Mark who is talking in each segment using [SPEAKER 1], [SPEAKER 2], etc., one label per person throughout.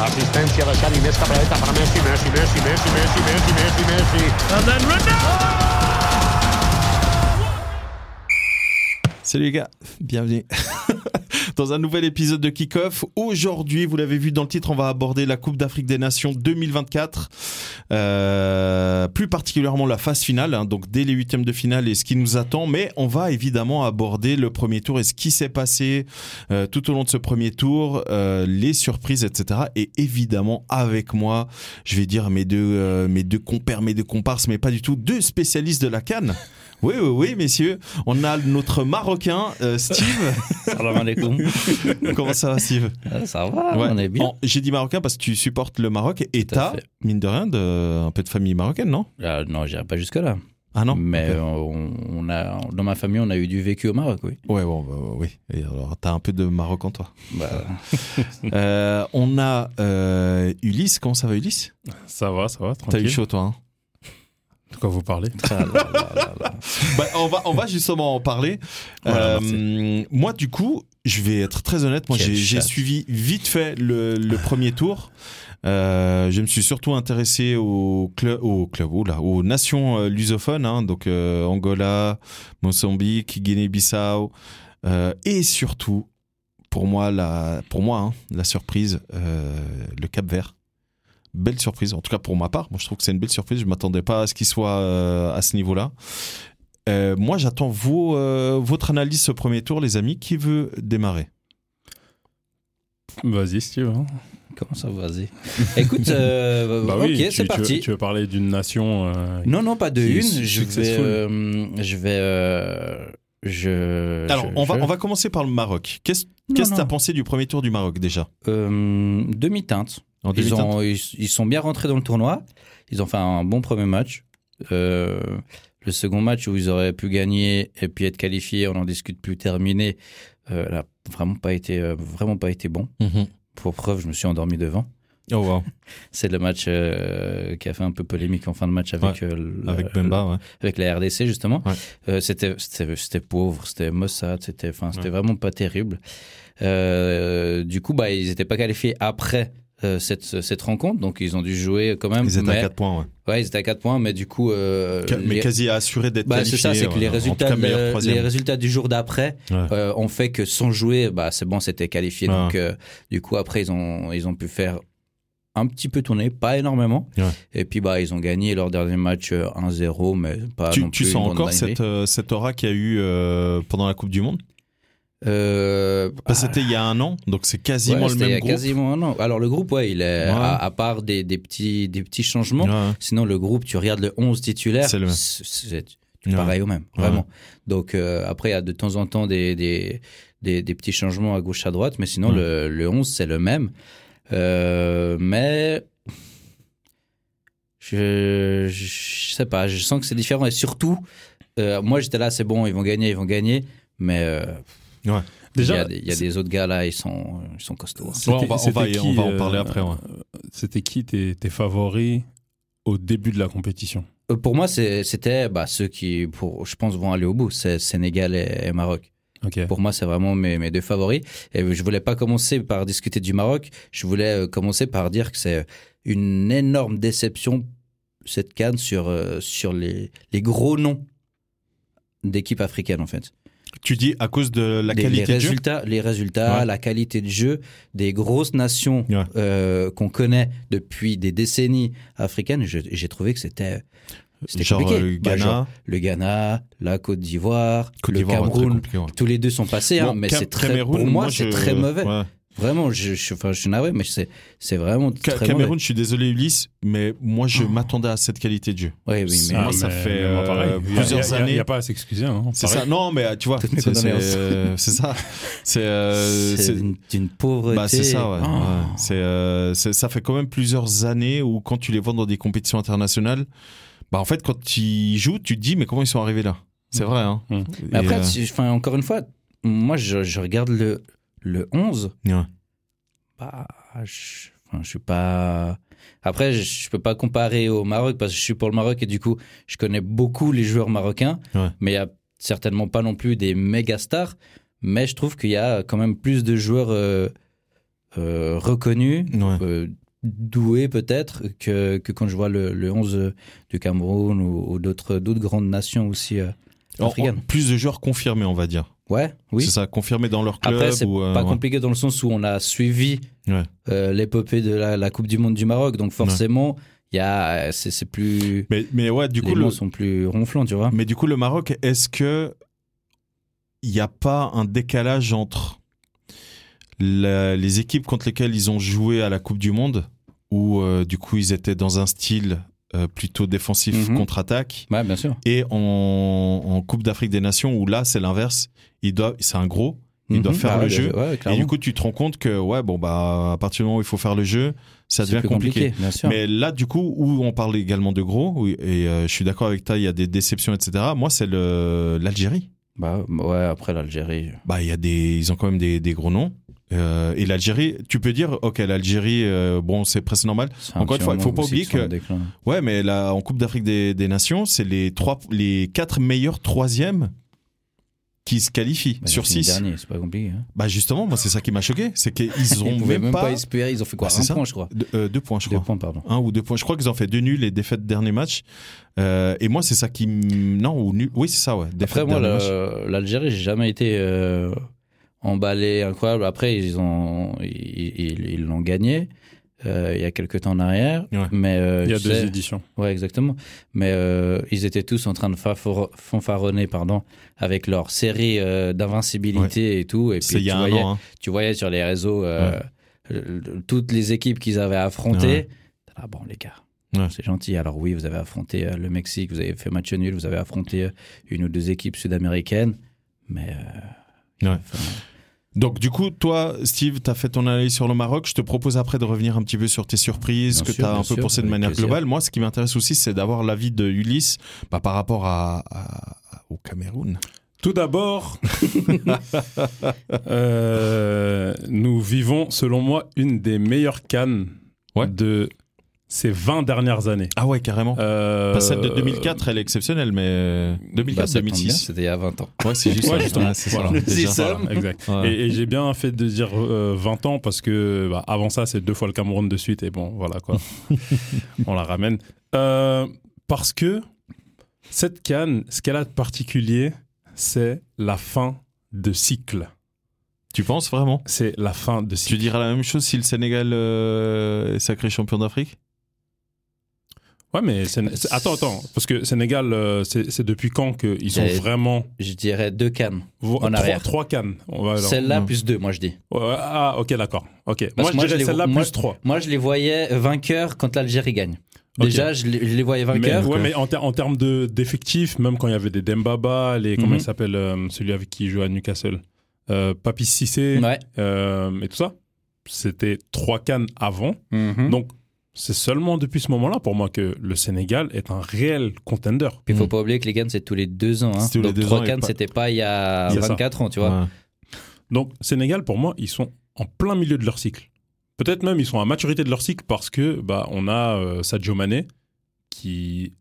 [SPEAKER 1] Asistencia de Xavi, més cap a la dreta per Messi, Messi, Messi, Messi, Messi, Messi, Messi, Messi.
[SPEAKER 2] And then Ronaldo!
[SPEAKER 3] Salut les gars, bienvenue dans un nouvel épisode de Kickoff. Aujourd'hui, vous l'avez vu dans le titre, on va aborder la Coupe d'Afrique des Nations 2024, Euh, plus particulièrement la phase finale, hein, donc dès les huitièmes de finale et ce qui nous attend. Mais on va évidemment aborder le premier tour et ce qui s'est passé euh, tout au long de ce premier tour, euh, les surprises, etc. Et évidemment avec moi, je vais dire mes deux, euh, mes deux compères, mes deux comparses, mais pas du tout deux spécialistes de la canne. Oui, oui, oui, messieurs. On a notre Marocain, euh, Steve.
[SPEAKER 4] Salam alaikum.
[SPEAKER 3] Comment ça va, Steve
[SPEAKER 4] Ah, Ça va,
[SPEAKER 3] Ouais.
[SPEAKER 4] on est bien.
[SPEAKER 3] En- J'ai dit Marocain parce que tu supportes le Maroc et
[SPEAKER 4] Tout à
[SPEAKER 3] t'as, mine de rien, de- un peu de famille marocaine, non
[SPEAKER 4] Ah, non, j'irai pas jusque-là.
[SPEAKER 3] Ah non
[SPEAKER 4] Mais
[SPEAKER 3] Ok.
[SPEAKER 4] euh, on, on a, dans ma famille, on a eu du vécu au Maroc, oui.
[SPEAKER 3] Ouais, bon, bah, oui. Et alors, t'as un peu de Maroc en toi.
[SPEAKER 4] Bah,
[SPEAKER 3] Euh, on a euh, Ulysse. Comment ça va, Ulysse
[SPEAKER 2] Ça va, ça va,
[SPEAKER 3] T'as eu
[SPEAKER 2] tranquille.
[SPEAKER 3] chaud, toi. hein
[SPEAKER 2] De quoi vous parlez
[SPEAKER 4] tra- la- la- la- la.
[SPEAKER 3] Bah, on, va, on va justement en parler.
[SPEAKER 2] Voilà,
[SPEAKER 3] Euh, moi, du coup, je vais être très honnête. Moi,
[SPEAKER 4] Quel
[SPEAKER 3] j'ai j'ai
[SPEAKER 4] chat.
[SPEAKER 3] suivi vite fait le, le premier tour. Euh, je me suis surtout intéressé au club, au club, oula, aux nations euh, lusophones, hein, donc euh, Angola, Mozambique, Guinée-Bissau, euh, et surtout, pour moi, la, pour moi, hein, la surprise, euh, le Cap-Vert. Belle surprise, en tout cas pour ma part. Moi, je trouve que c'est une belle surprise. Je m'attendais pas à ce qu'il soit euh, à ce niveau-là. Euh, moi, j'attends vos, euh, votre analyse ce premier tour, les amis. Qui veut démarrer
[SPEAKER 2] Vas-y, si tu veux. hein.
[SPEAKER 4] Comment ça va, Zé Écoute, euh,
[SPEAKER 2] Bah
[SPEAKER 4] ok,
[SPEAKER 2] oui, tu-
[SPEAKER 4] c'est
[SPEAKER 2] tu,
[SPEAKER 4] parti.
[SPEAKER 2] veux- Tu veux parler d'une nation euh,
[SPEAKER 4] Non, non, pas de
[SPEAKER 2] Qui est
[SPEAKER 4] une. Je vais,
[SPEAKER 2] successful.
[SPEAKER 4] euh, je vais, euh, je.
[SPEAKER 3] Alors,
[SPEAKER 4] Euh, je-
[SPEAKER 3] on, va,
[SPEAKER 4] je-
[SPEAKER 3] on va commencer par le Maroc. Qu'est-ce
[SPEAKER 4] Non,
[SPEAKER 3] qu'est-ce que tu as
[SPEAKER 4] non.
[SPEAKER 3] pensé du premier tour du Maroc déjà
[SPEAKER 4] Euh, demi-teinte.
[SPEAKER 3] En
[SPEAKER 4] Ils,
[SPEAKER 3] 2020?
[SPEAKER 4] ont- ils, ils sont bien rentrés dans le tournoi. Ils ont fait un bon premier match. Euh, le second match où ils auraient pu gagner et puis être qualifiés, on en discute plus terminé, euh, n'a vraiment pas été euh, vraiment pas été bon. Pour preuve, je me suis endormi devant.
[SPEAKER 3] Oh, wow.
[SPEAKER 4] C'est le match euh, qui a fait un peu polémique en fin de match avec euh, le-
[SPEAKER 3] Avec Bemba, ouais.
[SPEAKER 4] avec la RDC justement.
[SPEAKER 3] Ouais.
[SPEAKER 4] Euh, c'était c'était c'était pauvre, c'était Mossad, c'était enfin c'était vraiment pas terrible. Euh, du coup bah ils étaient pas qualifiés après euh, cette cette rencontre donc ils ont dû jouer quand même.
[SPEAKER 3] Ils étaient à
[SPEAKER 4] mais-
[SPEAKER 3] 4 points, ouais.
[SPEAKER 4] Ouais ils étaient à 4 points mais du coup euh,
[SPEAKER 3] Ca- Mais
[SPEAKER 4] les-
[SPEAKER 3] quasi assuré d'être
[SPEAKER 4] bah, c'est
[SPEAKER 3] qualifié.
[SPEAKER 4] ça, c'est que
[SPEAKER 3] ouais.
[SPEAKER 4] les
[SPEAKER 3] En tout
[SPEAKER 4] résultats,
[SPEAKER 3] cas,
[SPEAKER 4] de-
[SPEAKER 3] meilleur troisième.
[SPEAKER 4] les résultats du jour d'après
[SPEAKER 3] Ouais.
[SPEAKER 4] euh, ont fait que sans jouer, bah, c'est bon, c'était qualifié.
[SPEAKER 3] Ouais.
[SPEAKER 4] Donc, euh, du coup, après, ils ont, ils ont pu faire un petit peu tourner, pas énormément.
[SPEAKER 3] Ouais.
[SPEAKER 4] Et puis, bah, ils ont gagné leur dernier match euh, 1-0, mais pas
[SPEAKER 3] tu,
[SPEAKER 4] non plus.
[SPEAKER 3] tu sens
[SPEAKER 4] une grande
[SPEAKER 3] encore
[SPEAKER 4] dinguerie.
[SPEAKER 3] cette, euh, cette aura qu'il y a eu euh, pendant la Coupe du Monde
[SPEAKER 4] Euh,
[SPEAKER 3] Parce que
[SPEAKER 4] ah,
[SPEAKER 3] C'était il y a un an, donc c'est quasiment
[SPEAKER 4] ouais,
[SPEAKER 3] le
[SPEAKER 4] c'était il y
[SPEAKER 3] même
[SPEAKER 4] a
[SPEAKER 3] groupe.
[SPEAKER 4] quasiment un an. Alors, le groupe, ouais, il est,
[SPEAKER 3] Ouais.
[SPEAKER 4] à, à part des, des petits, des petits changements,
[SPEAKER 3] Ouais,
[SPEAKER 4] sinon, le groupe, tu regardes le 11 titulaire,
[SPEAKER 3] C'est le même.
[SPEAKER 4] c'est-
[SPEAKER 3] ouais.
[SPEAKER 4] pareil au même,
[SPEAKER 3] Ouais.
[SPEAKER 4] vraiment. Donc euh, après, il y a de temps en temps des, des, des, des petits changements à gauche, à droite, mais sinon
[SPEAKER 3] Ouais.
[SPEAKER 4] le, le 11, c'est le même. Euh, mais je, je, je sais pas, je sens que c'est différent et surtout, euh, moi j'étais là, c'est bon, ils vont gagner, ils vont gagner, mais euh, il y
[SPEAKER 2] Déjà,
[SPEAKER 4] a des- il y, a des autres gars là, ils sont, ils sont costauds. hein.
[SPEAKER 2] c'était-
[SPEAKER 3] Ouais, on va- on
[SPEAKER 2] c'était
[SPEAKER 3] va y- on va en
[SPEAKER 2] euh,
[SPEAKER 3] parler après, ouais.
[SPEAKER 2] C'était qui tes, tes favoris au début de la compétition
[SPEAKER 4] Euh, Pour moi, c'est- c'était bah, ceux qui, pour, je pense, vont aller au bout, c'est Sénégal et- et Maroc.
[SPEAKER 2] Ok.
[SPEAKER 4] Pour moi, c'est vraiment mes, mes deux favoris. Et je voulais pas commencer par discuter du Maroc. Je voulais euh, commencer par dire que c'est une énorme déception cette canne sur euh, sur les les gros noms d'équipes africaines en fait.
[SPEAKER 3] Tu dis à cause de la
[SPEAKER 4] Des- les,
[SPEAKER 3] qualité de jeu
[SPEAKER 4] résultats, les résultats,
[SPEAKER 3] Ouais.
[SPEAKER 4] la qualité de jeu des grosses nations
[SPEAKER 3] Ouais.
[SPEAKER 4] euh, qu'on connaît depuis des décennies africaines. Je- J'ai trouvé que c'était c'était
[SPEAKER 3] Genre
[SPEAKER 4] compliqué.
[SPEAKER 3] euh,
[SPEAKER 4] Bah,
[SPEAKER 3] Ghana,
[SPEAKER 4] genre le Ghana, la Côte d'Ivoire,
[SPEAKER 3] Côte
[SPEAKER 4] le
[SPEAKER 3] d'Ivoire, ouais, très
[SPEAKER 4] Cameroun.
[SPEAKER 3] compliqué, ouais.
[SPEAKER 4] Tous les deux sont passés, hein,
[SPEAKER 3] Bon,
[SPEAKER 4] mais
[SPEAKER 3] Cap-
[SPEAKER 4] c'est très,
[SPEAKER 3] Cameroun,
[SPEAKER 4] pour moi, c'est
[SPEAKER 3] je-
[SPEAKER 4] très mauvais.
[SPEAKER 3] ouais.
[SPEAKER 4] Vraiment, je, je, enfin, je suis navré, mais c'est, c'est vraiment
[SPEAKER 3] Ca-
[SPEAKER 4] très
[SPEAKER 3] Cameroun, je suis désolé Ulysse, mais moi je m'attendais à cette qualité de jeu.
[SPEAKER 4] mauvais. Ouais, oui, mais
[SPEAKER 3] Ah, moi, ça fait,
[SPEAKER 2] moi,
[SPEAKER 3] euh,
[SPEAKER 2] pareil. Il y a-
[SPEAKER 3] plusieurs
[SPEAKER 2] il y a- Il
[SPEAKER 3] années.
[SPEAKER 2] n'y a pas à s'excuser. hein,
[SPEAKER 3] C'est
[SPEAKER 2] pareil.
[SPEAKER 3] ça. Non, mais tu vois,
[SPEAKER 4] Toutes mes
[SPEAKER 3] c'est c'est-
[SPEAKER 4] condoléances.
[SPEAKER 3] euh, c'est ça. C'est euh,
[SPEAKER 4] c'est
[SPEAKER 3] c'est-
[SPEAKER 4] d'une, d'une pauvreté.
[SPEAKER 3] bah, c'est ça. ouais.
[SPEAKER 4] Oh.
[SPEAKER 3] Ouais. C'est euh, c'est- ça fait quand même plusieurs années où quand tu les vois dans des compétitions internationales, bah en fait quand ils jouent, tu te dis mais comment ils sont arrivés là C'est vrai. Hein.
[SPEAKER 2] Mm.
[SPEAKER 3] Et,
[SPEAKER 4] Mais après,
[SPEAKER 3] euh,
[SPEAKER 4] tu- enfin, encore une fois, moi, je, je regarde le, le 11.
[SPEAKER 3] Ouais.
[SPEAKER 4] Bah, je, enfin, je suis pas. Après, je, je peux pas comparer au Maroc parce que je suis pour le Maroc et du coup, je connais beaucoup les joueurs marocains.
[SPEAKER 3] Ouais.
[SPEAKER 4] Mais il y a certainement pas non plus des méga stars. Mais je trouve qu'il y a quand même plus de joueurs euh, euh, reconnus
[SPEAKER 3] ouais.
[SPEAKER 4] euh, doué peut-être que, que quand je vois le, le 11 du Cameroun ou, ou d'autres d'autres grandes nations aussi euh,
[SPEAKER 3] En- en-
[SPEAKER 4] africaines.
[SPEAKER 3] Oh, plus de joueurs confirmés, on va dire.
[SPEAKER 4] Ouais, oui.
[SPEAKER 3] C'est ça, confirmés dans leur club.
[SPEAKER 4] Après, c'est
[SPEAKER 3] ou, euh,
[SPEAKER 4] pas
[SPEAKER 3] ouais.
[SPEAKER 4] compliqué dans le sens où on a suivi
[SPEAKER 3] Ouais.
[SPEAKER 4] euh, l'épopée de la, la Coupe du Monde du Maroc, donc forcément, il y a, c'est, c'est plus,
[SPEAKER 3] Mais, mais ouais, du
[SPEAKER 4] les
[SPEAKER 3] coup, le,
[SPEAKER 4] mots sont plus ronflants, tu vois.
[SPEAKER 3] mais du coup, le Maroc, est-ce que il n'y a pas un décalage entre la- les équipes contre lesquelles ils ont joué à la Coupe du Monde, où euh, du coup ils étaient dans un style euh, plutôt défensif
[SPEAKER 4] Mhm.
[SPEAKER 3] contre-attaque,
[SPEAKER 4] Ouais, bien sûr.
[SPEAKER 3] et en, en Coupe d'Afrique des Nations, où là c'est l'inverse, ils doivent, c'est un gros, ils
[SPEAKER 4] Mhm.
[SPEAKER 3] doivent faire
[SPEAKER 4] Ah
[SPEAKER 3] le
[SPEAKER 4] ouais,
[SPEAKER 3] jeu.
[SPEAKER 4] ouais,
[SPEAKER 3] Et
[SPEAKER 4] clairement.
[SPEAKER 3] du coup, tu te rends compte que, ouais, bon, bah, à partir du moment où il faut faire le jeu, ça
[SPEAKER 4] C'est
[SPEAKER 3] devient
[SPEAKER 4] plus
[SPEAKER 3] compliqué.
[SPEAKER 4] bien sûr.
[SPEAKER 3] Mais là, du coup, où on parle également de gros, oui, et euh, je suis d'accord avec toi, il y a des déceptions, etc. Moi, c'est le- l'Algérie.
[SPEAKER 4] Bah, ouais, après l'Algérie.
[SPEAKER 3] Bah, il y a des, ils ont quand même des, des gros noms. Euh, et l'Algérie, tu peux dire, ok, l'Algérie, euh, bon, c'est presque normal.
[SPEAKER 4] c'est un
[SPEAKER 3] Encore
[SPEAKER 4] petit
[SPEAKER 3] une fois, il faut
[SPEAKER 4] moment
[SPEAKER 3] pas
[SPEAKER 4] aussi
[SPEAKER 3] oublier
[SPEAKER 4] qu'ils sont
[SPEAKER 3] que-
[SPEAKER 4] en déclin.
[SPEAKER 3] Ouais, mais là, en Coupe d'Afrique des, des Nations, c'est les trois, les quatre meilleurs troisièmes qui se qualifient
[SPEAKER 4] Bah,
[SPEAKER 3] sur
[SPEAKER 4] c'est fini
[SPEAKER 3] six.
[SPEAKER 4] dernier, c'est pas compliqué. hein.
[SPEAKER 3] Bah, justement, moi, c'est ça qui m'a choqué, c'est qu'ils ont
[SPEAKER 4] ils pouvaient
[SPEAKER 3] même,
[SPEAKER 4] même pas...
[SPEAKER 3] pas,
[SPEAKER 4] espérer, ils ont fait quoi
[SPEAKER 3] Bah, c'est
[SPEAKER 4] Un
[SPEAKER 3] ça.
[SPEAKER 4] point, je crois.
[SPEAKER 3] deux- euh, deux points, je
[SPEAKER 4] Deux
[SPEAKER 3] crois.
[SPEAKER 4] points, pardon.
[SPEAKER 3] un ou deux points. Je crois qu'ils ont fait deux nuls et défaites dernier match. Euh, et moi, c'est ça qui. m- Non, ou nul. Oui, c'est ça, ouais. Défaite
[SPEAKER 4] Après, moi,
[SPEAKER 3] dernier match.
[SPEAKER 4] le- l'Algérie, j'ai jamais été euh, emballé, incroyable. Après, ils ont, ils ils- ils l'ont gagné euh, il y a quelques temps en arrière.
[SPEAKER 3] Ouais.
[SPEAKER 4] Mais euh,
[SPEAKER 2] Il y a
[SPEAKER 4] tu
[SPEAKER 2] deux
[SPEAKER 4] sais-
[SPEAKER 2] éditions.
[SPEAKER 4] ouais, exactement. Mais euh, ils étaient tous en train de fafor- fanfaronner, pardon, avec leur série euh, d'invincibilité et tout. Et puis,
[SPEAKER 3] C'est il y a
[SPEAKER 4] tu
[SPEAKER 3] un
[SPEAKER 4] voyais-
[SPEAKER 3] an. hein.
[SPEAKER 4] tu voyais sur les réseaux euh, le- le- toutes les équipes qu'ils avaient affrontées.
[SPEAKER 3] Ouais.
[SPEAKER 4] Ah bon, les gars,
[SPEAKER 3] Ouais.
[SPEAKER 4] c'est gentil. Alors oui, vous avez affronté euh, le Mexique, vous avez fait match nul, vous avez affronté euh, une ou deux équipes sud-américaines, mais euh,
[SPEAKER 3] Ouais.
[SPEAKER 4] enfin,
[SPEAKER 3] Donc, du coup, toi, Steve, tu as fait ton analyse sur le Maroc. Je te propose après de revenir un petit peu sur tes surprises,
[SPEAKER 4] Bien
[SPEAKER 3] que tu
[SPEAKER 4] sûr,
[SPEAKER 3] as un
[SPEAKER 4] bien
[SPEAKER 3] peu
[SPEAKER 4] sûr,
[SPEAKER 3] pensé de
[SPEAKER 4] avec
[SPEAKER 3] manière
[SPEAKER 4] plaisir.
[SPEAKER 3] globale. Moi, ce qui m'intéresse aussi, c'est d'avoir l'avis de Ulysse bah, par rapport à, à- au Cameroun.
[SPEAKER 2] Tout d'abord, euh, nous vivons, selon moi, une des meilleures cannes
[SPEAKER 3] Ouais.
[SPEAKER 2] de ces 20 dernières années.
[SPEAKER 3] Ah ouais, carrément.
[SPEAKER 2] Euh,
[SPEAKER 3] Pas celle de 2004, elle est exceptionnelle, mais euh,
[SPEAKER 4] bah, ça tombe bien,
[SPEAKER 3] 2004-2006.
[SPEAKER 4] c'était il y a 20 ans.
[SPEAKER 3] Ouais, c'est juste
[SPEAKER 2] Ouais,
[SPEAKER 3] ça.
[SPEAKER 2] justement.
[SPEAKER 3] Ouais, c'est ça.
[SPEAKER 2] Voilà.
[SPEAKER 3] Déjà.
[SPEAKER 4] C'est ça.
[SPEAKER 2] Voilà, exact.
[SPEAKER 3] Ouais.
[SPEAKER 2] Et, et j'ai bien fait de dire euh, 20 ans parce que bah, avant ça, c'est deux fois le Cameroun de suite et bon, voilà quoi. On la ramène. Euh, parce que cette canne, ce qu'elle a de particulier, c'est la fin de cycle.
[SPEAKER 3] Tu penses vraiment
[SPEAKER 2] C'est la fin de
[SPEAKER 3] Tu
[SPEAKER 2] cycle.
[SPEAKER 3] diras la même chose si le Sénégal euh, est sacré champion d'Afrique
[SPEAKER 2] Ouais, mais Sén- c'est- attends, attends, parce que Sénégal, euh, c'est c'est depuis quand qu'ils sont
[SPEAKER 4] Et-
[SPEAKER 2] vraiment
[SPEAKER 4] Je dirais deux cannes.
[SPEAKER 2] vo-
[SPEAKER 4] En
[SPEAKER 2] trois,
[SPEAKER 4] arrière.
[SPEAKER 2] trois cannes. On va alors-
[SPEAKER 4] Celle-là
[SPEAKER 3] non.
[SPEAKER 4] plus deux, moi je dis.
[SPEAKER 2] Ouais, ouais, ah, ok, d'accord. Ok. Moi,
[SPEAKER 4] que moi,
[SPEAKER 2] je
[SPEAKER 4] je
[SPEAKER 2] dirais
[SPEAKER 4] les
[SPEAKER 2] celle-là
[SPEAKER 4] vois- moi,
[SPEAKER 2] plus trois.
[SPEAKER 4] Moi je les voyais euh, vainqueurs quand l'Algérie gagne.
[SPEAKER 2] Ok.
[SPEAKER 4] Déjà, je les, je les voyais
[SPEAKER 2] Mais,
[SPEAKER 4] vainqueurs.
[SPEAKER 2] ouais, mais en, ter- en termes de- d'effectifs, même quand il y avait des Dembaba, les, comment
[SPEAKER 4] Mhm.
[SPEAKER 2] il s'appelle, euh, celui avec qui il joue à Newcastle, euh, Papi Cissé
[SPEAKER 4] Ouais.
[SPEAKER 2] euh, et tout ça, c'était trois cannes avant.
[SPEAKER 4] Mhm.
[SPEAKER 2] Donc, c'est seulement depuis ce moment-là pour moi que le Sénégal est un réel contender.
[SPEAKER 4] Puis faut pas oublier que les cannes c'est tous les deux ans. Hein.
[SPEAKER 3] C'est tous les
[SPEAKER 4] Donc
[SPEAKER 3] deux ans
[SPEAKER 4] trois
[SPEAKER 3] et
[SPEAKER 4] cannes
[SPEAKER 3] pas-
[SPEAKER 4] c'était pas il y a
[SPEAKER 2] C'est ça.
[SPEAKER 4] 24 ans, tu vois.
[SPEAKER 2] Donc, Sénégal, pour moi, ils sont en plein milieu de leur cycle. Peut-être même ils sont à maturité de leur cycle parce que bah on a euh, Sadio Mané qui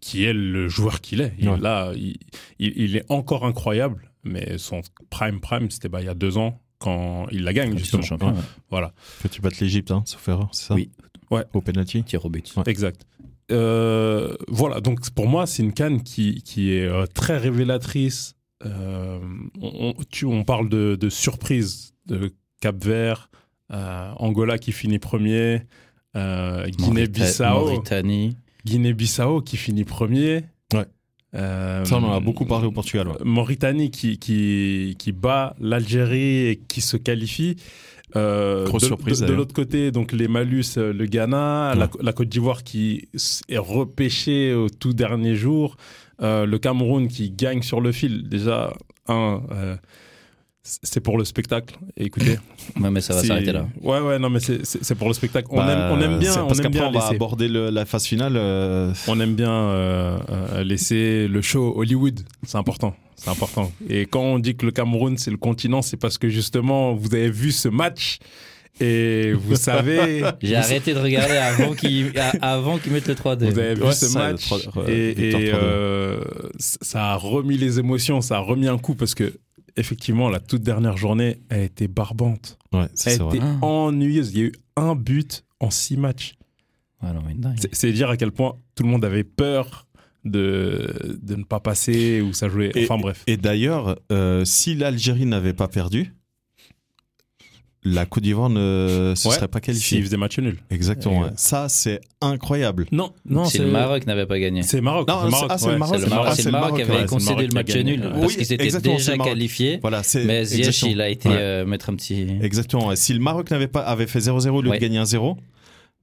[SPEAKER 2] qui est le joueur qu'il est. Il,
[SPEAKER 3] Ouais.
[SPEAKER 2] là, il, il- il est encore incroyable, mais son prime prime c'était bah, il y a deux ans quand il la gagne
[SPEAKER 4] Ils sont
[SPEAKER 2] justement.
[SPEAKER 4] champions, ouais.
[SPEAKER 2] Voilà,
[SPEAKER 3] Que tu battes l'Égypte, hein, sauf erreur, c'est ça
[SPEAKER 4] Oui.
[SPEAKER 2] Ouais.
[SPEAKER 3] Au penalty.
[SPEAKER 4] Tir au but.
[SPEAKER 2] exact. Euh, voilà, donc pour moi c'est une canne qui qui est euh, très révélatrice. Euh, on, on- tu, on parle de, de surprise de Cap Vert, euh, Angola qui finit premier, euh, Guinée-Bissau,
[SPEAKER 4] Mauritanie.
[SPEAKER 2] Guinée-Bissau qui finit premier.
[SPEAKER 3] Ouais.
[SPEAKER 2] Euh,
[SPEAKER 3] Ça, on en a beaucoup parlé au Portugal. ouais.
[SPEAKER 2] Mauritanie qui, qui, qui bat l'Algérie et qui se qualifie. Euh,
[SPEAKER 3] Grosse
[SPEAKER 2] de,
[SPEAKER 3] surprise,
[SPEAKER 2] de- de
[SPEAKER 3] d'ailleurs.
[SPEAKER 2] l'autre côté, donc les Malus, euh, le Ghana, la,
[SPEAKER 3] Ouais.
[SPEAKER 2] la Côte d'Ivoire qui s- est repêchée au tout dernier jour, euh, le Cameroun qui gagne sur le fil. Déjà, un, euh, c- c'est pour le spectacle. Et Écoutez,
[SPEAKER 4] Ouais, mais ça va
[SPEAKER 2] c'est-
[SPEAKER 4] s'arrêter là.
[SPEAKER 2] Ouais, ouais, non, mais c'est- c'est c'est pour le spectacle. On,
[SPEAKER 3] Bah,
[SPEAKER 2] aime, on aime bien,
[SPEAKER 3] c'est
[SPEAKER 2] on
[SPEAKER 3] Parce
[SPEAKER 2] aime
[SPEAKER 3] qu'après,
[SPEAKER 2] bien
[SPEAKER 3] on va
[SPEAKER 2] laisser.
[SPEAKER 3] aborder le- la phase finale. euh,
[SPEAKER 2] On aime bien euh, euh, laisser le show Hollywood. C'est important. C'est important. Et quand on dit que le Cameroun, c'est le continent, c'est parce que justement, vous avez vu ce match et vous savez.
[SPEAKER 4] J'ai arrêté de regarder avant qu'ils a- avant qu'ils mettent le 3D.
[SPEAKER 2] Vous avez vu
[SPEAKER 3] Ouais,
[SPEAKER 2] ce
[SPEAKER 3] ça, le
[SPEAKER 2] match
[SPEAKER 3] trois- ouais,
[SPEAKER 2] et,
[SPEAKER 3] victoire
[SPEAKER 2] et,
[SPEAKER 3] 3-2.
[SPEAKER 2] euh, ça a remis les émotions, ça a remis un coup parce que effectivement la toute dernière journée, elle était barbante,
[SPEAKER 3] Ouais, ça,
[SPEAKER 2] elle
[SPEAKER 3] c'est vrai.
[SPEAKER 2] était ennuyeuse. Il y a eu un but en six matchs.
[SPEAKER 4] Ouais, non, mais dingue.
[SPEAKER 2] C'est- C'est dire à quel point tout le monde avait peur de, de ne pas passer ou ça jouait.
[SPEAKER 3] Et-
[SPEAKER 2] Enfin bref.
[SPEAKER 3] Et d'ailleurs, euh, si l'Algérie n'avait pas perdu, la Côte d'Ivoire ne se
[SPEAKER 2] Ouais,
[SPEAKER 3] serait pas qualifiée.
[SPEAKER 2] S'ils faisaient match nul.
[SPEAKER 3] Exactement.
[SPEAKER 4] Euh,
[SPEAKER 3] ouais. Ça, c'est incroyable.
[SPEAKER 2] Non, non,
[SPEAKER 4] Si le Maroc n'avait pas gagné.
[SPEAKER 2] C'est Maroc.
[SPEAKER 3] Non,
[SPEAKER 2] c'est
[SPEAKER 3] c'est- ah, c'est le
[SPEAKER 2] ouais.
[SPEAKER 3] Maroc,
[SPEAKER 4] C'est le Maroc,
[SPEAKER 3] ah,
[SPEAKER 4] c'est le Maroc qui
[SPEAKER 3] ouais,
[SPEAKER 4] avait
[SPEAKER 2] c'est le
[SPEAKER 4] concédé
[SPEAKER 2] Maroc
[SPEAKER 4] le
[SPEAKER 2] qui a
[SPEAKER 4] match
[SPEAKER 2] gagné.
[SPEAKER 4] nul
[SPEAKER 3] Oui,
[SPEAKER 4] parce qu'ils étaient
[SPEAKER 3] exactement, c'est
[SPEAKER 4] déjà
[SPEAKER 3] le Maroc.
[SPEAKER 4] qualifiés.
[SPEAKER 3] Voilà, c'est
[SPEAKER 4] Mais Ziyech,
[SPEAKER 3] exactement.
[SPEAKER 4] il a été
[SPEAKER 2] Ouais.
[SPEAKER 4] euh, mettre un petit.
[SPEAKER 3] Exactement. Et si le Maroc n'avait pas avait fait 0-0 au lieu
[SPEAKER 4] Ouais.
[SPEAKER 3] de gagner 1-0,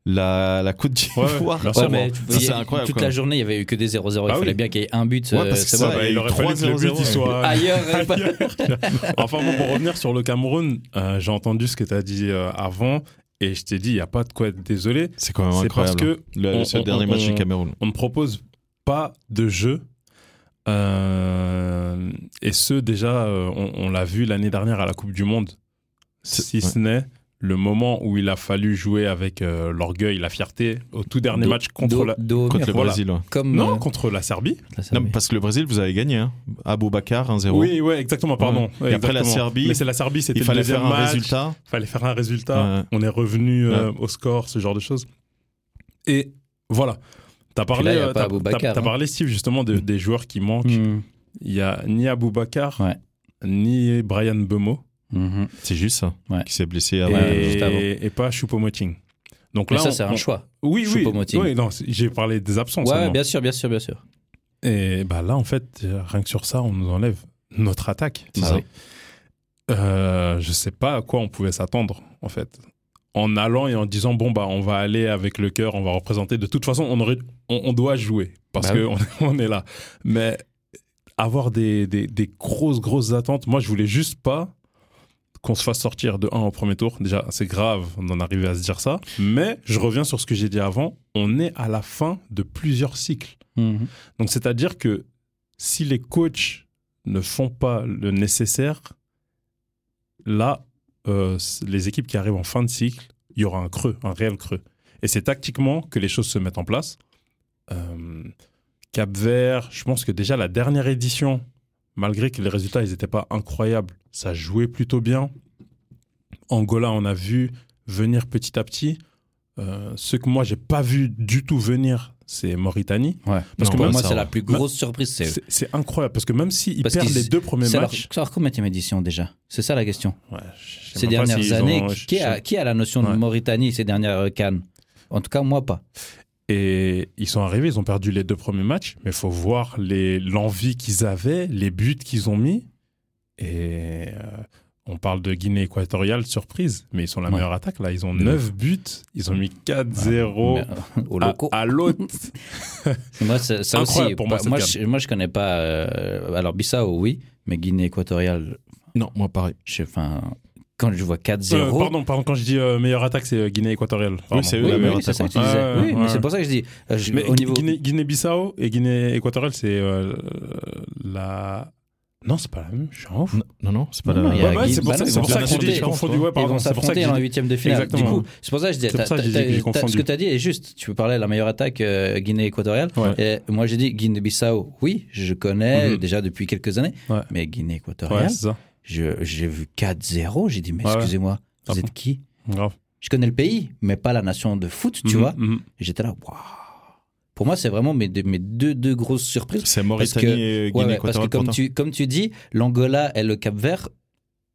[SPEAKER 3] la, la Côte
[SPEAKER 2] Ouais,
[SPEAKER 3] d'Ivoire.
[SPEAKER 2] bien
[SPEAKER 4] Ouais,
[SPEAKER 2] sûr.
[SPEAKER 4] mais tu-
[SPEAKER 3] Ça,
[SPEAKER 4] il y
[SPEAKER 3] c'est
[SPEAKER 4] a-
[SPEAKER 3] incroyable,
[SPEAKER 4] Toute
[SPEAKER 3] quoi.
[SPEAKER 4] la journée, il y avait eu que des 0-0.
[SPEAKER 2] Ah
[SPEAKER 4] il fallait
[SPEAKER 2] oui.
[SPEAKER 4] bien qu'il y ait un but.
[SPEAKER 3] Ouais,
[SPEAKER 4] euh,
[SPEAKER 3] parce que
[SPEAKER 4] c'est
[SPEAKER 3] ça,
[SPEAKER 4] bon.
[SPEAKER 3] bah,
[SPEAKER 2] Ouais, Ah, il aurait fallu que le
[SPEAKER 3] 3-0-0.
[SPEAKER 2] but il soit
[SPEAKER 4] Ailleurs, euh, pas-
[SPEAKER 2] enfin bon, pour revenir sur le Cameroun, euh, j'ai entendu ce que tu as dit euh, avant et je t'ai dit, il n'y a pas de quoi être désolé.
[SPEAKER 3] C'est quand même
[SPEAKER 2] C'est
[SPEAKER 3] incroyable.
[SPEAKER 2] parce que
[SPEAKER 3] le,
[SPEAKER 2] on-
[SPEAKER 3] c'est le
[SPEAKER 2] on-
[SPEAKER 3] dernier
[SPEAKER 2] on-
[SPEAKER 3] match du
[SPEAKER 2] on-
[SPEAKER 3] Cameroun.
[SPEAKER 2] on ne propose pas de jeu. Euh, et ce, déjà, euh, on, on l'a vu l'année dernière à la Coupe du Monde.
[SPEAKER 3] C'est-
[SPEAKER 2] Si ce n'est le moment où il a fallu jouer avec euh, l'orgueil, la fierté, au tout dernier
[SPEAKER 4] Do-
[SPEAKER 2] match contre
[SPEAKER 4] Do-
[SPEAKER 2] la.
[SPEAKER 4] Do-
[SPEAKER 3] Contre le
[SPEAKER 2] Voilà.
[SPEAKER 3] Brésil. ouais.
[SPEAKER 4] Comme.
[SPEAKER 2] Non,
[SPEAKER 4] euh,
[SPEAKER 2] contre la Serbie.
[SPEAKER 4] la Serbie.
[SPEAKER 3] Non, mais parce que le Brésil, vous avez gagné. Hein. Aboubacar 1-0.
[SPEAKER 2] Oui, ouais, exactement, pardon.
[SPEAKER 3] Et après, la
[SPEAKER 2] Exactement.
[SPEAKER 3] Serbie,
[SPEAKER 2] Mais c'est la Serbie, c'était
[SPEAKER 3] Il
[SPEAKER 2] le
[SPEAKER 3] fallait
[SPEAKER 2] deuxième
[SPEAKER 3] faire un
[SPEAKER 2] match.
[SPEAKER 3] résultat.
[SPEAKER 2] fallait faire un résultat.
[SPEAKER 3] Ouais.
[SPEAKER 2] On est revenu euh, au score, ce genre de choses. Et voilà. T'as parlé,
[SPEAKER 4] là, y a
[SPEAKER 2] euh,
[SPEAKER 4] pas
[SPEAKER 2] t'as-
[SPEAKER 4] Aboubacar,
[SPEAKER 2] t'as- t'as
[SPEAKER 4] hein.
[SPEAKER 2] parlé, Steve, justement,
[SPEAKER 3] Mm.
[SPEAKER 2] de- des joueurs qui manquent.
[SPEAKER 4] Mhm.
[SPEAKER 2] Il n'y a ni Aboubacar,
[SPEAKER 4] Ouais.
[SPEAKER 2] ni Brian Bemo
[SPEAKER 4] Mhm.
[SPEAKER 3] C'est juste ça.
[SPEAKER 4] Ouais.
[SPEAKER 3] Qui s'est blessé
[SPEAKER 2] et,
[SPEAKER 3] avant.
[SPEAKER 4] Ah ouais, juste avant.
[SPEAKER 2] et pas Choupo-Moting. Donc
[SPEAKER 4] Mais
[SPEAKER 2] là,
[SPEAKER 4] ça,
[SPEAKER 2] on-
[SPEAKER 4] c'est un
[SPEAKER 2] on-
[SPEAKER 4] choix.
[SPEAKER 2] Oui, oui.
[SPEAKER 4] Choupo-Moting.
[SPEAKER 2] Oui, non, c'est- j'ai parlé des absents.
[SPEAKER 4] Ouais,
[SPEAKER 2] seulement.
[SPEAKER 4] bien sûr, bien sûr, bien sûr.
[SPEAKER 2] Et bah là, en fait, euh, rien que sur ça, on nous enlève notre attaque.
[SPEAKER 3] C'est
[SPEAKER 4] Ah
[SPEAKER 3] ça.
[SPEAKER 4] oui.
[SPEAKER 2] Euh, je sais pas à quoi on pouvait s'attendre, en fait. En allant et en disant, bon, bah, on va aller avec le cœur, on va représenter. De toute façon, on, aurait, on, on doit jouer parce
[SPEAKER 4] Bah
[SPEAKER 2] que on, on est là. Mais avoir des, des, des grosses, grosses attentes, moi, je voulais juste pas qu'on se fasse sortir de 1 au premier tour. Déjà, c'est grave d'en arriver à se dire ça. Mais je reviens sur ce que j'ai dit avant. On est à la fin de plusieurs cycles.
[SPEAKER 4] Mhm.
[SPEAKER 2] Donc, c'est-à-dire que si les coachs ne font pas le nécessaire, là, euh, c- les équipes qui arrivent en fin de cycle, il y aura un creux, un réel creux. Et c'est tactiquement que les choses se mettent en place. Euh, Cap Vert, je pense que déjà la dernière édition, malgré que les résultats ils n'étaient pas incroyables, ça jouait plutôt bien. Angola, on a vu venir petit à petit. Euh, ce que moi, j'ai pas vu du tout venir, c'est Mauritanie.
[SPEAKER 4] Ouais.
[SPEAKER 2] Parce que
[SPEAKER 4] Pour
[SPEAKER 2] même
[SPEAKER 4] moi,
[SPEAKER 2] ça,
[SPEAKER 4] c'est
[SPEAKER 2] ouais.
[SPEAKER 4] la plus grosse surprise. C'est
[SPEAKER 2] C'est c'est incroyable parce que même s'ils
[SPEAKER 4] Parce
[SPEAKER 2] perdent
[SPEAKER 4] qu'ils-
[SPEAKER 2] les deux premiers
[SPEAKER 4] c'est leur,
[SPEAKER 2] matchs,
[SPEAKER 4] c'est leur combattième édition déjà C'est ça la question.
[SPEAKER 2] ouais, je sais
[SPEAKER 4] Ces
[SPEAKER 2] même pas
[SPEAKER 4] dernières
[SPEAKER 2] s'ils
[SPEAKER 4] années,
[SPEAKER 2] ont-
[SPEAKER 4] qui, qui
[SPEAKER 2] je-
[SPEAKER 4] a, qui a la notion
[SPEAKER 2] Ouais.
[SPEAKER 4] de Mauritanie ces dernières euh, cannes En tout cas, moi pas.
[SPEAKER 2] et ils sont arrivés, ils ont perdu les deux premiers matchs, mais il faut voir les- l'envie qu'ils avaient, les buts qu'ils ont mis. Et euh, on parle de Guinée équatoriale, surprise, mais ils sont la
[SPEAKER 4] Ouais.
[SPEAKER 2] meilleure attaque là. Ils ont
[SPEAKER 4] De
[SPEAKER 2] 9 buts, ils ont mis 4-0
[SPEAKER 4] Mais, euh, Au
[SPEAKER 2] à,
[SPEAKER 4] loco.
[SPEAKER 2] à l'autre.
[SPEAKER 4] Moi, ça, ça
[SPEAKER 2] Ah, Incroyable
[SPEAKER 4] aussi,
[SPEAKER 2] pour
[SPEAKER 4] pour
[SPEAKER 2] moi,
[SPEAKER 4] moi,
[SPEAKER 2] cette gamme.
[SPEAKER 4] je, moi, je connais pas. euh, alors, Bissau, oui, mais Guinée équatoriale,
[SPEAKER 3] Non, moi pareil.
[SPEAKER 4] je, enfin, quand je vois 4-0.
[SPEAKER 2] Euh, pardon, pardon, quand je dis euh, meilleure attaque, c'est euh, Guinée équatoriale. pardon.
[SPEAKER 3] c'est eux
[SPEAKER 4] Oui,
[SPEAKER 3] la
[SPEAKER 4] oui,
[SPEAKER 3] meilleure
[SPEAKER 4] c'est ça
[SPEAKER 3] attaque,
[SPEAKER 4] que tu disais.
[SPEAKER 2] ouais.
[SPEAKER 4] oui,
[SPEAKER 2] Ouais,
[SPEAKER 4] mais
[SPEAKER 2] Ah, ouais.
[SPEAKER 4] c'est pour ça que je dis. euh, je-
[SPEAKER 2] Mais
[SPEAKER 4] au niveau.
[SPEAKER 2] Guinée- Guinée-Bissau et Guinée équatoriale, c'est euh, la. Non, c'est pas la même, je suis en fou.
[SPEAKER 3] Non, non, c'est pas
[SPEAKER 4] Non, non, il y
[SPEAKER 3] la.
[SPEAKER 4] a
[SPEAKER 2] Ouais, ouais,
[SPEAKER 4] Guinée-
[SPEAKER 2] c'est pour
[SPEAKER 4] bah
[SPEAKER 2] ça,
[SPEAKER 4] non,
[SPEAKER 2] c'est
[SPEAKER 4] ils
[SPEAKER 2] pour
[SPEAKER 4] vont
[SPEAKER 2] ça que j'ai dit, j'ai
[SPEAKER 4] s'affronter.
[SPEAKER 2] confondu. Ouais,
[SPEAKER 4] Ils
[SPEAKER 2] pardon,
[SPEAKER 4] vont
[SPEAKER 2] c'est pour ça
[SPEAKER 4] s'affronter
[SPEAKER 2] que j'ai
[SPEAKER 4] dans la
[SPEAKER 2] dit-
[SPEAKER 4] huitième de finale. Du
[SPEAKER 2] Exactement.
[SPEAKER 4] coup, c'est pour ça que je dis,
[SPEAKER 2] C'est pour
[SPEAKER 4] t'as-
[SPEAKER 2] ça que
[SPEAKER 4] t'as-
[SPEAKER 2] j'ai dit que j'ai
[SPEAKER 4] t'as-
[SPEAKER 2] confondu.
[SPEAKER 4] ce que tu as dit est juste. Tu peux parler de la meilleure attaque euh, Guinée-Équatoriale. Et moi, j'ai dit Guinée-Bissau, oui, je connais
[SPEAKER 2] Mhm.
[SPEAKER 4] déjà depuis quelques années.
[SPEAKER 2] Ouais.
[SPEAKER 4] Mais
[SPEAKER 2] Ouais,
[SPEAKER 4] Guinée-Équatoriale,
[SPEAKER 2] c'est ça.
[SPEAKER 4] je- j'ai vu 4-0. J'ai dit, mais
[SPEAKER 2] Ouais, ouais.
[SPEAKER 4] excusez-moi,
[SPEAKER 2] Ah
[SPEAKER 4] vous
[SPEAKER 2] bon.
[SPEAKER 4] êtes qui
[SPEAKER 2] Grave.
[SPEAKER 4] Je connais le pays, mais pas la nation de foot, tu
[SPEAKER 2] Mhm,
[SPEAKER 4] vois.
[SPEAKER 2] mhm.
[SPEAKER 4] Et J'étais là, waouh. Pour moi, c'est vraiment mes deux, mes deux, deux grosses surprises.
[SPEAKER 3] C'est
[SPEAKER 4] Parce que-
[SPEAKER 3] Mauritanie et
[SPEAKER 4] Ouais,
[SPEAKER 3] Guinée
[SPEAKER 4] ouais, parce que
[SPEAKER 3] équatoriale.
[SPEAKER 4] comme
[SPEAKER 3] pour
[SPEAKER 4] tu, comme tu dis, l'Angola et le Cap Vert,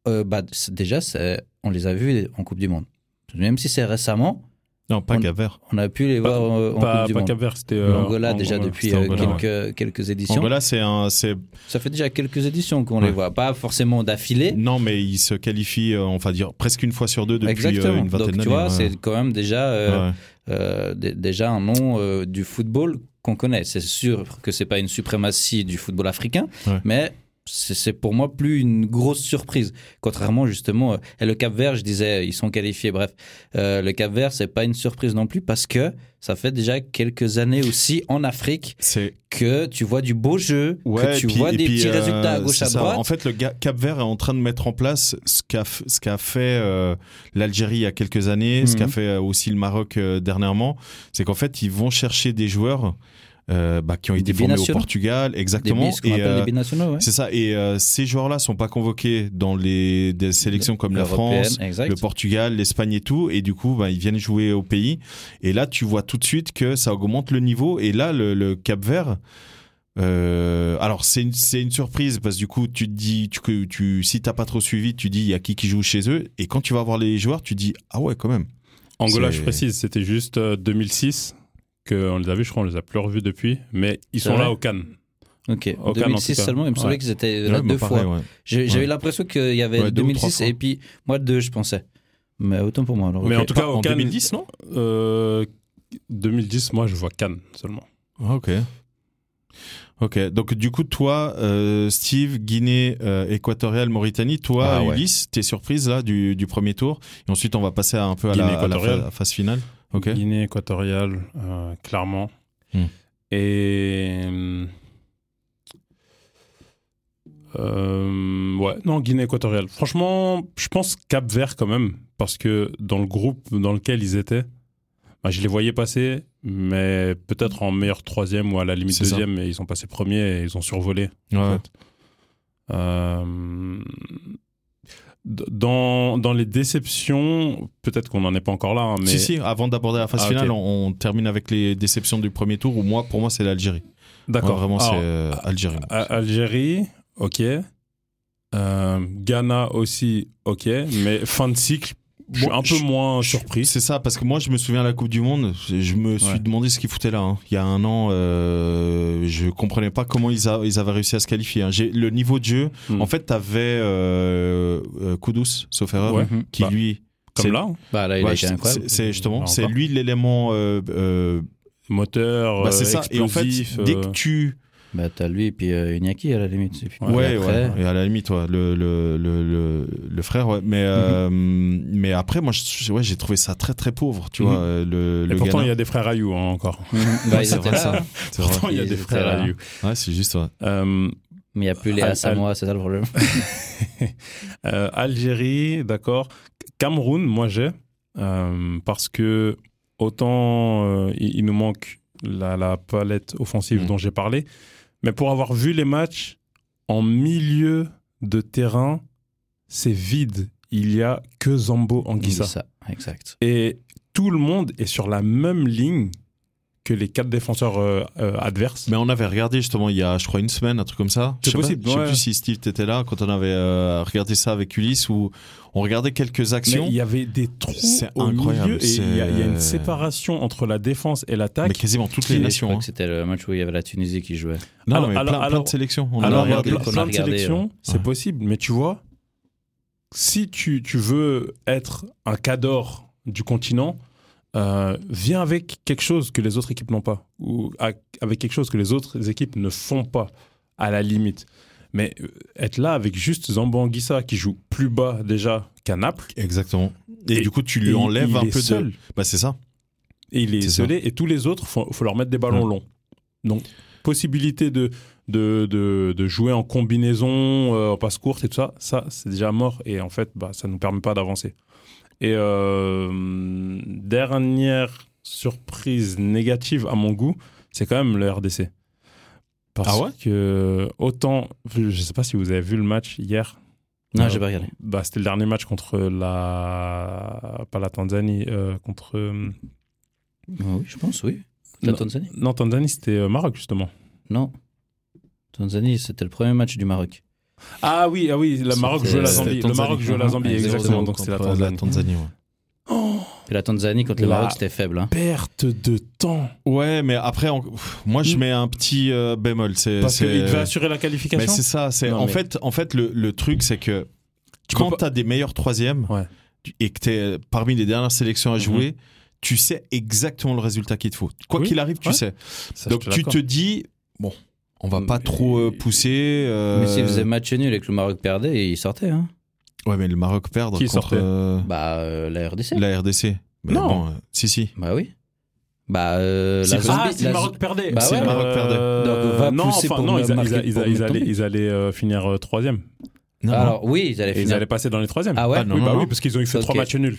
[SPEAKER 4] euh, bah, c'est- déjà, c'est- on les a vus en Coupe du Monde. Même si c'est récemment,
[SPEAKER 3] toi. Non, pas
[SPEAKER 4] on-
[SPEAKER 3] Gaver.
[SPEAKER 4] on a pu les
[SPEAKER 2] Pas-
[SPEAKER 4] voir euh, en
[SPEAKER 2] Pas,
[SPEAKER 4] Coupe du
[SPEAKER 2] pas
[SPEAKER 4] Monde.
[SPEAKER 2] Cap-Vert, c'était. euh,
[SPEAKER 4] L'Angola, déjà,
[SPEAKER 2] Angola.
[SPEAKER 4] depuis
[SPEAKER 2] C'était
[SPEAKER 4] euh,
[SPEAKER 2] Angola, ouais.
[SPEAKER 4] quelques, quelques éditions.
[SPEAKER 3] Angola, c'est un, c'est
[SPEAKER 4] Ça fait déjà quelques éditions qu'on
[SPEAKER 2] Ouais.
[SPEAKER 4] les voit. Pas forcément d'affilée.
[SPEAKER 3] non, mais il se qualifie, euh, on va dire presque une fois sur deux depuis euh,
[SPEAKER 4] Exactement.
[SPEAKER 3] une vingtaine
[SPEAKER 4] Donc,
[SPEAKER 3] d'années.
[SPEAKER 4] tu vois,
[SPEAKER 3] ouais.
[SPEAKER 4] c'est quand même déjà, euh,
[SPEAKER 3] Ouais.
[SPEAKER 4] euh, dé- déjà un nom euh, du football qu'on connaît. C'est sûr que c'est pas une suprématie du football africain,
[SPEAKER 3] Ouais.
[SPEAKER 4] mais c'est c'est pour moi plus une grosse surprise. Contrairement justement, euh, et le Cap Vert, je disais, ils sont qualifiés. Bref, Euh, le Cap Vert, c'est pas une surprise non plus parce que ça fait déjà quelques années aussi en Afrique
[SPEAKER 3] C'est
[SPEAKER 4] que tu vois du beau jeu,
[SPEAKER 3] ouais,
[SPEAKER 4] que tu
[SPEAKER 3] et puis-
[SPEAKER 4] vois
[SPEAKER 3] et
[SPEAKER 4] des
[SPEAKER 3] puis,
[SPEAKER 4] petits
[SPEAKER 3] euh,
[SPEAKER 4] résultats à gauche
[SPEAKER 3] c'est
[SPEAKER 4] à
[SPEAKER 3] ça.
[SPEAKER 4] droite.
[SPEAKER 3] En fait, le Cap Vert est en train de mettre en place ce qu'a f- ce qu'a fait euh, l'Algérie il y a quelques années, ce
[SPEAKER 4] Mhm.
[SPEAKER 3] qu'a fait euh, aussi le Maroc euh, dernièrement. C'est qu'en fait, ils vont chercher des joueurs euh, bah, qui ont été
[SPEAKER 4] Des
[SPEAKER 3] formés au
[SPEAKER 4] binationaux.
[SPEAKER 3] Portugal,
[SPEAKER 4] Des
[SPEAKER 3] exactement.
[SPEAKER 4] bis, ce qu'on
[SPEAKER 3] Et,
[SPEAKER 4] appelle
[SPEAKER 3] euh,
[SPEAKER 4] des binationaux, ouais.
[SPEAKER 3] c'est ça. Et euh, ces joueurs-là sont pas convoqués dans les des sélections comme la
[SPEAKER 4] Européenne,
[SPEAKER 3] France,
[SPEAKER 4] exact.
[SPEAKER 3] le Portugal, l'Espagne et tout. Et du coup, bah, ils viennent jouer au pays. Et là, tu vois tout de suite que ça augmente le niveau. Et là, le, le Cap Vert. euh, alors c'est une, c'est une surprise parce que du coup tu te dis tu, que tu si t'as pas trop suivi tu dis il y a qui qui joue chez eux et quand tu vas voir les joueurs tu dis ah ouais quand même
[SPEAKER 2] Angola,
[SPEAKER 3] C'est-
[SPEAKER 2] je précise, c'était juste euh, 2006 qu'on les a vus. Je crois qu'on les a plus revus depuis. Mais ils
[SPEAKER 4] C'est
[SPEAKER 2] sont
[SPEAKER 4] vrai
[SPEAKER 2] là au Cannes.
[SPEAKER 4] Ok.
[SPEAKER 2] Aucun, en tout
[SPEAKER 4] 2006
[SPEAKER 2] cas.
[SPEAKER 4] seulement, il me semblait
[SPEAKER 2] Ouais.
[SPEAKER 4] qu'ils étaient là
[SPEAKER 3] Ouais,
[SPEAKER 4] deux
[SPEAKER 3] bah, pareil,
[SPEAKER 4] fois.
[SPEAKER 3] ouais.
[SPEAKER 4] J'ai- J'avais
[SPEAKER 3] Ouais.
[SPEAKER 4] l'impression qu'il y avait
[SPEAKER 3] Ouais, deux ou trois
[SPEAKER 4] 2006
[SPEAKER 3] fois.
[SPEAKER 4] et puis moi deux, je pensais. Mais autant pour moi. alors,
[SPEAKER 2] Mais
[SPEAKER 4] ok.
[SPEAKER 2] en tout cas,
[SPEAKER 3] Pas-
[SPEAKER 2] au
[SPEAKER 3] en
[SPEAKER 2] Cannes.
[SPEAKER 3] 2010, non
[SPEAKER 2] Euh, 2010, moi, je vois Cannes seulement.
[SPEAKER 3] Ah, Ok. Ok. Donc, du coup, toi, euh, Steve, Guinée euh, équatoriale, Mauritanie, toi,
[SPEAKER 4] Ah ouais.
[SPEAKER 3] Ulysse, t'es surprise là du, du premier tour. Et ensuite, on va passer à, un peu à
[SPEAKER 2] Guinée
[SPEAKER 3] la, à la
[SPEAKER 2] équatoriale.
[SPEAKER 3] fa- phase finale. Ok.
[SPEAKER 2] Guinée équatoriale, euh, clairement.
[SPEAKER 3] Hmm.
[SPEAKER 2] Et. euh, euh, ouais, non, Guinée équatoriale. Franchement, je pense Cap Vert quand même, parce que dans le groupe dans lequel ils étaient, bah, je les voyais passer, mais peut-être en meilleur troisième ou à la limite
[SPEAKER 3] C'est ça.
[SPEAKER 2] deuxième, mais ils sont passés premiers et ils ont survolé.
[SPEAKER 3] Ouais.
[SPEAKER 2] Euh, d- dans, dans les déceptions, peut-être qu'on n'en est pas encore là, hein, mais
[SPEAKER 3] Si, si, avant d'aborder la phase
[SPEAKER 2] Ah, ok.
[SPEAKER 3] finale, on, on termine avec les déceptions du premier tour. Ou moi, pour moi, c'est l'Algérie.
[SPEAKER 2] d'accord.
[SPEAKER 3] Ouais, vraiment, c'est
[SPEAKER 2] Alors, ah,
[SPEAKER 3] euh, Algérie.
[SPEAKER 2] A- Algérie, ok. Euh, Ghana aussi, ok. Mais fin de cycle, je suis
[SPEAKER 3] Moi,
[SPEAKER 2] un peu
[SPEAKER 3] je-
[SPEAKER 2] moins surpris.
[SPEAKER 3] C'est ça, parce que moi, je me souviens à la Coupe du Monde, je me suis
[SPEAKER 2] Ouais.
[SPEAKER 3] demandé ce qu'ils foutaient là. hein. Il y a un an, euh, je comprenais pas comment ils, a- ils avaient réussi à se qualifier. hein. J'ai- Le niveau de jeu,
[SPEAKER 2] Hmm.
[SPEAKER 3] en fait, t'avais euh, euh, Kudus, sauf erreur,
[SPEAKER 2] Ouais.
[SPEAKER 3] qui
[SPEAKER 2] Bah,
[SPEAKER 3] lui, c'est-
[SPEAKER 2] Comme là, hein.
[SPEAKER 4] Mhm. Bah là, il
[SPEAKER 3] ouais,
[SPEAKER 4] a été
[SPEAKER 3] c'est-
[SPEAKER 4] incroyable.
[SPEAKER 3] c'est c'est justement,
[SPEAKER 2] Là
[SPEAKER 3] c'est
[SPEAKER 2] encore.
[SPEAKER 3] lui l'élément. euh, euh,
[SPEAKER 2] moteur,
[SPEAKER 3] bah, c'est
[SPEAKER 2] euh,
[SPEAKER 3] ça. Et en fait,
[SPEAKER 2] explosif.
[SPEAKER 3] dès
[SPEAKER 2] euh,
[SPEAKER 3] que tu,
[SPEAKER 4] Bah t'as lui et puis euh, Iñaki à la limite. Et puis,
[SPEAKER 2] Ouais,
[SPEAKER 3] ouais,
[SPEAKER 4] après,
[SPEAKER 3] ouais, et à la limite, ouais, le, le, le, le, le frère, ouais. Mais, euh, mais après, moi, je- ouais, j'ai trouvé ça très très pauvre, tu
[SPEAKER 2] Mhm.
[SPEAKER 3] vois. euh, Le,
[SPEAKER 2] Et
[SPEAKER 3] le
[SPEAKER 2] pourtant, il y
[SPEAKER 3] Ghana.
[SPEAKER 2] a des frères Ayou hein, encore.
[SPEAKER 4] Bah, ils
[SPEAKER 3] c'est
[SPEAKER 4] étaient
[SPEAKER 3] vrai,
[SPEAKER 4] là.
[SPEAKER 3] ça. C'est vrai.
[SPEAKER 2] Pourtant, il y a
[SPEAKER 4] Ils
[SPEAKER 2] des
[SPEAKER 4] étaient
[SPEAKER 2] frères
[SPEAKER 4] là.
[SPEAKER 2] Ayou.
[SPEAKER 3] Ouais, c'est juste, ouais.
[SPEAKER 2] Euh,
[SPEAKER 4] Mais il n'y a plus les
[SPEAKER 2] Al-
[SPEAKER 4] Asamoah, c'est ça le problème.
[SPEAKER 2] Euh, Algérie, d'accord. Cameroun, moi j'ai. Euh, parce que autant euh, il, il nous manque la, la palette offensive
[SPEAKER 3] Mm.
[SPEAKER 2] dont j'ai parlé, mais pour avoir vu les matchs, en milieu de terrain, c'est vide. Il y a que Zambo Anguissa.
[SPEAKER 4] ça. Exact.
[SPEAKER 2] Et tout le monde est sur la même ligne que les quatre défenseurs euh, euh, adverses.
[SPEAKER 3] Mais on avait regardé justement il y a, je crois, une semaine, un truc comme ça. Je
[SPEAKER 2] C'est
[SPEAKER 3] sais pas-
[SPEAKER 2] possible,
[SPEAKER 3] Je sais
[SPEAKER 2] ouais.
[SPEAKER 3] plus si Steve t'étais là quand on avait euh, regardé ça avec Ulysse où on regardait quelques
[SPEAKER 2] Mais
[SPEAKER 3] actions.
[SPEAKER 2] il y avait des trous
[SPEAKER 3] C'est
[SPEAKER 2] au
[SPEAKER 3] incroyable,
[SPEAKER 2] milieu et il y, a- il y a une
[SPEAKER 3] c'est-
[SPEAKER 2] séparation entre la défense et
[SPEAKER 3] Mais
[SPEAKER 2] l'attaque.
[SPEAKER 3] quasiment toutes
[SPEAKER 4] Et
[SPEAKER 3] les
[SPEAKER 4] je
[SPEAKER 3] nations.
[SPEAKER 4] crois
[SPEAKER 3] hein.
[SPEAKER 4] que c'était le match où il y avait la Tunisie qui jouait.
[SPEAKER 3] Non,
[SPEAKER 2] Alors-
[SPEAKER 3] mais plein,
[SPEAKER 2] alors-
[SPEAKER 3] plein
[SPEAKER 2] alors-
[SPEAKER 3] de sélections. On
[SPEAKER 2] Alors,
[SPEAKER 3] a
[SPEAKER 2] il y a
[SPEAKER 3] regardé. euh,
[SPEAKER 2] plein,
[SPEAKER 4] qu'on a
[SPEAKER 2] plein de
[SPEAKER 4] regardé,
[SPEAKER 2] sélections, c'est
[SPEAKER 3] Ouais.
[SPEAKER 2] possible, mais tu vois, si tu, tu veux être un cador du continent, euh, viens avec quelque chose que les autres équipes n'ont pas, ou a- avec quelque chose que les autres équipes ne font pas, à la limite. Mais euh, être là avec juste Zambo Anguissa qui joue plus bas déjà qu'à Naples,
[SPEAKER 3] Exactement. Et,
[SPEAKER 2] Et-
[SPEAKER 3] du coup, tu
[SPEAKER 2] et
[SPEAKER 3] lui
[SPEAKER 2] il-
[SPEAKER 3] enlèves
[SPEAKER 2] il
[SPEAKER 3] un
[SPEAKER 2] est
[SPEAKER 3] peu de.
[SPEAKER 2] seul.
[SPEAKER 3] Bah, c'est ça.
[SPEAKER 2] Et il est,
[SPEAKER 3] C'est ça.
[SPEAKER 2] isolé, et tous les autres, faut, faut leur mettre des ballons longs. Donc, possibilité de, de, de, de jouer en combinaison, euh, en passe courte et tout ça, ça, c'est déjà mort. Et en fait, bah, ça ne nous permet pas d'avancer. Et euh, dernière surprise négative à mon goût, c'est quand même le RDC. Parce
[SPEAKER 3] Ah ouais
[SPEAKER 2] que autant, je ne sais pas si vous avez vu le match hier.
[SPEAKER 4] Non,
[SPEAKER 2] Euh,
[SPEAKER 4] j'ai pas regardé.
[SPEAKER 2] Bah, c'était le dernier match contre la, pas la Tanzanie, euh, contre euh,
[SPEAKER 3] Ah
[SPEAKER 4] Oui, je pense, oui. La
[SPEAKER 2] Non.
[SPEAKER 4] Tanzanie
[SPEAKER 2] Non, Tanzanie, c'était euh, Maroc, justement.
[SPEAKER 4] Non. Tanzanie, c'était le premier match du Maroc.
[SPEAKER 2] Ah oui, ah oui, le Maroc
[SPEAKER 4] C'était-
[SPEAKER 2] jouait la
[SPEAKER 4] c'était
[SPEAKER 2] Zambie. Le Maroc jouait la
[SPEAKER 4] Mhm.
[SPEAKER 2] Zambie,
[SPEAKER 4] Ouais,
[SPEAKER 2] exactement. Donc c'est
[SPEAKER 3] c'est
[SPEAKER 2] la Tanzanie.
[SPEAKER 3] ouais.
[SPEAKER 4] Et la Tanzanie contre le
[SPEAKER 2] La-
[SPEAKER 4] Maroc, c'était faible. hein.
[SPEAKER 2] Perte de temps.
[SPEAKER 3] Ouais, mais après, on- pff, moi, je
[SPEAKER 2] Mm.
[SPEAKER 3] mets un petit euh, bémol. C'est,
[SPEAKER 2] Parce
[SPEAKER 3] c'est- euh,
[SPEAKER 2] qu'il devait assurer la qualification.
[SPEAKER 3] Mais c'est ça. C'est
[SPEAKER 2] Non,
[SPEAKER 3] en
[SPEAKER 2] mais-
[SPEAKER 3] fait, en fait, le, le truc, c'est que
[SPEAKER 2] Tu
[SPEAKER 3] quand
[SPEAKER 2] peux pas-
[SPEAKER 3] t'as des meilleurs troisièmes
[SPEAKER 2] Ouais.
[SPEAKER 3] tu- et que t'es parmi les dernières sélections à
[SPEAKER 2] Mhm.
[SPEAKER 3] jouer, tu sais exactement le résultat qu'il te faut. Quoi
[SPEAKER 2] Oui,
[SPEAKER 3] qu'il arrive, tu
[SPEAKER 2] ouais.
[SPEAKER 3] sais.
[SPEAKER 2] Ça, je
[SPEAKER 3] Donc tu
[SPEAKER 2] l'accorde.
[SPEAKER 3] te dis, bon, on va pas
[SPEAKER 2] Mais-
[SPEAKER 3] trop euh, pousser. euh,
[SPEAKER 4] Mais s'ils faisaient match nul et que le Maroc perdait, ils sortaient. Hein.
[SPEAKER 3] Ouais, mais le Maroc perdre
[SPEAKER 2] Qui
[SPEAKER 3] contre
[SPEAKER 2] sortait
[SPEAKER 3] euh,
[SPEAKER 4] Bah, euh, la RDC.
[SPEAKER 3] la RDC. Mais
[SPEAKER 2] Non.
[SPEAKER 3] bon, euh, si, si.
[SPEAKER 4] Bah oui. Bah, euh,
[SPEAKER 3] Si,
[SPEAKER 4] la
[SPEAKER 3] parce-
[SPEAKER 4] Zambie.
[SPEAKER 2] Ah, si
[SPEAKER 4] la-
[SPEAKER 2] le Maroc perdait.
[SPEAKER 4] Bah
[SPEAKER 2] Si
[SPEAKER 4] ouais.
[SPEAKER 2] le Maroc
[SPEAKER 3] Euh,
[SPEAKER 2] perdait.
[SPEAKER 4] donc, va
[SPEAKER 2] non,
[SPEAKER 4] pousser
[SPEAKER 2] enfin,
[SPEAKER 4] pour
[SPEAKER 2] non,
[SPEAKER 4] me
[SPEAKER 2] ils, a-
[SPEAKER 4] marquer,
[SPEAKER 2] ils a- ils
[SPEAKER 4] pour
[SPEAKER 2] a-
[SPEAKER 4] me
[SPEAKER 2] ils allaient,
[SPEAKER 4] tomber.
[SPEAKER 2] ils allaient euh, finir euh, troisième.
[SPEAKER 3] Non, non.
[SPEAKER 4] Alors oui, ils allaient
[SPEAKER 2] Et ils
[SPEAKER 4] finir.
[SPEAKER 2] allaient passer dans les troisièmes.
[SPEAKER 4] Ah ouais
[SPEAKER 3] Ah non,
[SPEAKER 2] oui,
[SPEAKER 3] non,
[SPEAKER 2] bah
[SPEAKER 3] non.
[SPEAKER 2] oui, parce qu'ils ont eu fait
[SPEAKER 4] Ok.
[SPEAKER 2] trois matchs nuls.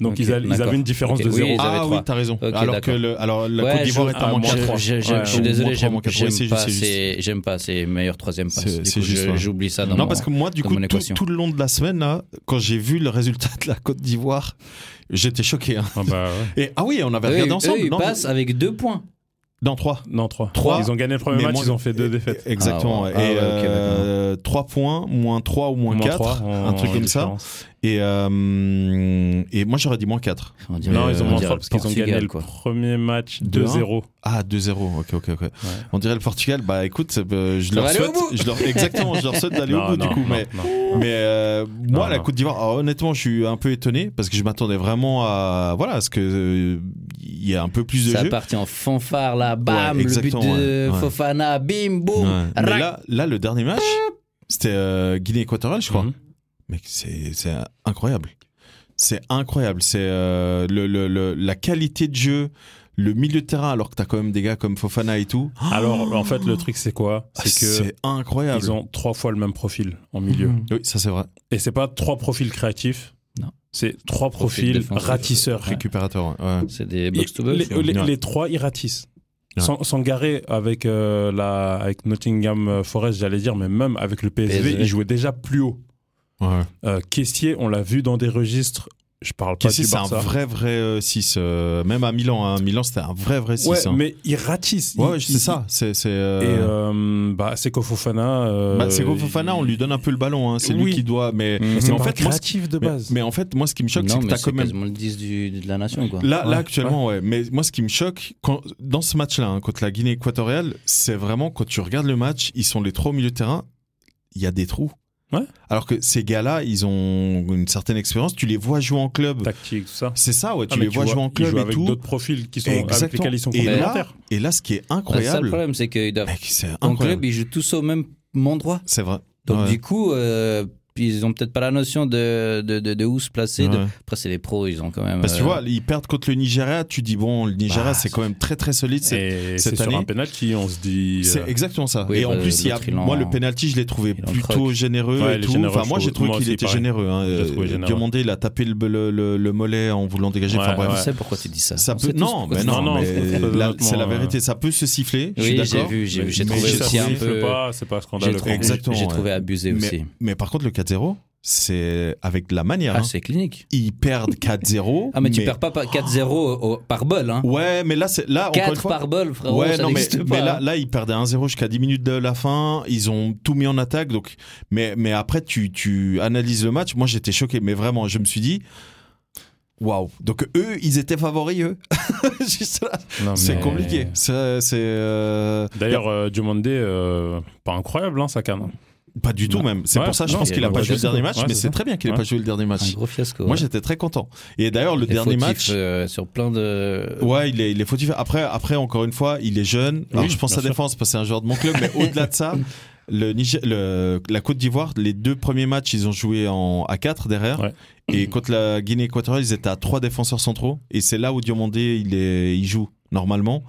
[SPEAKER 2] Donc
[SPEAKER 4] Ok,
[SPEAKER 2] ils, a- ils
[SPEAKER 4] d'accord.
[SPEAKER 2] avaient une différence
[SPEAKER 4] Ok,
[SPEAKER 2] de
[SPEAKER 4] oui,
[SPEAKER 2] 0.
[SPEAKER 4] ils avaient
[SPEAKER 3] Ah oui,
[SPEAKER 4] trois.
[SPEAKER 3] t'as raison.
[SPEAKER 4] Ok,
[SPEAKER 3] alors que
[SPEAKER 4] d'accord.
[SPEAKER 3] le, alors la
[SPEAKER 4] Ouais,
[SPEAKER 3] Côte d'Ivoire
[SPEAKER 4] je-
[SPEAKER 3] est
[SPEAKER 2] ah,
[SPEAKER 3] à moins
[SPEAKER 2] moi,
[SPEAKER 3] 4
[SPEAKER 4] Je- je-
[SPEAKER 2] Ouais,
[SPEAKER 4] je suis
[SPEAKER 2] ou
[SPEAKER 3] moins
[SPEAKER 4] désolé,
[SPEAKER 3] trois, moins
[SPEAKER 4] j'aime
[SPEAKER 3] quatre.
[SPEAKER 4] j'aime
[SPEAKER 3] Ouais, c'est
[SPEAKER 4] pas
[SPEAKER 3] juste, c'est
[SPEAKER 4] ces- j'aime pas ces meilleurs troisième passe.
[SPEAKER 3] C'est-
[SPEAKER 4] Du
[SPEAKER 3] c'est
[SPEAKER 4] coup,
[SPEAKER 3] juste,
[SPEAKER 4] je-
[SPEAKER 3] ouais.
[SPEAKER 4] j'oublie ça dans
[SPEAKER 3] Non,
[SPEAKER 4] mon-
[SPEAKER 3] parce que moi, du
[SPEAKER 4] dans
[SPEAKER 3] coup,
[SPEAKER 4] mon
[SPEAKER 3] tout,
[SPEAKER 4] équation.
[SPEAKER 3] tout le long de la semaine, là, quand j'ai vu le résultat de la Côte d'Ivoire, j'étais choqué. hein.
[SPEAKER 2] Ah bah ouais.
[SPEAKER 3] Et, ah oui, on avait
[SPEAKER 4] Eux,
[SPEAKER 3] regardé
[SPEAKER 4] eux,
[SPEAKER 3] ensemble.
[SPEAKER 4] ils
[SPEAKER 3] non,
[SPEAKER 4] passent avec deux points.
[SPEAKER 3] dans 3.
[SPEAKER 2] Non, 3.
[SPEAKER 3] Trois.
[SPEAKER 2] Ils ont gagné le premier
[SPEAKER 3] Mais
[SPEAKER 2] match,
[SPEAKER 3] moins-
[SPEAKER 2] ils ont fait deux défaites.
[SPEAKER 3] Exactement.
[SPEAKER 4] Ah ouais.
[SPEAKER 3] Et
[SPEAKER 4] Ah ouais, ok,
[SPEAKER 3] euh, 3 points, moins 3 ou moins 4.
[SPEAKER 2] trois, en-
[SPEAKER 3] un truc
[SPEAKER 2] en
[SPEAKER 3] comme ça.
[SPEAKER 2] différence.
[SPEAKER 3] Et, euh, et moi, j'aurais dit moins 4.
[SPEAKER 4] On dirait-
[SPEAKER 2] Non, ils ont
[SPEAKER 4] euh, on
[SPEAKER 2] moins
[SPEAKER 4] dirait
[SPEAKER 2] 3 parce qu'ils ont gagné
[SPEAKER 4] Portugal,
[SPEAKER 2] le
[SPEAKER 4] quoi.
[SPEAKER 2] premier match
[SPEAKER 3] Deux, un.
[SPEAKER 2] 2-0.
[SPEAKER 3] Ah, 2-0. Ok, ok, ok. On dirait le Portugal. Bah écoute, euh, je
[SPEAKER 4] Ça
[SPEAKER 3] leur
[SPEAKER 4] va aller
[SPEAKER 3] souhaite.
[SPEAKER 4] au bout.
[SPEAKER 3] je leur- exactement, je leur souhaite d'aller
[SPEAKER 2] Non,
[SPEAKER 3] au bout
[SPEAKER 2] non,
[SPEAKER 3] du coup.
[SPEAKER 2] non,
[SPEAKER 3] mais
[SPEAKER 2] non.
[SPEAKER 3] mais euh, moi,
[SPEAKER 2] Non,
[SPEAKER 3] la
[SPEAKER 2] non.
[SPEAKER 3] Côte d'Ivoire, alors, honnêtement, je suis un peu étonné parce que je m'attendais vraiment à. Voilà, à ce que. euh, Il y a un peu plus de
[SPEAKER 4] Ça
[SPEAKER 3] jeu.
[SPEAKER 4] partit en fanfare là, bam,
[SPEAKER 3] Ouais,
[SPEAKER 4] le but
[SPEAKER 3] exactement,
[SPEAKER 4] de
[SPEAKER 3] ouais, ouais.
[SPEAKER 4] Fofana, bim, boum.
[SPEAKER 3] Ouais. Mais
[SPEAKER 4] rac.
[SPEAKER 3] là, là, le dernier match, c'était euh, Guinée équatoriale, je crois.
[SPEAKER 2] Mhm.
[SPEAKER 3] Mec, c'est c'est incroyable. C'est incroyable. C'est euh, le, le- le- la qualité de jeu, le milieu de terrain, alors que t'as quand même des gars comme Fofana et tout.
[SPEAKER 4] Ah.
[SPEAKER 2] Alors, en fait, le truc, c'est quoi
[SPEAKER 3] Ah,
[SPEAKER 2] C'est que
[SPEAKER 3] c'est incroyable.
[SPEAKER 2] ils ont trois fois le même profil en milieu.
[SPEAKER 3] Oui, ça c'est vrai.
[SPEAKER 2] Et c'est pas trois profils créatifs.
[SPEAKER 4] Mm-hmm. Non.
[SPEAKER 2] C'est trois
[SPEAKER 4] Profil
[SPEAKER 2] profils
[SPEAKER 4] défensif.
[SPEAKER 2] ratisseurs.
[SPEAKER 4] Ouais.
[SPEAKER 3] Récupérateur. ouais. Ouais.
[SPEAKER 4] C'est des
[SPEAKER 2] Et
[SPEAKER 4] box to box.
[SPEAKER 2] les, les-
[SPEAKER 3] Ouais.
[SPEAKER 2] les trois, ils ratissent.
[SPEAKER 3] Ouais.
[SPEAKER 2] Sans, sans garer avec, euh, la, avec Nottingham Forest, j'allais dire, mais même avec le PSV,
[SPEAKER 4] PSV.
[SPEAKER 2] ils jouaient déjà plus haut.
[SPEAKER 3] Ouais.
[SPEAKER 2] Euh, Caissier, on l'a vu dans des registres. Je parle pas
[SPEAKER 3] Kessie,
[SPEAKER 2] du
[SPEAKER 3] c'est un
[SPEAKER 2] Barça.
[SPEAKER 3] vrai, vrai 6. même à Milan, hein. Milan, c'était un vrai, vrai 6.
[SPEAKER 2] Ouais, mais ils ratissent.
[SPEAKER 3] ouais, ouais,
[SPEAKER 2] Ils-
[SPEAKER 3] c'est
[SPEAKER 2] ils-
[SPEAKER 3] ça. C'est, c'est,
[SPEAKER 2] Et
[SPEAKER 3] euh,
[SPEAKER 2] euh, bah, Seko Fofana. euh,
[SPEAKER 3] bah, Seko Fofana, on lui donne un peu le ballon. hein. C'est lui
[SPEAKER 2] Oui. Mm.
[SPEAKER 3] qui doit. Mais,
[SPEAKER 4] Mhm.
[SPEAKER 3] mais
[SPEAKER 2] C'est
[SPEAKER 3] en
[SPEAKER 2] pas
[SPEAKER 3] fait, moi, ce-
[SPEAKER 2] créatif de
[SPEAKER 3] mais-
[SPEAKER 2] base.
[SPEAKER 3] mais en fait, moi, ce qui me choque,
[SPEAKER 4] non,
[SPEAKER 3] c'est que
[SPEAKER 4] mais
[SPEAKER 3] t'as
[SPEAKER 4] c'est
[SPEAKER 3] quand même
[SPEAKER 4] quasiment le 10 du- de la nation, quoi.
[SPEAKER 3] Là,
[SPEAKER 2] Ouais,
[SPEAKER 3] là actuellement, ouais. Mais moi, ce qui me choque, quand, dans ce match-là, hein, contre la Guinée équatoriale, c'est vraiment quand tu regardes le match, ils sont les trois au milieu de terrain, il y a des trous.
[SPEAKER 2] Ouais.
[SPEAKER 3] Alors que ces gars-là, ils ont une certaine expérience, tu les vois jouer en club.
[SPEAKER 2] Tactique, tout ça.
[SPEAKER 3] C'est ça, ouais, tu
[SPEAKER 2] Ah, mais
[SPEAKER 3] les vois jouer en
[SPEAKER 2] ils jouent
[SPEAKER 3] club et
[SPEAKER 2] avec
[SPEAKER 3] tout.
[SPEAKER 2] d'autres profils qui sont, avec
[SPEAKER 3] Exactement.
[SPEAKER 2] lesquels ils sont
[SPEAKER 3] et, là,
[SPEAKER 2] complémentaires.
[SPEAKER 3] et là, ce qui est
[SPEAKER 4] Bah, ça, le
[SPEAKER 3] incroyable,
[SPEAKER 4] problème, c'est qu'ils doivent.
[SPEAKER 3] mec, c'est
[SPEAKER 4] En
[SPEAKER 3] incroyable.
[SPEAKER 4] club, ils jouent tous au même endroit.
[SPEAKER 3] C'est vrai.
[SPEAKER 4] Donc,
[SPEAKER 3] Ouais.
[SPEAKER 4] du coup, euh, ils ont peut-être pas la notion de, de, de, de où se placer. de-
[SPEAKER 3] Ouais.
[SPEAKER 4] Après, c'est les pros, ils ont quand même.
[SPEAKER 3] Parce que tu
[SPEAKER 4] euh,
[SPEAKER 3] vois, ils perdent contre le Nigeria, tu dis, bon, le Nigeria,
[SPEAKER 2] Bah,
[SPEAKER 3] c'est quand même très très solide, c'est
[SPEAKER 2] Et
[SPEAKER 3] cette
[SPEAKER 2] c'est sur
[SPEAKER 3] année-
[SPEAKER 2] un penalty, on se dit. euh,
[SPEAKER 3] C'est exactement ça.
[SPEAKER 4] Oui,
[SPEAKER 3] et en
[SPEAKER 4] bah,
[SPEAKER 3] plus, il y a,
[SPEAKER 4] l'autre, il en-
[SPEAKER 3] moi, le penalty, je l'ai trouvé
[SPEAKER 4] il en
[SPEAKER 3] plutôt
[SPEAKER 4] croque.
[SPEAKER 3] généreux et
[SPEAKER 2] Ouais, il est
[SPEAKER 3] tout.
[SPEAKER 2] généreux,
[SPEAKER 3] enfin, moi,
[SPEAKER 2] je
[SPEAKER 3] j'ai
[SPEAKER 2] trouve.
[SPEAKER 3] trouvé
[SPEAKER 2] Moi
[SPEAKER 3] qu'il
[SPEAKER 2] aussi,
[SPEAKER 3] était
[SPEAKER 2] pareil.
[SPEAKER 3] généreux. Hein.
[SPEAKER 2] Je l'ai trouvé
[SPEAKER 3] Euh,
[SPEAKER 2] généreux.
[SPEAKER 3] Diomandé, il a tapé le, le, le- le mollet en voulant dégager. enfin,
[SPEAKER 2] Ouais,
[SPEAKER 3] bref.
[SPEAKER 4] On
[SPEAKER 2] ouais.
[SPEAKER 4] sait pourquoi tu dis ça.
[SPEAKER 3] Ça
[SPEAKER 4] On
[SPEAKER 3] peut...
[SPEAKER 4] sait tous
[SPEAKER 3] Non,
[SPEAKER 4] pourquoi
[SPEAKER 3] mais
[SPEAKER 4] tu
[SPEAKER 3] non,
[SPEAKER 4] dis ça.
[SPEAKER 2] non,
[SPEAKER 3] mais
[SPEAKER 2] c'est- euh,
[SPEAKER 3] la-
[SPEAKER 2] honnêtement,
[SPEAKER 3] c'est la
[SPEAKER 2] ouais.
[SPEAKER 3] vérité. Ça peut se siffler. je suis
[SPEAKER 4] Oui, j'ai
[SPEAKER 3] d'accord.
[SPEAKER 4] vu, j'ai
[SPEAKER 2] mais-
[SPEAKER 4] vu, j'ai
[SPEAKER 2] mais
[SPEAKER 4] trouvé
[SPEAKER 2] si ça
[SPEAKER 4] aussi un
[SPEAKER 2] siffle
[SPEAKER 4] peu.
[SPEAKER 2] pas, C'est pas
[SPEAKER 4] J'ai
[SPEAKER 2] scandaleux.
[SPEAKER 4] trouvé,
[SPEAKER 3] Exactement,
[SPEAKER 4] j'ai
[SPEAKER 3] ouais.
[SPEAKER 4] trouvé abusé
[SPEAKER 3] Mais,
[SPEAKER 4] aussi.
[SPEAKER 3] mais par contre, le 4-0, c'est avec de la manière.
[SPEAKER 4] Ah,
[SPEAKER 3] hein.
[SPEAKER 4] c'est clinique.
[SPEAKER 3] Ils perdent 4-0.
[SPEAKER 4] Ah, mais tu perds pas par- 4-0 au- par bol. Hein.
[SPEAKER 3] Ouais, mais là, c'est là encore une
[SPEAKER 4] 4
[SPEAKER 3] fois.
[SPEAKER 4] par bol, frérot,
[SPEAKER 3] Ouais,
[SPEAKER 4] ça
[SPEAKER 3] non, mais,
[SPEAKER 4] n'existe pas. hein.
[SPEAKER 3] mais là, là, ils perdaient 1-0 jusqu'à 10 minutes de la fin. Ils ont tout mis en attaque. Donc, mais, mais après, tu, tu analyses le match. Moi, j'étais choqué. Mais vraiment, je me suis dit, waouh. Donc, eux, ils étaient favoris, eux. Juste là.
[SPEAKER 2] Non,
[SPEAKER 3] C'est
[SPEAKER 2] mais-
[SPEAKER 3] compliqué. C'est. c'est, euh,
[SPEAKER 2] D'ailleurs, euh, Diomandé, euh, pas incroyable, hein, sa canne.
[SPEAKER 3] Pas du tout,
[SPEAKER 2] Non.
[SPEAKER 3] même. C'est
[SPEAKER 2] Ouais,
[SPEAKER 3] pour ça, je
[SPEAKER 2] non,
[SPEAKER 3] pense
[SPEAKER 2] il y a
[SPEAKER 3] qu'il a
[SPEAKER 2] une
[SPEAKER 3] pas
[SPEAKER 2] vraie
[SPEAKER 3] joué le dernier
[SPEAKER 2] raison.
[SPEAKER 3] match.
[SPEAKER 2] Ouais,
[SPEAKER 3] mais
[SPEAKER 2] c'est
[SPEAKER 3] c'est
[SPEAKER 2] ça.
[SPEAKER 3] très bien qu'il ait
[SPEAKER 2] Ouais.
[SPEAKER 3] pas joué le dernier match.
[SPEAKER 4] Un gros fiasco.
[SPEAKER 3] Moi,
[SPEAKER 4] ouais.
[SPEAKER 3] j'étais très content. Et d'ailleurs, le
[SPEAKER 4] Il est
[SPEAKER 3] dernier
[SPEAKER 4] fautif,
[SPEAKER 3] match.
[SPEAKER 4] euh, sur plein de.
[SPEAKER 3] Euh, Ouais, il est, il est fautif. Après, après, encore une fois, il est jeune. Alors,
[SPEAKER 2] Oui,
[SPEAKER 3] je pense
[SPEAKER 2] bien
[SPEAKER 3] à
[SPEAKER 2] sûr.
[SPEAKER 3] défense parce que c'est un joueur de mon club, mais au-delà de ça, le Niger, le, la Côte d'Ivoire, les deux premiers matchs, ils ont joué en à 4 derrière.
[SPEAKER 2] Ouais.
[SPEAKER 3] Et contre la Guinée équatoriale, ils étaient à trois défenseurs centraux. Et c'est là où Diomandé, il, est, il joue normalement.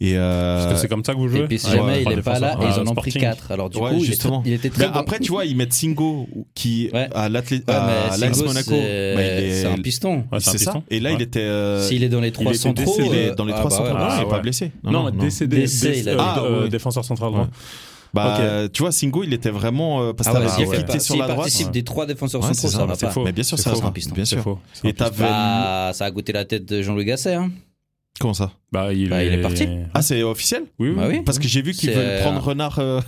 [SPEAKER 3] Et euh,
[SPEAKER 2] Parce que c'est comme ça que vous jouez.
[SPEAKER 4] Et puis, si
[SPEAKER 2] Ouais,
[SPEAKER 4] jamais il
[SPEAKER 2] trois
[SPEAKER 4] est pas là,
[SPEAKER 2] défenseurs.
[SPEAKER 4] et
[SPEAKER 2] Ah,
[SPEAKER 4] ils en ont pris
[SPEAKER 2] Sporting.
[SPEAKER 4] 4. Alors, du
[SPEAKER 3] Ouais,
[SPEAKER 4] coup, il est
[SPEAKER 3] justement.
[SPEAKER 4] tr- il était
[SPEAKER 3] mais
[SPEAKER 4] très. bon.
[SPEAKER 3] après, tu vois, ils mettent Singo qui
[SPEAKER 4] Ouais.
[SPEAKER 3] à l'Athlé-
[SPEAKER 4] Ouais,
[SPEAKER 3] à
[SPEAKER 4] mais
[SPEAKER 3] l'AS
[SPEAKER 4] Singo,
[SPEAKER 3] Monaco.
[SPEAKER 4] c'est-
[SPEAKER 3] bah, il est-
[SPEAKER 4] C'est un piston.
[SPEAKER 2] Ouais, c'est un
[SPEAKER 3] c'est ça.
[SPEAKER 2] piston.
[SPEAKER 3] Et là,
[SPEAKER 2] Ouais.
[SPEAKER 3] il était, euh,
[SPEAKER 4] S'il est dans les
[SPEAKER 3] il
[SPEAKER 4] trois
[SPEAKER 3] était
[SPEAKER 4] centraux.
[SPEAKER 3] décédé, il est
[SPEAKER 4] euh,
[SPEAKER 3] dans les
[SPEAKER 4] ah
[SPEAKER 3] trois
[SPEAKER 4] bah
[SPEAKER 3] centraux.
[SPEAKER 4] ouais.
[SPEAKER 3] Non,
[SPEAKER 2] Ah,
[SPEAKER 3] il est pas
[SPEAKER 2] ouais.
[SPEAKER 3] blessé.
[SPEAKER 2] Non, mais décédé,
[SPEAKER 4] Décès,
[SPEAKER 2] décé-
[SPEAKER 4] il a dit.
[SPEAKER 2] euh, de- euh,
[SPEAKER 3] Ah, ouais.
[SPEAKER 2] défenseur central
[SPEAKER 3] Ouais.
[SPEAKER 2] droit.
[SPEAKER 3] Bah,
[SPEAKER 2] Ok.
[SPEAKER 3] euh, tu vois, Singo, il était vraiment. euh, parce que
[SPEAKER 4] Ah ouais,
[SPEAKER 3] t'avais
[SPEAKER 2] Ah
[SPEAKER 4] s'il
[SPEAKER 3] un
[SPEAKER 2] ouais.
[SPEAKER 4] fait
[SPEAKER 3] Kimpembe
[SPEAKER 4] pas-
[SPEAKER 3] sur
[SPEAKER 4] s'il
[SPEAKER 3] la droite.
[SPEAKER 4] participe des trois défenseurs
[SPEAKER 3] Ouais,
[SPEAKER 4] centraux,
[SPEAKER 3] c'est hein,
[SPEAKER 4] ça va
[SPEAKER 2] c'est
[SPEAKER 4] pas.
[SPEAKER 2] faux.
[SPEAKER 3] Mais bien sûr,
[SPEAKER 4] C'est
[SPEAKER 3] ça
[SPEAKER 4] faux,
[SPEAKER 3] va.
[SPEAKER 4] un piston.
[SPEAKER 3] Bien
[SPEAKER 2] C'est
[SPEAKER 3] sûr.
[SPEAKER 2] faux. C'est un
[SPEAKER 3] Et
[SPEAKER 2] piston.
[SPEAKER 3] t'avais.
[SPEAKER 4] Bah, ça a goûté la tête de Jean-Louis Gasset. Hein.
[SPEAKER 3] Comment ça
[SPEAKER 2] Bah, il,
[SPEAKER 4] Bah, il est parti.
[SPEAKER 3] Ah, c'est officiel
[SPEAKER 2] Oui, oui.
[SPEAKER 4] Bah oui.
[SPEAKER 3] Parce que j'ai vu qu'ils
[SPEAKER 4] C'est,
[SPEAKER 3] veulent
[SPEAKER 4] euh,
[SPEAKER 3] prendre Renard. euh,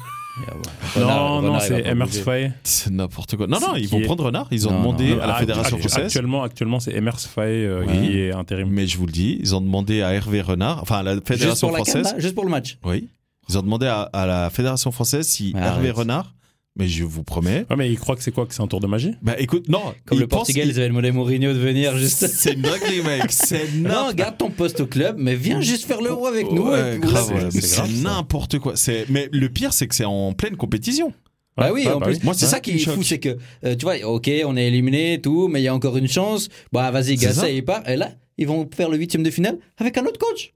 [SPEAKER 2] Non, non, c'est Emers Faye.
[SPEAKER 3] C'est n'importe quoi. Non, non,
[SPEAKER 2] C'est
[SPEAKER 3] ils
[SPEAKER 2] qui
[SPEAKER 3] vont
[SPEAKER 2] est-
[SPEAKER 3] prendre Renard. Ils ont
[SPEAKER 4] Non,
[SPEAKER 3] demandé
[SPEAKER 4] non,
[SPEAKER 3] à la
[SPEAKER 2] Ah,
[SPEAKER 3] Fédération
[SPEAKER 2] actu-
[SPEAKER 3] française.
[SPEAKER 2] Actuellement, actuellement c'est Emers Faye euh,
[SPEAKER 3] Ouais.
[SPEAKER 2] qui est intérim.
[SPEAKER 3] Mais je vous le dis, ils ont demandé à Hervé Renard, enfin à la
[SPEAKER 4] Juste
[SPEAKER 3] Fédération
[SPEAKER 4] pour la canne,
[SPEAKER 3] française.
[SPEAKER 4] là Juste pour le match.
[SPEAKER 3] Oui. Ils ont demandé à, à la Fédération française si
[SPEAKER 4] Mais
[SPEAKER 3] Hervé
[SPEAKER 4] arrête.
[SPEAKER 3] Renard, mais je vous promets.
[SPEAKER 2] Ouais, mais il croit que c'est quoi Que c'est un tour de magie
[SPEAKER 3] Bah écoute, non,
[SPEAKER 4] Comme
[SPEAKER 3] ils
[SPEAKER 4] le
[SPEAKER 3] pensent
[SPEAKER 4] Portugal,
[SPEAKER 3] qu'ils-
[SPEAKER 4] ils avaient demandé Mourinho de venir juste.
[SPEAKER 3] C'est une dinguerie, mec. C'est
[SPEAKER 4] Non,
[SPEAKER 3] n'importe
[SPEAKER 4] garde ton poste au club, mais viens juste faire l'euro avec nous.
[SPEAKER 3] Ouais,
[SPEAKER 4] et puis
[SPEAKER 3] grave,
[SPEAKER 4] voilà.
[SPEAKER 3] ouais, mais
[SPEAKER 2] c'est
[SPEAKER 3] c'est
[SPEAKER 2] grave, ça.
[SPEAKER 3] n'importe quoi. C'est mais le pire c'est que c'est en pleine compétition.
[SPEAKER 4] Bah
[SPEAKER 2] Ouais,
[SPEAKER 4] oui,
[SPEAKER 2] ouais,
[SPEAKER 4] en
[SPEAKER 2] bah
[SPEAKER 4] plus.
[SPEAKER 2] oui.
[SPEAKER 3] Moi,
[SPEAKER 4] C'est ça qui est fou, c'est que, euh, tu vois, ok, on est éliminé et tout, mais il y a encore une chance. Bah vas-y,
[SPEAKER 3] C'est ça.
[SPEAKER 4] Gasset, il part. Et là, ils vont faire le huitième de finale avec un autre coach.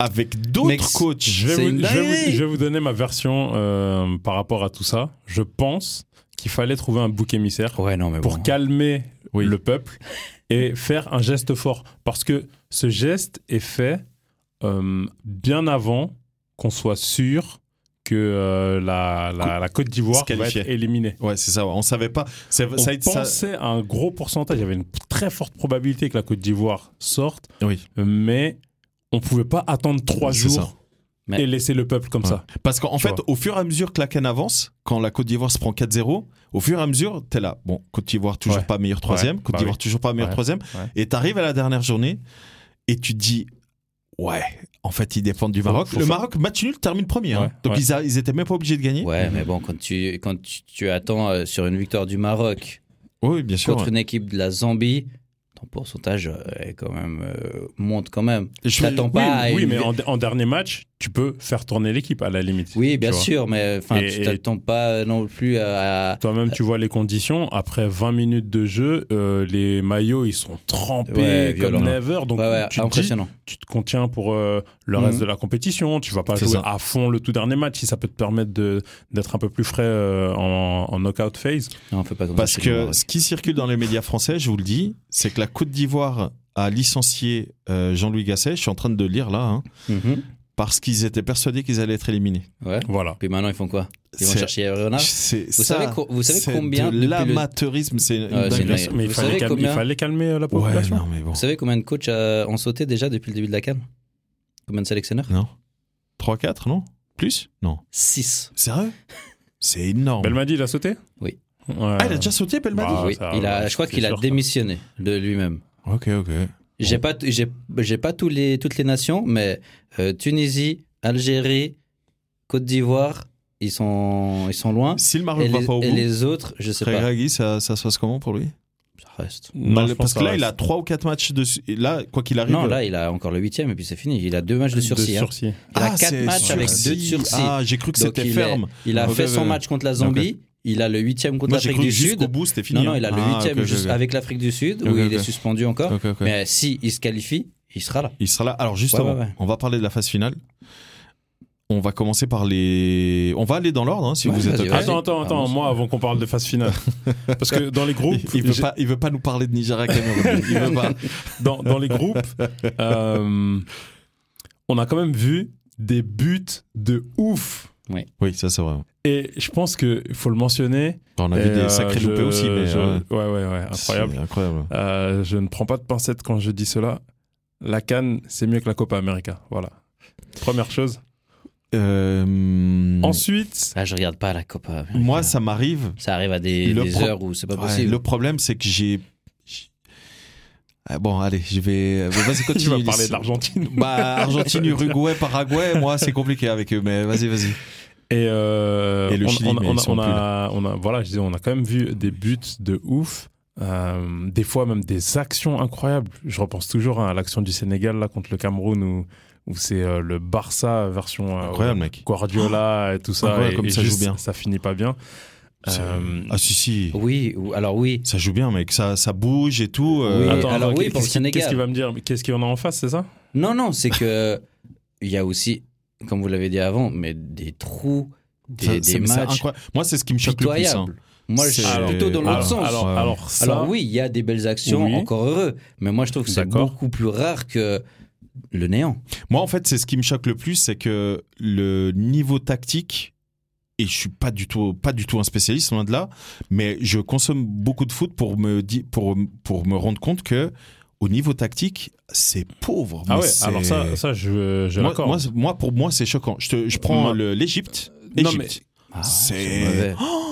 [SPEAKER 3] avec
[SPEAKER 4] Mec,
[SPEAKER 3] d'autres coachs.
[SPEAKER 2] Je vais,
[SPEAKER 4] C'est
[SPEAKER 2] vous,
[SPEAKER 4] une
[SPEAKER 2] je vais vous-
[SPEAKER 4] dinguerie.
[SPEAKER 2] je vais vous donner ma version euh, par rapport à tout ça. Je pense qu'il fallait trouver un bouc émissaire
[SPEAKER 4] Ouais, non, Oh, mais
[SPEAKER 2] pour calmer
[SPEAKER 3] Oui.
[SPEAKER 2] le peuple et faire un geste fort. Parce que ce geste est fait euh, bien avant qu'on soit sûr que euh, la, la- la Côte d'Ivoire
[SPEAKER 3] Se
[SPEAKER 2] va être
[SPEAKER 3] qualifier.
[SPEAKER 2] éliminée.
[SPEAKER 3] Ouais, c'est ça. ouais. On savait pas. Ça,
[SPEAKER 2] On
[SPEAKER 3] ça- ça-
[SPEAKER 2] pensait à un gros pourcentage, il y avait une très forte probabilité que la Côte d'Ivoire sorte,
[SPEAKER 3] Oui.
[SPEAKER 2] mais on pouvait pas attendre trois
[SPEAKER 3] C'est ça.
[SPEAKER 2] jours et laisser le peuple comme
[SPEAKER 3] Ouais.
[SPEAKER 2] ça.
[SPEAKER 3] Parce qu'en
[SPEAKER 2] Tu
[SPEAKER 3] fait,
[SPEAKER 2] vois.
[SPEAKER 3] au fur et à mesure que la canne avance, quand la Côte d'Ivoire se prend 4-0, au fur et à mesure, t'es là. Bon, Côte d'Ivoire toujours
[SPEAKER 2] Ouais.
[SPEAKER 3] pas meilleur troisième,
[SPEAKER 2] Ouais.
[SPEAKER 3] Côte
[SPEAKER 2] Bah
[SPEAKER 3] d'Ivoire
[SPEAKER 2] oui.
[SPEAKER 3] toujours pas meilleur
[SPEAKER 2] Ouais.
[SPEAKER 3] troisième,
[SPEAKER 2] Ouais.
[SPEAKER 3] et t'arrives à la dernière journée et tu te dis, ouais, en fait, ils dépendent du
[SPEAKER 2] Faut-
[SPEAKER 3] Maroc.
[SPEAKER 2] faut
[SPEAKER 3] le
[SPEAKER 2] faire-
[SPEAKER 3] Maroc, match nul, termine premier. hein.
[SPEAKER 2] Ouais,
[SPEAKER 3] Donc
[SPEAKER 2] ouais.
[SPEAKER 3] ils, a- ils étaient même pas obligés de gagner.
[SPEAKER 4] Ouais,
[SPEAKER 2] Mhm.
[SPEAKER 4] mais bon, quand tu, quand tu, tu attends euh, sur une victoire du Maroc
[SPEAKER 3] Oui, bien sûr.
[SPEAKER 4] contre
[SPEAKER 3] ouais.
[SPEAKER 4] une équipe de la Zambie, ton pourcentage euh, est quand même, euh, monte quand même.
[SPEAKER 3] Je-
[SPEAKER 4] t'attends
[SPEAKER 3] oui,
[SPEAKER 2] Oui,
[SPEAKER 4] pas à
[SPEAKER 2] oui,
[SPEAKER 4] une-
[SPEAKER 2] mais en, en dernier match, tu peux faire tourner l'équipe à la limite.
[SPEAKER 4] Oui, bien
[SPEAKER 2] tu vois.
[SPEAKER 4] sûr, mais enfin,
[SPEAKER 2] Et-
[SPEAKER 4] tu t'attends pas non plus à. à-
[SPEAKER 2] Toi-même, tu vois les conditions. Après 20 minutes de jeu, euh, les maillots, ils sont trempés
[SPEAKER 4] Ouais, violent.
[SPEAKER 2] comme never. Donc,
[SPEAKER 4] Ouais, ouais,
[SPEAKER 2] tu, te dis,
[SPEAKER 4] impressionnant.
[SPEAKER 2] tu te contiens pour euh, le reste
[SPEAKER 4] Mhm.
[SPEAKER 2] de la compétition. Tu vas pas
[SPEAKER 3] C'est
[SPEAKER 2] jouer
[SPEAKER 3] ça.
[SPEAKER 2] à fond le tout dernier match si ça peut te permettre de- d'être un peu plus frais euh, en, en knockout phase.
[SPEAKER 4] Non, on fait pas comme
[SPEAKER 3] Parce
[SPEAKER 4] ça, c'est le
[SPEAKER 3] que
[SPEAKER 4] Maroc.
[SPEAKER 3] ce qui circule dans les médias français, je vous le dis, c'est que la Côte d'Ivoire a licencié euh, Jean-Louis Gasset. Je suis en train de le lire là, hein,
[SPEAKER 4] Mhm.
[SPEAKER 3] parce qu'ils étaient persuadés qu'ils allaient être éliminés.
[SPEAKER 4] Ouais.
[SPEAKER 2] Voilà.
[SPEAKER 4] Puis maintenant, ils font quoi Ils vont
[SPEAKER 3] C'est-
[SPEAKER 4] chercher Renard
[SPEAKER 3] C'est
[SPEAKER 4] Vous
[SPEAKER 3] ça,
[SPEAKER 4] savez, co- vous savez
[SPEAKER 3] c'est
[SPEAKER 4] combien
[SPEAKER 3] de
[SPEAKER 4] depuis le-
[SPEAKER 3] l'amateurisme, c'est une
[SPEAKER 4] Ouais, c'est
[SPEAKER 3] dinguerie.
[SPEAKER 2] Bien
[SPEAKER 4] dingue.
[SPEAKER 2] sûr, mais il
[SPEAKER 4] Vous
[SPEAKER 2] fallait,
[SPEAKER 4] savez
[SPEAKER 2] calmer,
[SPEAKER 4] combien
[SPEAKER 2] il fallait calmer euh, la
[SPEAKER 3] Ouais,
[SPEAKER 2] population.
[SPEAKER 3] non mais bon.
[SPEAKER 4] Vous savez combien de coachs euh, ont sauté déjà depuis le début de la Cannes Combien de sélectionneurs
[SPEAKER 3] Non. 3 4 non Plus Non.
[SPEAKER 4] 6.
[SPEAKER 3] Sérieux C'est énorme.
[SPEAKER 2] Belmadi, il a sauté
[SPEAKER 4] Oui.
[SPEAKER 2] Ouais.
[SPEAKER 3] Ah, il a déjà sauté Belmadi.
[SPEAKER 2] Bah,
[SPEAKER 4] oui,
[SPEAKER 2] ça,
[SPEAKER 4] il a,
[SPEAKER 2] ouais,
[SPEAKER 4] je crois
[SPEAKER 2] c'est
[SPEAKER 4] qu'il a
[SPEAKER 2] sûr, ça.
[SPEAKER 4] démissionné de lui-même.
[SPEAKER 2] Bah,
[SPEAKER 3] OK, OK.
[SPEAKER 4] J'ai pas, t- j'ai, j'ai pas tous les, toutes les nations, mais euh, Tunisie, Algérie, Côte d'Ivoire, ils sont, ils sont loin.
[SPEAKER 3] Si le Maroc
[SPEAKER 4] Et
[SPEAKER 3] va
[SPEAKER 4] les,
[SPEAKER 3] Hein? pas au
[SPEAKER 4] et
[SPEAKER 3] bout,
[SPEAKER 4] les autres, je sais pas.
[SPEAKER 3] Regragui, ça ça se passe comment pour lui
[SPEAKER 4] Ça reste.
[SPEAKER 2] Non, je
[SPEAKER 3] Mal-
[SPEAKER 2] pense
[SPEAKER 3] Bah, Parce que là,
[SPEAKER 2] ça
[SPEAKER 3] il a
[SPEAKER 2] reste.
[SPEAKER 3] 3 ou 4 matchs de su- et là quoi qu'il arrive euh,
[SPEAKER 4] Non, là, il a encore le huitième et puis c'est fini. Il a deux matchs de sursis. hein.
[SPEAKER 2] sursis.
[SPEAKER 4] Il a
[SPEAKER 3] Ah,
[SPEAKER 4] quatre
[SPEAKER 3] c'est
[SPEAKER 4] matchs avec
[SPEAKER 3] sursis.
[SPEAKER 4] deux de sursis.
[SPEAKER 3] Ah, j'ai cru que
[SPEAKER 4] Donc,
[SPEAKER 3] c'était
[SPEAKER 4] il est-
[SPEAKER 3] ferme.
[SPEAKER 4] Il a
[SPEAKER 3] Ok,
[SPEAKER 4] fait son
[SPEAKER 3] ouais.
[SPEAKER 4] match contre la Zambie. Il a le huitième contre
[SPEAKER 3] Moi, j'ai
[SPEAKER 4] l'Afrique
[SPEAKER 3] cru que
[SPEAKER 4] du Sud.
[SPEAKER 3] jusqu'au bout, c'était fini.
[SPEAKER 4] Non, non, il a le
[SPEAKER 3] Ah,
[SPEAKER 4] huitième
[SPEAKER 3] ok,
[SPEAKER 4] juste
[SPEAKER 3] ok.
[SPEAKER 4] avec l'Afrique du Sud
[SPEAKER 3] Ok,
[SPEAKER 4] où
[SPEAKER 3] ok.
[SPEAKER 4] il est suspendu encore.
[SPEAKER 3] Ok, ok.
[SPEAKER 4] Mais si il se qualifie, il sera là.
[SPEAKER 3] Il sera là. Alors justement,
[SPEAKER 4] Ouais, ouais, ouais.
[SPEAKER 3] on va parler de la phase finale. On va commencer par les. On va aller dans l'ordre, hein, si
[SPEAKER 4] Ouais,
[SPEAKER 3] vous êtes
[SPEAKER 4] vas-y,
[SPEAKER 3] ok.
[SPEAKER 4] vas-y.
[SPEAKER 2] Attends, attends, attends,
[SPEAKER 4] Ah,
[SPEAKER 2] moi avant qu'on parle de phase finale. Parce que dans les groupes,
[SPEAKER 3] Il veut
[SPEAKER 2] j'ai-
[SPEAKER 3] pas, il veut pas nous parler de Nigeria Cameroun. Il veut pas.
[SPEAKER 2] dans, dans les groupes, euh, on a quand même vu des buts de ouf.
[SPEAKER 3] Oui, ça c'est vrai.
[SPEAKER 2] Et je pense qu'il faut le mentionner.
[SPEAKER 3] On a vu
[SPEAKER 2] Et,
[SPEAKER 3] des
[SPEAKER 2] euh,
[SPEAKER 3] sacrés
[SPEAKER 2] je-
[SPEAKER 3] loupés aussi, mais
[SPEAKER 2] je-
[SPEAKER 3] euh,
[SPEAKER 2] ouais, ouais, ouais, incroyable.
[SPEAKER 3] c'est incroyable.
[SPEAKER 2] Euh, je ne prends pas de pincettes quand je dis cela. La Cannes, c'est mieux que la Copa América. Voilà. Première chose.
[SPEAKER 3] Euh,
[SPEAKER 2] Ensuite,
[SPEAKER 4] Ah, je regarde pas la Copa. América.
[SPEAKER 3] moi, ça m'arrive.
[SPEAKER 4] ça arrive à des,
[SPEAKER 3] Le
[SPEAKER 4] des
[SPEAKER 3] pro-
[SPEAKER 4] heures où c'est pas
[SPEAKER 3] Ouais,
[SPEAKER 4] possible.
[SPEAKER 3] le problème, c'est que j'ai. j'ai- Ah, Bon, allez, je vais. Vas-y, continue.
[SPEAKER 2] tu vas parler
[SPEAKER 3] Ulysse.
[SPEAKER 2] de l'Argentine.
[SPEAKER 3] Bah, Argentine, Uruguay, Paraguay, moi, c'est compliqué avec eux, mais vas-y, vas-y.
[SPEAKER 2] Et, euh,
[SPEAKER 3] Et le
[SPEAKER 2] on,
[SPEAKER 3] Chili,
[SPEAKER 2] on a-
[SPEAKER 3] mais
[SPEAKER 2] on
[SPEAKER 3] ils
[SPEAKER 2] a,
[SPEAKER 3] sont
[SPEAKER 2] on
[SPEAKER 3] plus
[SPEAKER 2] a- on a- voilà, je disais, on a quand même vu des buts de ouf, euh, des fois même des actions incroyables. Je repense toujours hein, à l'action du Sénégal là contre le Cameroun où, où c'est euh, le Barça version euh,
[SPEAKER 3] Incroyable, mec.
[SPEAKER 2] Guardiola et tout ça,
[SPEAKER 3] Incroyable
[SPEAKER 2] et,
[SPEAKER 3] comme
[SPEAKER 2] et
[SPEAKER 3] ça joue
[SPEAKER 2] juste,
[SPEAKER 3] bien.
[SPEAKER 2] ça finit pas bien.
[SPEAKER 3] C'est-
[SPEAKER 2] Euh,
[SPEAKER 3] Ah, si, si.
[SPEAKER 4] Oui, ou- alors oui.
[SPEAKER 3] Ça joue bien, mec. Ça, ça bouge et tout. euh,
[SPEAKER 4] Oui.
[SPEAKER 3] attends,
[SPEAKER 2] attends,
[SPEAKER 4] alors
[SPEAKER 2] attends,
[SPEAKER 4] oui,
[SPEAKER 2] qu'est-
[SPEAKER 4] pour le
[SPEAKER 2] qu'est-ce qu'il-
[SPEAKER 4] Sénégal.
[SPEAKER 2] Qu'est-ce qu'il va me dire Qu'est-ce qu'il y en a en face, c'est ça
[SPEAKER 4] Non, non, c'est que il y a aussi, comme vous l'avez dit avant, mais des trous,
[SPEAKER 3] ça-
[SPEAKER 4] des,
[SPEAKER 3] c'est-
[SPEAKER 4] des
[SPEAKER 3] mais c'est
[SPEAKER 4] matchs
[SPEAKER 3] incroyable. Moi, c'est ce qui me choque le plus. hein.
[SPEAKER 4] pitoyables. Moi, je
[SPEAKER 3] C'est-
[SPEAKER 4] suis plutôt dans l'autre
[SPEAKER 2] alors,
[SPEAKER 4] sens.
[SPEAKER 2] Alors,
[SPEAKER 3] Ouais.
[SPEAKER 2] alors ça,
[SPEAKER 4] Alors oui, il y a des belles actions,
[SPEAKER 2] Oui.
[SPEAKER 4] encore heureux. Mais moi, je trouve que c'est
[SPEAKER 2] D'accord.
[SPEAKER 4] beaucoup plus rare que le néant.
[SPEAKER 3] Moi, en fait, c'est ce qui me choque le plus, c'est que le niveau tactique, et je suis pas du tout, pas du tout un spécialiste loin de là, mais je consomme beaucoup de foot pour me di- pour pour me rendre compte que au niveau tactique, c'est pauvre.
[SPEAKER 2] ah
[SPEAKER 3] mais
[SPEAKER 2] ouais,
[SPEAKER 3] c'est-
[SPEAKER 2] alors ça, ça je, je
[SPEAKER 3] moi,
[SPEAKER 2] l'accorde.
[SPEAKER 3] moi, c'est- moi, pour moi, c'est choquant. Je, te- je prends
[SPEAKER 2] Moi-
[SPEAKER 3] le- l'Égypte.
[SPEAKER 2] Non, mais-
[SPEAKER 3] Égypte.
[SPEAKER 4] Ah ouais,
[SPEAKER 3] C'est-
[SPEAKER 4] mauvais.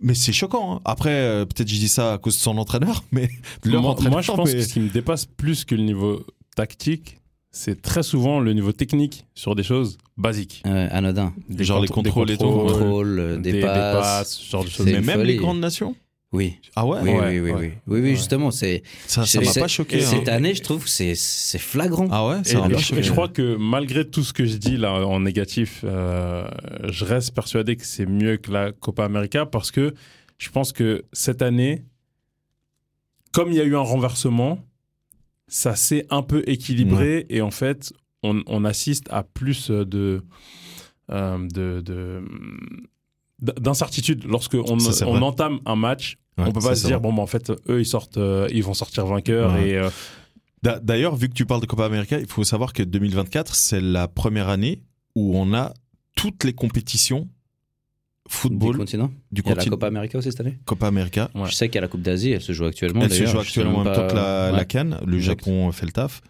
[SPEAKER 3] Mais c'est choquant. hein. Après, euh, peut-être je dis ça à cause de son entraîneur, mais de leur
[SPEAKER 2] moi,
[SPEAKER 3] entraîneur.
[SPEAKER 2] moi, je pense
[SPEAKER 3] mais-
[SPEAKER 2] que ce qui me dépasse plus que le niveau tactique, c'est très souvent le niveau technique sur des choses basiques.
[SPEAKER 4] Euh, anodin.
[SPEAKER 2] Des
[SPEAKER 3] Genre les
[SPEAKER 2] contr-
[SPEAKER 3] contrôles
[SPEAKER 2] des
[SPEAKER 3] et tout. Contrôle,
[SPEAKER 4] Contrôle, euh,
[SPEAKER 2] des,
[SPEAKER 4] des, passes.
[SPEAKER 2] des passes, ce genre de choses.
[SPEAKER 4] c'est
[SPEAKER 3] mais
[SPEAKER 4] une
[SPEAKER 3] même
[SPEAKER 4] folie.
[SPEAKER 3] les grandes nations.
[SPEAKER 4] Oui.
[SPEAKER 3] Ah ouais,
[SPEAKER 4] Oui,
[SPEAKER 2] Ouais,
[SPEAKER 4] oui, oui,
[SPEAKER 2] ouais.
[SPEAKER 4] oui. Oui, oui,
[SPEAKER 2] Ouais.
[SPEAKER 4] justement, c'est.
[SPEAKER 3] ça ça
[SPEAKER 4] c'est-
[SPEAKER 3] m'a
[SPEAKER 4] c'est-
[SPEAKER 3] pas choqué.
[SPEAKER 4] et
[SPEAKER 3] hein.
[SPEAKER 4] Cette année, je trouve que c'est c'est flagrant.
[SPEAKER 3] Ah ouais,
[SPEAKER 2] Et,
[SPEAKER 3] ça m'a
[SPEAKER 2] et
[SPEAKER 3] pas
[SPEAKER 2] je,
[SPEAKER 3] choqué.
[SPEAKER 2] et je crois que malgré tout ce que je dis là en négatif, euh, je reste persuadé que c'est mieux que la Copa América parce que je pense que cette année, comme il y a eu un renversement, ça s'est un peu équilibré et en fait, on, on assiste à plus de euh, de- de- d'incertitude lorsque on,
[SPEAKER 3] Ça, c'est
[SPEAKER 2] on
[SPEAKER 3] vrai.
[SPEAKER 2] entame un match
[SPEAKER 3] Ouais,
[SPEAKER 2] on peut
[SPEAKER 3] c'est
[SPEAKER 2] pas se
[SPEAKER 3] ça.
[SPEAKER 2] dire bon bah, en fait eux ils sortent euh, ils vont sortir vainqueurs
[SPEAKER 3] Ouais.
[SPEAKER 2] et euh,
[SPEAKER 3] D'a- D'ailleurs, vu que tu parles de Copa América, il faut savoir que 2024, c'est la première année où on a toutes les compétitions
[SPEAKER 4] Des
[SPEAKER 3] football
[SPEAKER 4] continents.
[SPEAKER 3] du
[SPEAKER 4] Il y a la
[SPEAKER 3] continent
[SPEAKER 4] Copa América aussi cette année
[SPEAKER 3] Copa América.
[SPEAKER 2] Ouais.
[SPEAKER 4] Je sais qu'il y a la Coupe d'Asie, elle se joue actuellement.
[SPEAKER 3] Elle se
[SPEAKER 4] d'ailleurs,
[SPEAKER 3] joue
[SPEAKER 4] je sais même
[SPEAKER 3] actuellement en même temps que la,
[SPEAKER 4] pas-
[SPEAKER 3] la
[SPEAKER 4] Ouais.
[SPEAKER 3] Cannes. Le
[SPEAKER 4] Exact.
[SPEAKER 3] Japon fait le taf.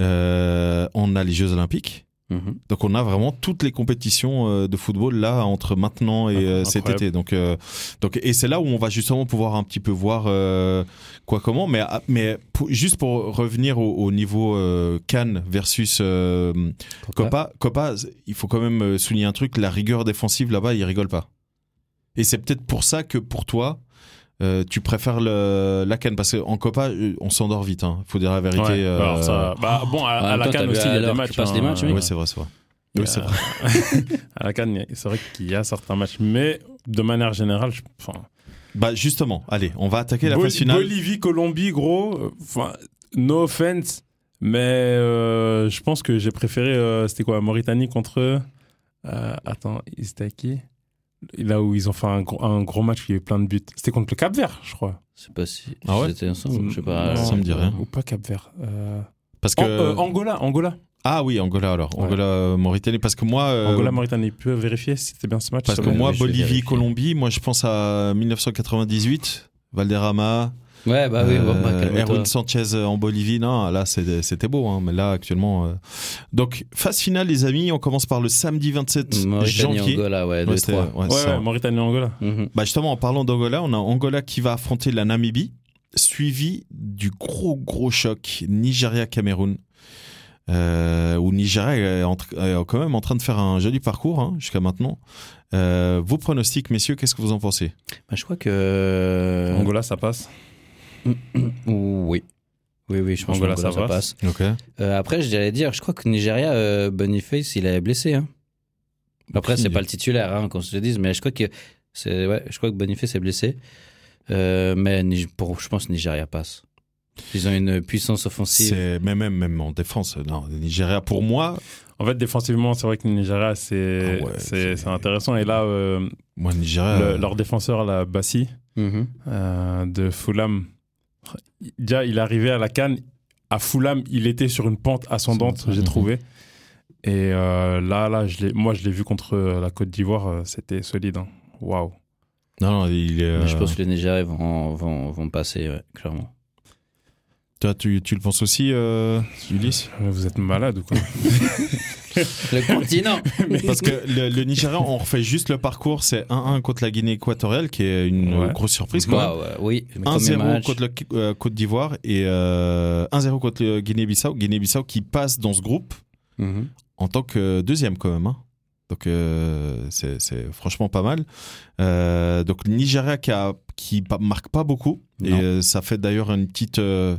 [SPEAKER 3] Euh, on a les Jeux Olympiques.
[SPEAKER 4] Mhm.
[SPEAKER 3] Donc on a vraiment toutes les compétitions euh, de football là entre maintenant et euh, cet
[SPEAKER 2] Incroyable.
[SPEAKER 3] été. Donc euh, donc et c'est là où on va justement pouvoir un petit peu voir euh, quoi comment. Mais ah, mais pour- juste pour revenir au, au niveau euh, Cannes versus euh, Copa, Copa, il faut quand même euh, souligner un truc. La rigueur défensive là-bas, ils rigolent pas. Et c'est peut-être pour ça que pour toi. euh, tu préfères le- la Cannes parce qu'en Copa euh, on s'endort vite hein, faut dire la vérité
[SPEAKER 2] ouais.
[SPEAKER 3] euh, ah
[SPEAKER 2] Alors, ça- bah, bon à,
[SPEAKER 4] En
[SPEAKER 2] à
[SPEAKER 4] même
[SPEAKER 2] la
[SPEAKER 4] temps,
[SPEAKER 2] Cannes
[SPEAKER 4] t'as
[SPEAKER 2] aussi
[SPEAKER 4] vu,
[SPEAKER 2] il y a des
[SPEAKER 4] alors, tu
[SPEAKER 2] match
[SPEAKER 4] passes des matchs, oui.
[SPEAKER 3] ouais, c'est vrai c'est vrai
[SPEAKER 2] Il y
[SPEAKER 3] Oui, c'est
[SPEAKER 2] a-
[SPEAKER 3] vrai.
[SPEAKER 2] à la Cannes, il y a- c'est vrai qu'il y a certains matchs, mais de manière générale, je- enfin,
[SPEAKER 3] bah justement allez on va attaquer la
[SPEAKER 2] Bol-
[SPEAKER 3] phase finale
[SPEAKER 2] Bolivie, Colombie, gros, euh, enfin, no offense, mais euh, je pense que j'ai préféré, euh, c'était quoi, Mauritanie contre, euh, attends, c'était à qui Là où ils ont fait un gros, un gros match où il y a eu plein de buts. C'était contre le Cap Vert, je crois.
[SPEAKER 4] Je sais pas si
[SPEAKER 3] Ah ouais
[SPEAKER 4] c'était ensemble, je sais pas.
[SPEAKER 2] Non.
[SPEAKER 3] Ça me dit rien.
[SPEAKER 2] Ou pas Cap Vert. euh,
[SPEAKER 3] Parce que
[SPEAKER 2] An- euh, Angola, Angola.
[SPEAKER 3] ah oui Angola alors
[SPEAKER 2] Ouais.
[SPEAKER 3] Angola euh, Mauritanie parce que moi euh,
[SPEAKER 2] Angola, Mauritanie. Tu peux vérifier si c'était bien ce match
[SPEAKER 3] parce
[SPEAKER 2] ça
[SPEAKER 3] que
[SPEAKER 2] va.
[SPEAKER 3] moi
[SPEAKER 4] je vais
[SPEAKER 3] Bolivie
[SPEAKER 4] vérifier.
[SPEAKER 3] Colombie moi je pense à 1998 Valderrama
[SPEAKER 4] Ouais, bah oui,
[SPEAKER 3] euh,
[SPEAKER 4] bon, bah, calme-toi.
[SPEAKER 3] Erwin Sanchez euh, en Bolivie non là c'est- c'était beau hein, mais là actuellement euh, donc phase finale les amis on commence par le samedi 27
[SPEAKER 4] Mauritanie,
[SPEAKER 3] janvier
[SPEAKER 4] Angola, ouais,
[SPEAKER 3] Ouais, c'était-
[SPEAKER 4] 2-3.
[SPEAKER 3] ouais,
[SPEAKER 2] Ouais,
[SPEAKER 3] c'est ça.
[SPEAKER 2] ouais, Mauritanie, Angola.
[SPEAKER 4] Mhm.
[SPEAKER 3] Bah justement, en parlant d'Angola, on a Angola qui va affronter la Namibie, suivi du gros gros choc Nigeria-Cameroun. Euh, où Nigeria est, en tr- est quand même en train de faire un joli parcours hein, jusqu'à maintenant. Euh, vos pronostics, messieurs, qu'est-ce que vous en pensez
[SPEAKER 4] Bah, je crois que.
[SPEAKER 2] Angola, ça passe.
[SPEAKER 4] Oui. Oui, oui, je pense
[SPEAKER 2] Angola,
[SPEAKER 4] que Angola,
[SPEAKER 2] ça
[SPEAKER 4] ça
[SPEAKER 2] passe.
[SPEAKER 4] passe.
[SPEAKER 3] Ok.
[SPEAKER 4] Euh, après, j'allais dire, je crois que Nigeria, euh, Boniface, il est blessé. Hein. Après,
[SPEAKER 3] Aucune
[SPEAKER 4] c'est
[SPEAKER 3] idée.
[SPEAKER 4] pas le titulaire, hein, qu'on se le dise, mais je crois que, c'est, ouais, je crois que Boniface est blessé. Euh, mais Ni- pour, je pense que Nigeria passe. Ils ont une puissance offensive.
[SPEAKER 3] C'est même, même même en défense. Non, Nigeria pour moi,
[SPEAKER 2] En fait, défensivement, c'est vrai que le Nigeria, c'est
[SPEAKER 3] Ah ouais, c'est- Ah.
[SPEAKER 2] c'est- c'est intéressant. Et là, euh,
[SPEAKER 3] moi Nigeria. euh,
[SPEAKER 2] le- leur défenseur, la Bassi
[SPEAKER 4] Mhm.
[SPEAKER 2] euh, de Fulham, déjà, il est arrivé à la canne. À Fulham, il était sur une pente ascendante,
[SPEAKER 3] Mhm.
[SPEAKER 2] j'ai trouvé. Et euh, là, là je l'ai- moi, je l'ai vu contre euh, la Côte d'Ivoire, euh, c'était solide. hein. Waouh.
[SPEAKER 3] Non, non, il est,
[SPEAKER 4] Mais je
[SPEAKER 3] euh,
[SPEAKER 4] pense que les Nigériens vont, vont, vont passer, ouais, clairement.
[SPEAKER 3] Toi, tu, tu le penses aussi, euh, Ulysse
[SPEAKER 2] Vous êtes malade ou quoi
[SPEAKER 4] Le continent
[SPEAKER 3] Parce que le, le Nigeria, on refait juste le parcours, c'est 1-1 contre la Guinée équatoriale, qui est une
[SPEAKER 2] Ouais.
[SPEAKER 3] grosse surprise quand même.
[SPEAKER 4] Bah, ouais, Oui, le premier
[SPEAKER 3] 1-0
[SPEAKER 4] match.
[SPEAKER 3] contre la Qui- euh, Côte d'Ivoire et euh, 1-0 contre le Guinée-Bissau. Guinée-Bissau qui passe dans ce groupe
[SPEAKER 4] Mhm.
[SPEAKER 3] en tant que deuxième quand même. hein. Donc euh, c'est c'est franchement pas mal. Euh, donc le Nigeria qui, a, qui pa- marque pas beaucoup et
[SPEAKER 4] Non.
[SPEAKER 3] euh, ça fait d'ailleurs une petite euh,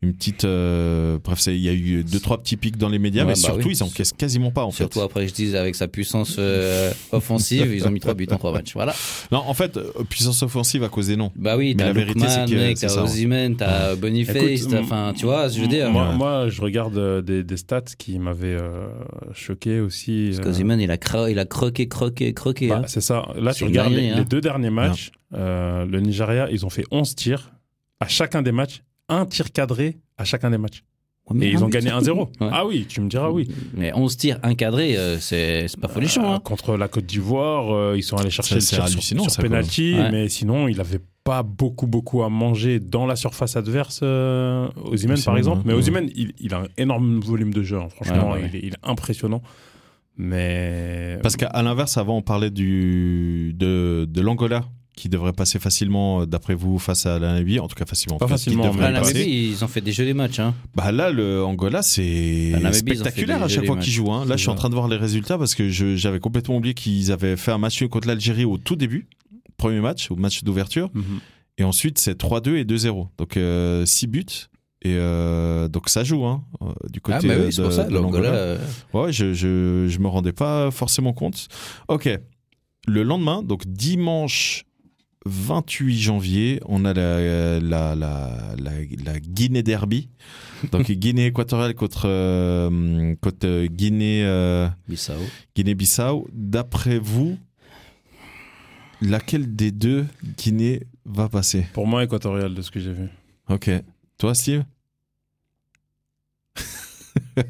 [SPEAKER 3] une petite euh, bref c'est- il y a eu deux trois petits pics dans les médias
[SPEAKER 4] Ouais,
[SPEAKER 3] mais
[SPEAKER 4] bah
[SPEAKER 3] surtout
[SPEAKER 4] oui.
[SPEAKER 3] ils encaissent quasiment pas en fait.
[SPEAKER 4] Surtout après, je dis, avec sa puissance euh, offensive, ils ont mis trois buts en trois matchs. Voilà.
[SPEAKER 3] Non en fait euh, puissance offensive à cause des noms.
[SPEAKER 4] Bah oui,
[SPEAKER 3] Mais
[SPEAKER 4] t'as
[SPEAKER 3] la vérité, c'est
[SPEAKER 4] Lookman,
[SPEAKER 3] que
[SPEAKER 4] mec,
[SPEAKER 3] c'est
[SPEAKER 4] t'as
[SPEAKER 3] ça, ouais.
[SPEAKER 4] Ozyman, t'as Boniface,
[SPEAKER 2] Écoute, mm.
[SPEAKER 4] t'as- enfin, tu vois, je veux dire.
[SPEAKER 2] Moi,
[SPEAKER 3] Ouais.
[SPEAKER 2] moi, je regarde euh, des, des stats qui m'avaient euh, choqué aussi.
[SPEAKER 4] Parce
[SPEAKER 2] euh,
[SPEAKER 4] qu'Ozyman, il a, cra- il a croqué, croqué, croqué.
[SPEAKER 2] Bah,
[SPEAKER 4] hein.
[SPEAKER 2] c'est ça. Là,
[SPEAKER 4] C'est
[SPEAKER 2] tu
[SPEAKER 4] une
[SPEAKER 2] regardes
[SPEAKER 4] dinguerie,
[SPEAKER 2] les,
[SPEAKER 4] hein.
[SPEAKER 2] les deux derniers matchs. euh, le Nigeria, ils ont fait 11 tirs à chacun des matchs, un tir cadré à chacun des matchs.
[SPEAKER 4] Ouais, mais
[SPEAKER 2] Et ils
[SPEAKER 4] un
[SPEAKER 2] ont
[SPEAKER 4] but.
[SPEAKER 2] gagné 1-0.
[SPEAKER 4] Ouais.
[SPEAKER 2] Ah oui, tu me diras oui.
[SPEAKER 4] Mais 11 tirs, un cadré, euh, c'est c'est pas folichon.
[SPEAKER 2] Euh,
[SPEAKER 4] hein.
[SPEAKER 2] contre la Côte d'Ivoire, euh, ils sont allés chercher le
[SPEAKER 3] c'est
[SPEAKER 2] tir sur,
[SPEAKER 3] hallucinant,
[SPEAKER 2] sur
[SPEAKER 3] ça, quand
[SPEAKER 2] penalty,
[SPEAKER 4] même. Ouais.
[SPEAKER 2] mais sinon, il n'avait pas beaucoup, beaucoup à manger dans la surface adverse. Euh, Osimhen,
[SPEAKER 3] Osimhen,
[SPEAKER 2] par exemple.
[SPEAKER 3] ouais.
[SPEAKER 2] Mais Osimhen, il, il a un énorme volume de jeu. hein. Franchement,
[SPEAKER 4] hein. Ouais, ouais, ouais.
[SPEAKER 2] Il, est, il est impressionnant. Mais
[SPEAKER 3] Parce qu'à à l'inverse, avant, on parlait du, de, de l'Angola qui devrait passer facilement, euh, d'après vous, face à la Namibie. En tout cas, facilement.
[SPEAKER 2] Pas
[SPEAKER 3] Enfin,
[SPEAKER 2] facilement,
[SPEAKER 3] qui
[SPEAKER 2] mais
[SPEAKER 3] devrait
[SPEAKER 4] Ah,
[SPEAKER 2] la
[SPEAKER 4] la
[SPEAKER 3] passer.
[SPEAKER 4] Namibie, ils ont fait des jolis matchs. Hein.
[SPEAKER 3] Bah là, le Angola, c'est
[SPEAKER 4] La Namibie, ils ont fait
[SPEAKER 3] spectaculaire
[SPEAKER 4] des
[SPEAKER 3] à chaque
[SPEAKER 4] jolis
[SPEAKER 3] fois qu'ils
[SPEAKER 4] matchs.
[SPEAKER 3] jouent. hein. Là,
[SPEAKER 2] C'est
[SPEAKER 3] je suis en
[SPEAKER 2] ça.
[SPEAKER 3] train de voir les résultats parce que je- j'avais complètement oublié qu'ils avaient fait un match nul contre l'Algérie au tout début, premier match, au match d'ouverture.
[SPEAKER 2] Mhm.
[SPEAKER 3] Et ensuite, c'est 3-2 et 2-0. Donc, 6 buts. Et euh, donc, ça joue hein, euh, du côté
[SPEAKER 4] ah, mais
[SPEAKER 3] euh,
[SPEAKER 4] oui, c'est
[SPEAKER 3] de,
[SPEAKER 4] pour ça,
[SPEAKER 3] de
[SPEAKER 4] l'Angola.
[SPEAKER 3] l'Angola.
[SPEAKER 4] euh,
[SPEAKER 3] Ouais, je, je, je me rendais pas forcément compte. Ok. Le lendemain, donc dimanche 28 janvier, on a la, la, la, la, la Guinée Derby. Donc Guinée équatoriale contre, euh, contre euh, Guinée, euh,
[SPEAKER 4] Bissau.
[SPEAKER 3] Guinée-Bissau. D'après vous, laquelle des deux Guinée va passer
[SPEAKER 2] Pour moi, équatorial de ce que j'ai vu.
[SPEAKER 3] Ok. Toi, Steve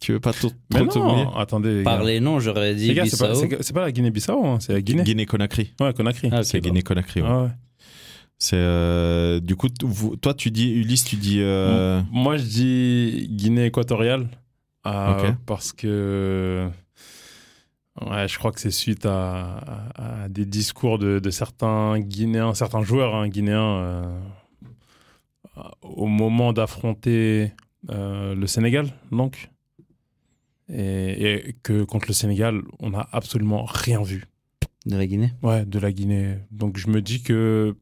[SPEAKER 3] Tu veux pas trop, trop
[SPEAKER 2] Mais
[SPEAKER 3] te
[SPEAKER 2] non,
[SPEAKER 4] hein.
[SPEAKER 3] mouiller
[SPEAKER 2] attendez. Les gars,
[SPEAKER 4] Par les noms, j'aurais dit
[SPEAKER 2] Les gars, c'est
[SPEAKER 4] Bissau.
[SPEAKER 2] pas, c'est- c'est pas la Guinée-Bissau, hein, c'est la Guinée.
[SPEAKER 3] Guinée-Conakry.
[SPEAKER 2] Ouais, Conakry.
[SPEAKER 4] Ah, ok,
[SPEAKER 3] C'est
[SPEAKER 4] pardon.
[SPEAKER 3] Guinée-Conakry. ouais.
[SPEAKER 2] Ah ouais.
[SPEAKER 3] C'est euh, du coup, t- vous- toi, tu dis Ulysse, tu dis. euh,
[SPEAKER 2] Moi, je dis Guinée équatoriale euh,
[SPEAKER 3] Ok.
[SPEAKER 2] parce que ouais, je crois que c'est suite à, à- à des discours de, de certains Guinéens, certains joueurs hein, Guinéens euh, au moment d'affronter euh, le Sénégal, donc. Et, et que contre le Sénégal, on n'a absolument rien vu.
[SPEAKER 4] De la Guinée.
[SPEAKER 2] Ouais, de la Guinée. Donc je me dis que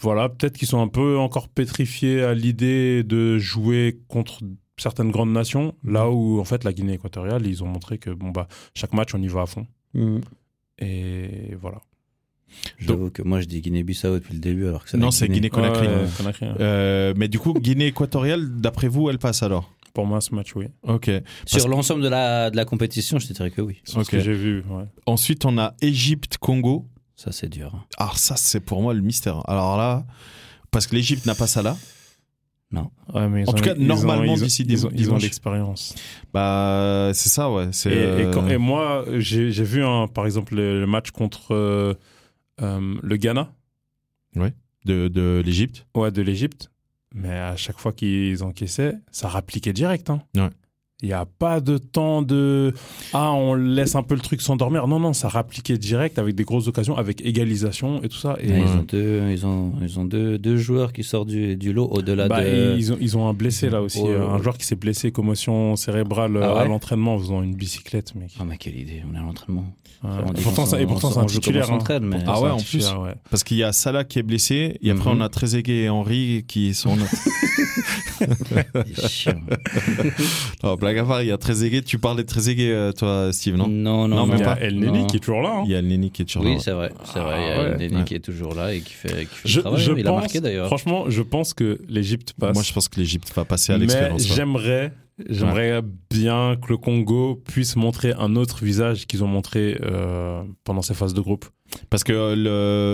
[SPEAKER 2] voilà, peut-être qu'ils sont un peu encore pétrifiés à l'idée de jouer contre certaines grandes nations, là où en fait la Guinée équatoriale, ils ont montré que bon bah chaque match on y va à fond. Et voilà.
[SPEAKER 4] J'avoue que moi, je dis Guinée-Bissau depuis le début, alors que c'est
[SPEAKER 3] Non,
[SPEAKER 4] la
[SPEAKER 3] c'est Guinée-Conakry.
[SPEAKER 2] Ouais, ouais, Conakry, ouais.
[SPEAKER 3] euh, mais du coup, Guinée équatoriale, d'après vous, elle passe alors
[SPEAKER 2] Pour moi, ce match, oui.
[SPEAKER 3] Ok.
[SPEAKER 4] Sur l'ensemble de la, de la compétition, je te dirais que oui.
[SPEAKER 2] C'est ce
[SPEAKER 3] Ok.
[SPEAKER 2] que j'ai vu. ouais.
[SPEAKER 3] Ensuite, on a Égypte-Congo.
[SPEAKER 4] Ça, c'est dur. hein.
[SPEAKER 3] Ah, ça, c'est pour moi le mystère. Alors là, parce que l'Égypte n'a pas Salah.
[SPEAKER 2] Ouais, mais ils
[SPEAKER 3] En tout cas, normalement,
[SPEAKER 2] ils ont-
[SPEAKER 3] d'ici
[SPEAKER 2] ils ont, ils ont
[SPEAKER 3] dimanche.
[SPEAKER 2] de l'expérience.
[SPEAKER 3] Bah, c'est ça, ouais. C'est,
[SPEAKER 2] Et, et quand-
[SPEAKER 3] euh,
[SPEAKER 2] et moi, j'ai j'ai vu un- par exemple le, le match contre euh, euh, le Ghana.
[SPEAKER 3] de, de l'Égypte.
[SPEAKER 2] Ouais, de l'Égypte. Mais à chaque fois qu'ils encaissaient, ça rappliquait direct. hein.
[SPEAKER 3] Ouais.
[SPEAKER 2] Il n'y a pas de temps de ah on laisse un peu le truc s'endormir. Non non, ça rappliquait direct avec des grosses occasions, avec égalisation et tout ça. Et
[SPEAKER 4] Ouais, Ils ont, deux, ils ont, ils ont deux, deux joueurs qui sortent du, du lot au-delà
[SPEAKER 2] bah,
[SPEAKER 4] de.
[SPEAKER 2] ils, ont, ils ont un blessé là aussi,
[SPEAKER 4] Oh.
[SPEAKER 2] un joueur qui s'est blessé commotion cérébrale
[SPEAKER 4] Ah ouais
[SPEAKER 2] à l'entraînement en faisant une bicyclette, mec.
[SPEAKER 4] Ah, mais quelle idée, on est à l'entraînement.
[SPEAKER 2] Ouais.
[SPEAKER 4] On dit
[SPEAKER 2] Pourtant
[SPEAKER 4] qu'on
[SPEAKER 2] ça- et
[SPEAKER 4] s'en-
[SPEAKER 2] pourtant
[SPEAKER 4] on
[SPEAKER 2] c'est un
[SPEAKER 4] joue comme on
[SPEAKER 2] titulaire. hein.
[SPEAKER 4] s'entraîne, mais-
[SPEAKER 2] Pourtant,
[SPEAKER 3] Ah
[SPEAKER 2] c'est
[SPEAKER 3] ouais,
[SPEAKER 2] un
[SPEAKER 3] en
[SPEAKER 2] titulaire, ouais.
[SPEAKER 3] Parce qu'il y a Salah qui est blessé. Et après,
[SPEAKER 2] Mhm.
[SPEAKER 3] on a Trezeguet et Henry qui sont.
[SPEAKER 4] C'est chiant.
[SPEAKER 3] non, blague à part, il y a Trezeguet. Tu parlais de Trezeguet, euh, toi, Steve, non
[SPEAKER 4] Non, non,
[SPEAKER 3] Non,
[SPEAKER 4] non.
[SPEAKER 3] mais
[SPEAKER 2] Il y a
[SPEAKER 3] pas.
[SPEAKER 2] El Neni
[SPEAKER 4] Non.
[SPEAKER 2] qui est toujours là. hein.
[SPEAKER 3] Il y a Lenny qui est sur
[SPEAKER 4] Oui,
[SPEAKER 3] la-
[SPEAKER 4] c'est vrai, c'est
[SPEAKER 2] Ah,
[SPEAKER 4] vrai. Il y a
[SPEAKER 2] ouais.
[SPEAKER 4] Nenny
[SPEAKER 3] Ouais.
[SPEAKER 4] qui est toujours là et qui fait, qui fait
[SPEAKER 2] Je,
[SPEAKER 4] le travail.
[SPEAKER 2] je
[SPEAKER 4] il
[SPEAKER 2] pense,
[SPEAKER 4] a marqué d'ailleurs.
[SPEAKER 2] franchement, je pense que l'Égypte passe.
[SPEAKER 3] Moi, je pense que l'Égypte va passer à
[SPEAKER 2] Mais
[SPEAKER 3] l'expérience. ouais.
[SPEAKER 2] j'aimerais, j'aimerais bien que le Congo puisse montrer un autre visage qu'ils ont montré euh, pendant ces phases de groupe.
[SPEAKER 3] Parce que euh,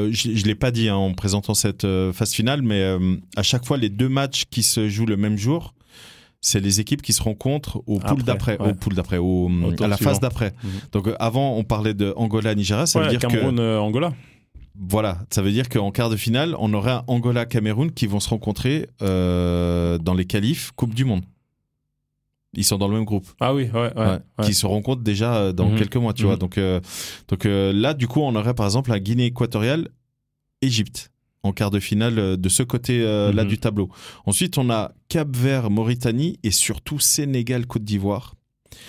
[SPEAKER 3] le, je ne l'ai pas dit hein, en présentant cette euh, phase finale, mais euh, à chaque fois, les deux matchs qui se jouent le même jour, c'est les équipes qui se rencontrent au pool
[SPEAKER 2] Après,
[SPEAKER 3] d'après,
[SPEAKER 2] ouais.
[SPEAKER 3] au pool d'après, au,
[SPEAKER 2] Au tour
[SPEAKER 3] à la
[SPEAKER 2] suivant.
[SPEAKER 3] phase d'après.
[SPEAKER 2] Mhm.
[SPEAKER 3] Donc euh, avant, on parlait de Angola, Nigeria, ça
[SPEAKER 2] Ouais,
[SPEAKER 3] veut dire
[SPEAKER 2] Cameroun,
[SPEAKER 3] que
[SPEAKER 2] euh, Angola.
[SPEAKER 3] voilà, ça veut dire qu'en quart de finale, on aurait un Angola, Cameroun qui vont se rencontrer euh, dans les qualifs Coupe du Monde. Ils sont dans le même groupe
[SPEAKER 2] Ah oui, ouais, ouais.
[SPEAKER 3] ouais,
[SPEAKER 2] ouais.
[SPEAKER 3] qui se rencontrent déjà euh, dans
[SPEAKER 2] Mhm.
[SPEAKER 3] quelques mois, tu vois.
[SPEAKER 2] Mhm.
[SPEAKER 3] Donc, euh, donc euh, là, du coup, on aurait par exemple la Guinée équatoriale, Égypte en quart de finale euh, de ce côté euh, là
[SPEAKER 2] Mhm.
[SPEAKER 3] du tableau. Ensuite, on a Cap Vert, Mauritanie et surtout Sénégal, Côte d'Ivoire.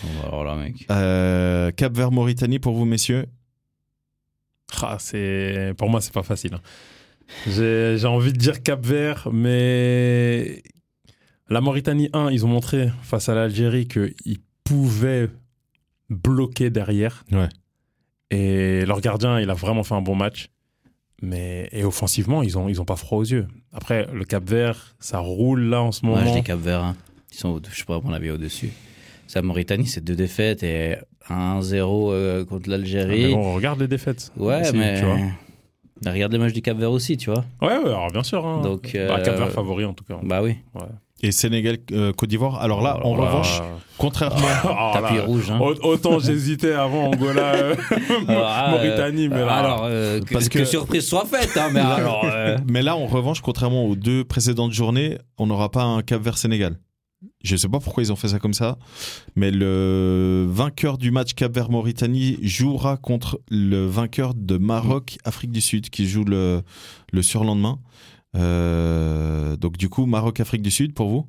[SPEAKER 4] Bon, bah, alors là, mec.
[SPEAKER 3] Euh, Cap Vert, Mauritanie pour vous, messieurs.
[SPEAKER 2] Ah, c'est pour moi, c'est pas facile. hein. J'ai j'ai envie de dire Cap Vert, mais la Mauritanie 1, ils ont montré face à l'Algérie qu'ils pouvaient bloquer derrière.
[SPEAKER 3] Ouais.
[SPEAKER 2] Et leur gardien, il a vraiment fait un bon match. Mais et offensivement, ils ont ils ont pas froid aux yeux. Après, le Cap Vert, ça roule là en ce
[SPEAKER 4] Moi,
[SPEAKER 2] moment. Ah,
[SPEAKER 4] je dis Cap Vert. hein. Ils sont, au- je sais pas, à mon avis, au-dessus. Ça, Mauritanie, c'est deux défaites et 1-0 euh, contre
[SPEAKER 2] Ah, Mais
[SPEAKER 4] l'Algérie.
[SPEAKER 2] bon, on regarde les défaites.
[SPEAKER 4] ouais,
[SPEAKER 2] aussi,
[SPEAKER 4] mais.
[SPEAKER 2] tu vois.
[SPEAKER 4] Bah, regarde les matchs du Cap Vert aussi, tu vois.
[SPEAKER 2] Ouais, ouais, alors bien sûr. hein.
[SPEAKER 4] Donc,
[SPEAKER 2] Bah, Cap Vert
[SPEAKER 4] euh,
[SPEAKER 2] favori en tout cas.
[SPEAKER 4] Bah oui.
[SPEAKER 3] Et Sénégal, euh, Côte d'Ivoire. Alors là, en
[SPEAKER 2] Voilà.
[SPEAKER 3] revanche, contrairement.
[SPEAKER 2] Ah,
[SPEAKER 4] Tapis
[SPEAKER 2] là.
[SPEAKER 4] rouge. Hein.
[SPEAKER 2] Au- Autant j'hésitais avant Angola, euh,
[SPEAKER 4] Ah,
[SPEAKER 2] Mauritanie, mais
[SPEAKER 4] euh,
[SPEAKER 2] là,
[SPEAKER 4] alors, euh, que,
[SPEAKER 3] Parce
[SPEAKER 4] que
[SPEAKER 3] que-
[SPEAKER 4] surprise soit faite, hein, mais alors. euh,
[SPEAKER 3] Mais là, en revanche, contrairement aux deux précédentes journées, on n'aura pas un Cap Vert Sénégal. Je ne sais pas pourquoi ils ont fait ça comme ça, mais le vainqueur du match Cap Vert Mauritanie jouera contre le vainqueur de Maroc Afrique du Sud qui joue le, le surlendemain. Euh, donc du coup, Maroc Afrique du Sud pour vous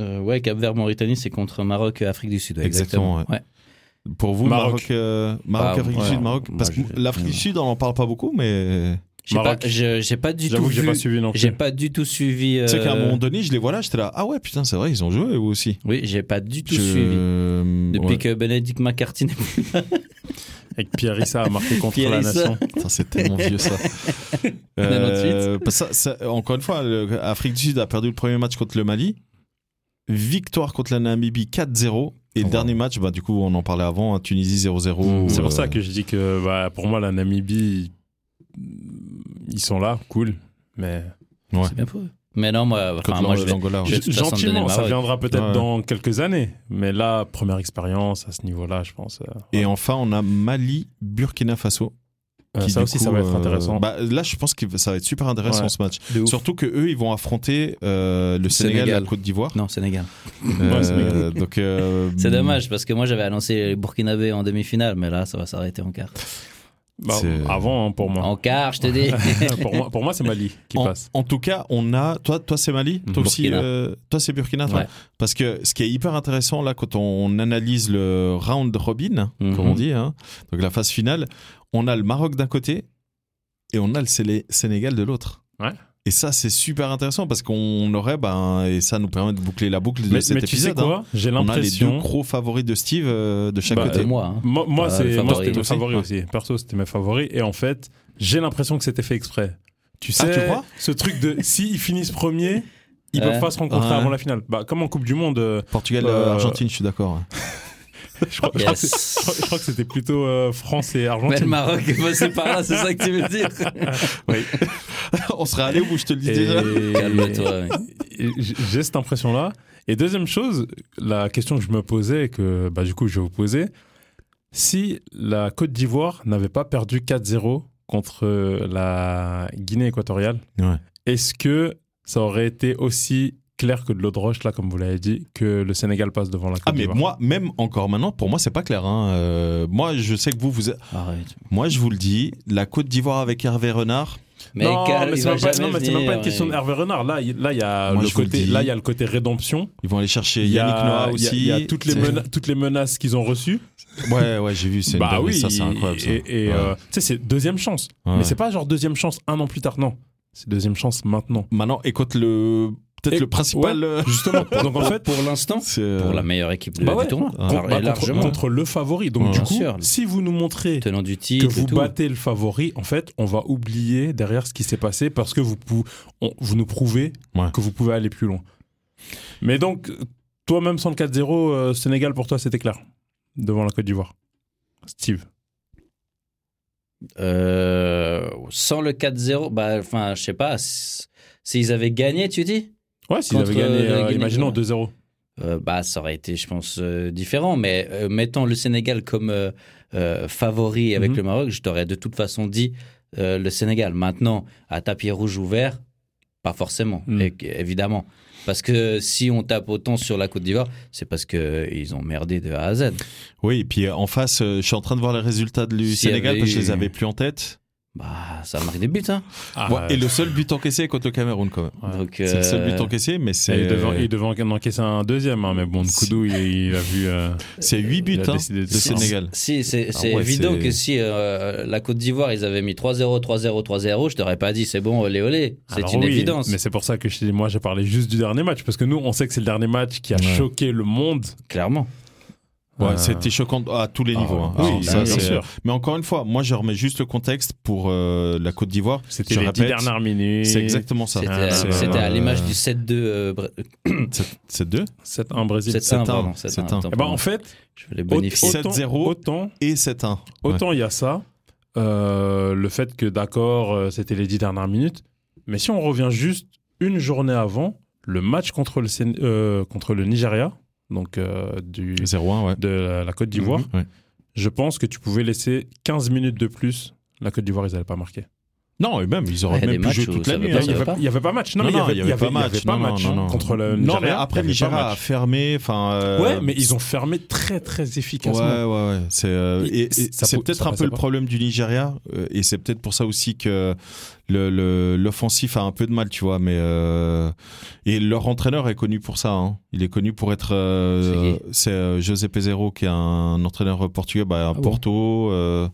[SPEAKER 4] euh, ouais, Cap Vert, Mauritanie, c'est contre Maroc, euh, Afrique du Sud. ouais,
[SPEAKER 3] Exactement,
[SPEAKER 4] exactement.
[SPEAKER 3] Pour vous
[SPEAKER 2] Maroc.
[SPEAKER 3] Maroc euh, Maroc
[SPEAKER 4] Bah,
[SPEAKER 3] Afrique
[SPEAKER 4] ouais,
[SPEAKER 3] du Sud Maroc
[SPEAKER 4] moi,
[SPEAKER 3] parce que
[SPEAKER 4] je-
[SPEAKER 3] l'Afrique du Sud on n'en parle pas beaucoup mais
[SPEAKER 4] J'ai pas,
[SPEAKER 2] Maroc.
[SPEAKER 4] je- j'ai pas du
[SPEAKER 2] j'avoue
[SPEAKER 4] tout
[SPEAKER 2] que j'ai
[SPEAKER 4] vu.
[SPEAKER 2] pas suivi non
[SPEAKER 4] J'ai
[SPEAKER 2] plus.
[SPEAKER 4] pas du tout suivi.
[SPEAKER 3] tu sais
[SPEAKER 4] euh,
[SPEAKER 3] qu'à un moment donné je les vois là j'étais là ah ouais putain c'est vrai ils ont joué eux aussi
[SPEAKER 4] Oui, j'ai pas du tout
[SPEAKER 3] Je-
[SPEAKER 4] suivi. Depuis
[SPEAKER 3] ouais.
[SPEAKER 4] que Benedict McCarthy n'est plus là.
[SPEAKER 2] Et que Pierre-Issa a marqué contre la
[SPEAKER 4] Pierre-Issa.
[SPEAKER 2] nation.
[SPEAKER 3] Putain, c'est tellement vieux ça. Euh, parce que ça- ça- encore une fois, l'Afrique du Sud a perdu le premier match contre le Mali. Victoire contre la Namibie 4-0. Et
[SPEAKER 2] Oh,
[SPEAKER 3] le
[SPEAKER 4] Ouais.
[SPEAKER 3] dernier match, bah, du coup, on en parlait avant, hein, Tunisie 0-0.
[SPEAKER 2] Mmh. C'est
[SPEAKER 3] euh,
[SPEAKER 2] pour ça que je dis que bah, pour moi, la Namibie, ils sont là, cool. Mais
[SPEAKER 4] C'est bien pour eux. Mais non, moi, enfin,
[SPEAKER 3] contre
[SPEAKER 4] moi,
[SPEAKER 3] l'Ang-
[SPEAKER 4] je vais-
[SPEAKER 3] l'Angola. ouais.
[SPEAKER 4] je vais de toute façon donner
[SPEAKER 2] gentiment,
[SPEAKER 4] le
[SPEAKER 2] ça
[SPEAKER 4] Maroc.
[SPEAKER 2] viendra peut-être
[SPEAKER 3] Ouais.
[SPEAKER 2] dans quelques années. Mais là, première expérience à ce niveau-là, je pense. euh,
[SPEAKER 3] Et enfin, on a Mali, Burkina Faso.
[SPEAKER 2] euh,
[SPEAKER 3] qui,
[SPEAKER 2] ça
[SPEAKER 3] du
[SPEAKER 2] aussi,
[SPEAKER 3] coup,
[SPEAKER 2] ça va être
[SPEAKER 3] euh,
[SPEAKER 2] intéressant.
[SPEAKER 3] bah, là, je pense que ça va être super intéressant
[SPEAKER 2] Ouais.
[SPEAKER 3] ce match.
[SPEAKER 2] De ouf.
[SPEAKER 3] Surtout que eux, ils vont affronter euh, le Sénégal, et
[SPEAKER 4] Sénégal.
[SPEAKER 3] la Côte d'Ivoire.
[SPEAKER 4] Non, Sénégal.
[SPEAKER 2] Hmm.
[SPEAKER 3] Euh,
[SPEAKER 2] Ouais, Sénégal.
[SPEAKER 3] donc, euh,
[SPEAKER 4] C'est dommage parce que moi j'avais annoncé les Burkinabés en demi-finale, mais là ça va s'arrêter en quart.
[SPEAKER 2] Bah,
[SPEAKER 3] c'est- euh,
[SPEAKER 2] avant, hein, pour moi.
[SPEAKER 4] En quart, je te dis.
[SPEAKER 2] pour moi, pour moi, c'est Mali qui
[SPEAKER 3] En,
[SPEAKER 2] passe.
[SPEAKER 3] en tout cas, on a toi, toi c'est Mali, toi
[SPEAKER 2] Mm.
[SPEAKER 3] aussi,
[SPEAKER 4] Burkina.
[SPEAKER 3] euh, toi c'est Burkina, toi.
[SPEAKER 4] Ouais.
[SPEAKER 3] Parce que ce qui est hyper intéressant là, quand on analyse le round robin,
[SPEAKER 4] Mhm.
[SPEAKER 3] comme on dit, hein, donc la phase finale, on a le Maroc d'un côté et on a le Sélé- Sénégal de l'autre.
[SPEAKER 2] Ouais.
[SPEAKER 3] Et ça, c'est super intéressant parce qu'on aurait, ben, et ça nous permet de boucler la boucle de
[SPEAKER 2] Mais,
[SPEAKER 3] cet
[SPEAKER 2] mais tu sais
[SPEAKER 3] épisode. hein.
[SPEAKER 2] quoi J'ai
[SPEAKER 3] on a les deux
[SPEAKER 2] l'impression.
[SPEAKER 3] gros favoris de Steve euh, de chaque
[SPEAKER 2] Bah,
[SPEAKER 3] côté.
[SPEAKER 4] Euh, moi. hein.
[SPEAKER 2] Moi, moi,
[SPEAKER 4] Ah,
[SPEAKER 2] c'est-
[SPEAKER 4] le
[SPEAKER 2] moi,
[SPEAKER 4] favori
[SPEAKER 2] c'était mes
[SPEAKER 3] aussi.
[SPEAKER 2] favoris aussi. Perso, c'était mes favoris. Et en fait, j'ai l'impression que c'était fait exprès. Tu sais,
[SPEAKER 3] Ah, tu crois
[SPEAKER 2] ce truc de s'ils finissent premiers, ils
[SPEAKER 4] Ouais.
[SPEAKER 2] peuvent pas se rencontrer
[SPEAKER 3] Ouais.
[SPEAKER 2] avant la finale. Bah, comme en Coupe du Monde, euh,
[SPEAKER 3] Portugal,
[SPEAKER 2] Euh,
[SPEAKER 3] Argentine, je suis d'accord.
[SPEAKER 2] je crois, je crois que c'est- je crois-
[SPEAKER 4] Yes.
[SPEAKER 2] je crois que c'était plutôt euh, France et
[SPEAKER 4] Mais le
[SPEAKER 2] Argentine.
[SPEAKER 4] Maroc est passé par là, c'est ça que tu veux dire
[SPEAKER 3] on serait allé où je te le dis
[SPEAKER 2] Et-
[SPEAKER 3] déjà.
[SPEAKER 4] Calme-toi. mec.
[SPEAKER 2] et j- J'ai cette impression-là. Et deuxième chose, la question que je me posais, et que bah, du coup je vais vous poser, si la Côte d'Ivoire n'avait pas perdu 4-0 contre euh, la Guinée équatoriale,
[SPEAKER 3] Ouais.
[SPEAKER 2] est-ce que ça aurait été aussi clair que de l'eau de roche, là, comme vous l'avez dit, que le Sénégal passe devant la Côte
[SPEAKER 3] Ah mais
[SPEAKER 2] d'Ivoire
[SPEAKER 3] moi, même encore maintenant, pour moi, c'est pas clair. hein. Euh, moi, je sais que vous, vous,
[SPEAKER 4] Arrête.
[SPEAKER 3] moi, je vous le dis, la Côte d'Ivoire avec Hervé Renard.
[SPEAKER 4] Mais
[SPEAKER 2] non,
[SPEAKER 4] calme,
[SPEAKER 2] mais
[SPEAKER 4] il
[SPEAKER 2] c'est
[SPEAKER 4] va
[SPEAKER 2] même, pas-
[SPEAKER 4] jamais
[SPEAKER 2] non, mais c'est même
[SPEAKER 4] venir,
[SPEAKER 2] pas une question
[SPEAKER 4] mec.
[SPEAKER 2] de Hervé Renard. Là, il là, il y, a
[SPEAKER 3] Moi,
[SPEAKER 2] le
[SPEAKER 3] je vous le
[SPEAKER 2] côté-
[SPEAKER 3] dis.
[SPEAKER 2] là, il y a le côté rédemption.
[SPEAKER 3] Ils vont aller chercher
[SPEAKER 2] Il y a-
[SPEAKER 3] Yannick Noah
[SPEAKER 2] il y a-
[SPEAKER 3] aussi.
[SPEAKER 2] Il y a toutes les,
[SPEAKER 3] C'est-
[SPEAKER 2] mena- toutes les menaces qu'ils ont reçues.
[SPEAKER 3] Ouais, ouais, j'ai vu. C'est une
[SPEAKER 2] bah
[SPEAKER 3] dinguerie,
[SPEAKER 2] oui,
[SPEAKER 3] ça, c'est incroyable. ça.
[SPEAKER 2] Et, et,
[SPEAKER 3] Ouais.
[SPEAKER 2] euh, tu sais, c'est deuxième chance.
[SPEAKER 3] Ouais.
[SPEAKER 2] Mais c'est pas genre deuxième chance un an plus tard, non. C'est deuxième chance maintenant.
[SPEAKER 3] Maintenant, écoute le, peut-être
[SPEAKER 2] Et-
[SPEAKER 3] le principal. euh,
[SPEAKER 2] Justement. Donc en fait, euh,
[SPEAKER 4] Pour l'instant,
[SPEAKER 3] c'est- euh,
[SPEAKER 4] pour la meilleure équipe de-
[SPEAKER 2] Bah ouais.
[SPEAKER 4] du tournoi.
[SPEAKER 3] Ah.
[SPEAKER 2] con-
[SPEAKER 4] Alors,
[SPEAKER 2] bah,
[SPEAKER 4] et
[SPEAKER 2] contre,
[SPEAKER 4] largement.
[SPEAKER 2] contre le favori. Donc
[SPEAKER 3] Ouais.
[SPEAKER 2] du
[SPEAKER 4] Bien
[SPEAKER 2] coup,
[SPEAKER 4] sûr.
[SPEAKER 2] si vous nous montrez
[SPEAKER 4] Tenant du
[SPEAKER 2] que
[SPEAKER 4] titre. et
[SPEAKER 2] vous
[SPEAKER 4] tout.
[SPEAKER 2] battez le favori, en fait, on va oublier derrière ce qui s'est passé parce que vous, pou- on- vous nous prouvez
[SPEAKER 3] Ouais.
[SPEAKER 2] que vous pouvez aller plus loin. Mais donc, toi-même sans le 4-0, euh, Sénégal pour toi c'était clair devant la Côte d'Ivoire. Steve.
[SPEAKER 4] Euh, sans le 4-0, bah, enfin, je sais pas. s- S'ils avaient gagné, tu dis
[SPEAKER 2] Ouais, s'ils
[SPEAKER 4] Contre,
[SPEAKER 2] avaient gagné,
[SPEAKER 4] euh, la
[SPEAKER 2] euh,
[SPEAKER 4] Guinée,
[SPEAKER 2] imaginons
[SPEAKER 4] ouais.
[SPEAKER 2] 2-0.
[SPEAKER 4] Euh, bah, ça aurait été, je pense, euh, différent. Mais euh, mettant le Sénégal comme euh, euh, favori avec
[SPEAKER 2] Mhm.
[SPEAKER 4] le Maroc, je t'aurais de toute façon dit euh, le Sénégal. Maintenant, à tapis rouge ou vert, pas forcément,
[SPEAKER 2] Mhm.
[SPEAKER 4] et- évidemment. Parce que si on tape autant sur la Côte d'Ivoire, c'est parce qu'ils ont merdé de A à Z.
[SPEAKER 3] Oui, et puis euh, en face, euh, je suis en train de voir les résultats du
[SPEAKER 4] S'il y
[SPEAKER 3] Sénégal
[SPEAKER 4] avait
[SPEAKER 3] parce que je les
[SPEAKER 4] eu-
[SPEAKER 3] avais plus en tête.
[SPEAKER 4] Bah, ça marque des buts. Hein.
[SPEAKER 2] Ah,
[SPEAKER 3] Ouais, et le seul but encaissé est contre le Cameroun quand même.
[SPEAKER 2] Ouais.
[SPEAKER 4] Donc,
[SPEAKER 3] C'est le seul but
[SPEAKER 4] euh,
[SPEAKER 3] encaissé, mais
[SPEAKER 2] Et
[SPEAKER 3] c'est euh,
[SPEAKER 2] Il devait, il devait en encaisser un deuxième, hein, mais bon, Nkoudou, il, il a vu. euh,
[SPEAKER 3] c'est 8 buts
[SPEAKER 2] il a
[SPEAKER 3] hein,
[SPEAKER 2] décidé de
[SPEAKER 3] de
[SPEAKER 2] sortir.
[SPEAKER 3] Sénégal.
[SPEAKER 4] Si, c'est
[SPEAKER 3] Ah
[SPEAKER 4] c'est
[SPEAKER 3] ouais,
[SPEAKER 4] évident
[SPEAKER 3] c'est-
[SPEAKER 4] que si euh, la Côte d'Ivoire, ils avaient mis 3-0, 3-0, 3-0, je t'aurais pas dit c'est bon, olé, olé. C'est
[SPEAKER 2] Alors
[SPEAKER 4] une
[SPEAKER 2] oui,
[SPEAKER 4] évidence.
[SPEAKER 2] Mais c'est pour ça que je, te dis, moi, j'ai parlé juste du dernier match, parce que nous, on sait que c'est le dernier match qui a
[SPEAKER 3] Ouais.
[SPEAKER 2] choqué le monde.
[SPEAKER 4] Clairement.
[SPEAKER 3] Ouais,
[SPEAKER 2] Euh,
[SPEAKER 3] c'était choquant à tous les
[SPEAKER 4] Ah,
[SPEAKER 3] niveaux. hein.
[SPEAKER 4] oui,
[SPEAKER 3] Alors,
[SPEAKER 4] oui,
[SPEAKER 3] ça,
[SPEAKER 4] bien
[SPEAKER 3] c'est- euh,
[SPEAKER 2] sûr.
[SPEAKER 3] Mais encore une fois, moi je remets juste le contexte pour euh, la Côte d'Ivoire.
[SPEAKER 2] C'était
[SPEAKER 3] Je
[SPEAKER 2] les dix
[SPEAKER 3] répète,
[SPEAKER 2] dernières minutes.
[SPEAKER 3] C'est exactement ça.
[SPEAKER 4] C'était
[SPEAKER 2] Ah,
[SPEAKER 4] à-
[SPEAKER 2] c'est-
[SPEAKER 4] c'était à
[SPEAKER 2] euh,
[SPEAKER 4] l'image du 7-2. euh, Bra-
[SPEAKER 3] C'est 2
[SPEAKER 2] C'est un Brésil.
[SPEAKER 4] 7-1,
[SPEAKER 3] un,
[SPEAKER 4] pardon.
[SPEAKER 3] c'est
[SPEAKER 4] 7-1.
[SPEAKER 3] un.
[SPEAKER 4] Attends,
[SPEAKER 2] Eh ben, en fait,
[SPEAKER 4] je vais les
[SPEAKER 2] au-
[SPEAKER 4] bonifier.
[SPEAKER 2] autant,
[SPEAKER 3] 7-0.
[SPEAKER 2] autant,
[SPEAKER 3] et 7-1. Ouais.
[SPEAKER 2] autant il y a ça, euh, le fait que d'accord, euh, c'était les dix dernières minutes. Mais si on revient juste une journée avant, le match contre le, Sén- euh, contre le Nigeria, donc euh, du,
[SPEAKER 3] 0-1, ouais.
[SPEAKER 2] de la, la Côte d'Ivoire,
[SPEAKER 3] Mhm, ouais.
[SPEAKER 2] je pense que tu pouvais laisser 15 minutes de plus. La Côte d'Ivoire, ils n'avaient pas marqué.
[SPEAKER 3] Non, et même, ils
[SPEAKER 4] Ouais,
[SPEAKER 3] auraient
[SPEAKER 4] il y a
[SPEAKER 3] même
[SPEAKER 4] des
[SPEAKER 3] pu
[SPEAKER 4] matchs
[SPEAKER 3] jouer
[SPEAKER 4] où
[SPEAKER 3] toute
[SPEAKER 4] ça
[SPEAKER 3] la
[SPEAKER 4] veut
[SPEAKER 3] nuit.
[SPEAKER 4] pas
[SPEAKER 3] hein.
[SPEAKER 2] Il n'y avait,
[SPEAKER 4] pas-
[SPEAKER 2] il y avait pas match. Non,
[SPEAKER 3] Non,
[SPEAKER 2] mais il y
[SPEAKER 3] non,
[SPEAKER 2] avait, il y avait-
[SPEAKER 3] pas match.
[SPEAKER 2] il y avait pas
[SPEAKER 3] Non, non,
[SPEAKER 2] match hein,
[SPEAKER 3] non, non.
[SPEAKER 2] contre le
[SPEAKER 3] Non,
[SPEAKER 2] Nigeria.
[SPEAKER 3] mais après,
[SPEAKER 2] il y avait pas
[SPEAKER 3] Nigeria a
[SPEAKER 2] match.
[SPEAKER 3] fermé. Enfin, euh,
[SPEAKER 2] Ouais, mais ils ont fermé très, très
[SPEAKER 3] Ouais, ouais,
[SPEAKER 2] efficacement.
[SPEAKER 3] ouais. C'est euh,
[SPEAKER 2] Il-
[SPEAKER 3] et- et
[SPEAKER 2] ça
[SPEAKER 3] c'est
[SPEAKER 2] pou-
[SPEAKER 3] peut-être
[SPEAKER 2] ça
[SPEAKER 3] un peu
[SPEAKER 2] passait
[SPEAKER 3] le
[SPEAKER 2] pas.
[SPEAKER 3] problème du Nigeria, euh, et c'est peut-être pour ça aussi que le- le- l'offensif a un peu de mal, tu vois. Mais euh, et leur entraîneur est connu pour ça. hein. Il est connu pour être euh, c'est euh, José Pizarro qui est un entraîneur portugais, bah, à
[SPEAKER 2] Ah bon
[SPEAKER 3] Porto, euh,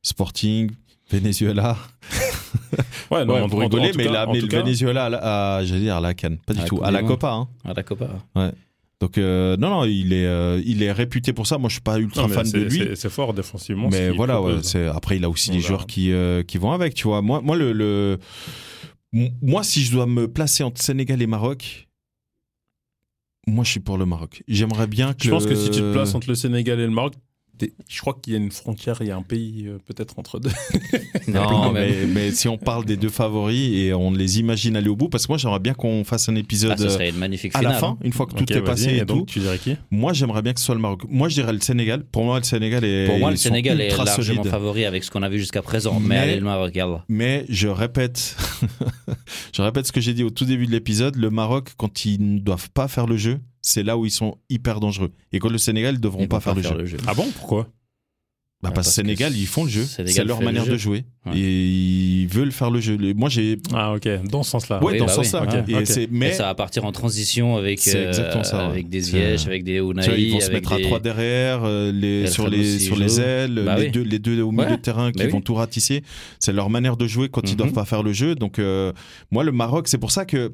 [SPEAKER 3] Sporting, Venezuela.
[SPEAKER 2] Ouais, Ah non,
[SPEAKER 3] Ouais,
[SPEAKER 2] en-
[SPEAKER 3] vous
[SPEAKER 2] en- en
[SPEAKER 3] rigolez,
[SPEAKER 2] tout
[SPEAKER 3] mais,
[SPEAKER 2] cas-
[SPEAKER 3] la-
[SPEAKER 2] en
[SPEAKER 3] mais
[SPEAKER 2] tout
[SPEAKER 3] le
[SPEAKER 2] cas- Ah,
[SPEAKER 3] Venezuela à, la- à- j'allais dire à la Cannes, pas du
[SPEAKER 4] À la
[SPEAKER 3] tout,
[SPEAKER 4] Coupe
[SPEAKER 3] à
[SPEAKER 4] du
[SPEAKER 3] la
[SPEAKER 4] Monde.
[SPEAKER 3] Copa. hein.
[SPEAKER 4] À la Copa.
[SPEAKER 3] Donc euh, non, non, il est, euh, il est réputé pour ça. Moi, je suis pas ultra
[SPEAKER 2] Non, mais
[SPEAKER 3] fan de
[SPEAKER 2] c'est-
[SPEAKER 3] lui.
[SPEAKER 2] c'est- C'est fort défensivement. ce
[SPEAKER 3] Mais
[SPEAKER 2] qu'il
[SPEAKER 3] voilà, ouais,
[SPEAKER 2] propose.
[SPEAKER 3] c'est après il a aussi
[SPEAKER 2] On
[SPEAKER 3] des
[SPEAKER 2] verra.
[SPEAKER 3] joueurs qui euh, qui vont avec, tu vois. Moi moi le, le- moi si je dois me placer entre Sénégal et Maroc Moi, je suis pour le Maroc. J'aimerais bien que.
[SPEAKER 2] Je pense que si tu te places entre le Sénégal et le Maroc, t'es- je crois qu'il y a une frontière, il y a un pays euh, peut-être entre deux.
[SPEAKER 3] Non,
[SPEAKER 4] Non, mais-
[SPEAKER 3] mais, mais si on parle des deux favoris et on les imagine aller au bout, parce que moi, j'aimerais bien qu'on fasse un épisode. euh,
[SPEAKER 4] Ah, ce serait une magnifique
[SPEAKER 3] à
[SPEAKER 4] finale. hein.
[SPEAKER 3] la fin, une fois que tout est passé et tout,
[SPEAKER 2] tu dirais qui
[SPEAKER 3] moi j'aimerais bien que ce soit le Maroc. Moi je dirais le Sénégal. Pour moi le Sénégal est
[SPEAKER 4] Pour moi, le
[SPEAKER 3] ils sont
[SPEAKER 4] Sénégal est
[SPEAKER 3] ultra
[SPEAKER 4] largement
[SPEAKER 3] solides.
[SPEAKER 4] favori avec ce qu'on a vu jusqu'à présent. Mais,
[SPEAKER 3] Mais-
[SPEAKER 4] allez, le Maroc, regarde.
[SPEAKER 3] Mais je répète, je répète ce que j'ai dit au tout début de l'épisode. Le Maroc, quand ils ne doivent pas faire le jeu, c'est là où ils sont hyper dangereux. Et quand le Sénégal, ils devront
[SPEAKER 4] Ils
[SPEAKER 3] pas
[SPEAKER 4] vont
[SPEAKER 3] faire, le jeu.
[SPEAKER 2] Ah bon Pourquoi
[SPEAKER 3] Bah, parce
[SPEAKER 4] Ouais, parce
[SPEAKER 3] que
[SPEAKER 4] que
[SPEAKER 3] Sénégal, ils font le jeu.
[SPEAKER 4] Sénégal
[SPEAKER 3] C'est leur
[SPEAKER 4] fait le
[SPEAKER 3] manière
[SPEAKER 4] jeu.
[SPEAKER 3] de jouer.
[SPEAKER 4] Ouais.
[SPEAKER 3] Et ils veulent faire le jeu. Le- Moi, j'ai.
[SPEAKER 2] Ah ok, dans ce sens-là.
[SPEAKER 3] ouais,
[SPEAKER 4] oui,
[SPEAKER 3] dans
[SPEAKER 4] bah
[SPEAKER 3] ce
[SPEAKER 4] oui.
[SPEAKER 3] sens-là.
[SPEAKER 2] Ok,
[SPEAKER 3] Et
[SPEAKER 2] ok.
[SPEAKER 3] c'est-
[SPEAKER 4] Mais
[SPEAKER 3] Mais
[SPEAKER 4] ça va partir en transition avec,
[SPEAKER 3] C'est
[SPEAKER 4] euh,
[SPEAKER 3] exactement ça, ouais.
[SPEAKER 4] avec des
[SPEAKER 3] C'est-
[SPEAKER 4] Ziyech, avec des Ounaï.
[SPEAKER 3] tu vois, ils vont se
[SPEAKER 4] avec
[SPEAKER 3] mettre à
[SPEAKER 4] des-
[SPEAKER 3] trois derrière, euh, les,
[SPEAKER 4] Beltrame
[SPEAKER 3] sur, les,
[SPEAKER 4] aussi,
[SPEAKER 3] sur les
[SPEAKER 4] Joe.
[SPEAKER 3] ailes,
[SPEAKER 4] Bah
[SPEAKER 3] les,
[SPEAKER 4] oui.
[SPEAKER 3] deux, les deux au milieu
[SPEAKER 4] Ouais.
[SPEAKER 3] de terrain qui
[SPEAKER 4] Bah oui.
[SPEAKER 3] vont tout ratisser. C'est leur manière de jouer quand ils
[SPEAKER 4] Mhm.
[SPEAKER 3] doivent pas faire le jeu. Donc, euh, moi, le Maroc, c'est pour ça que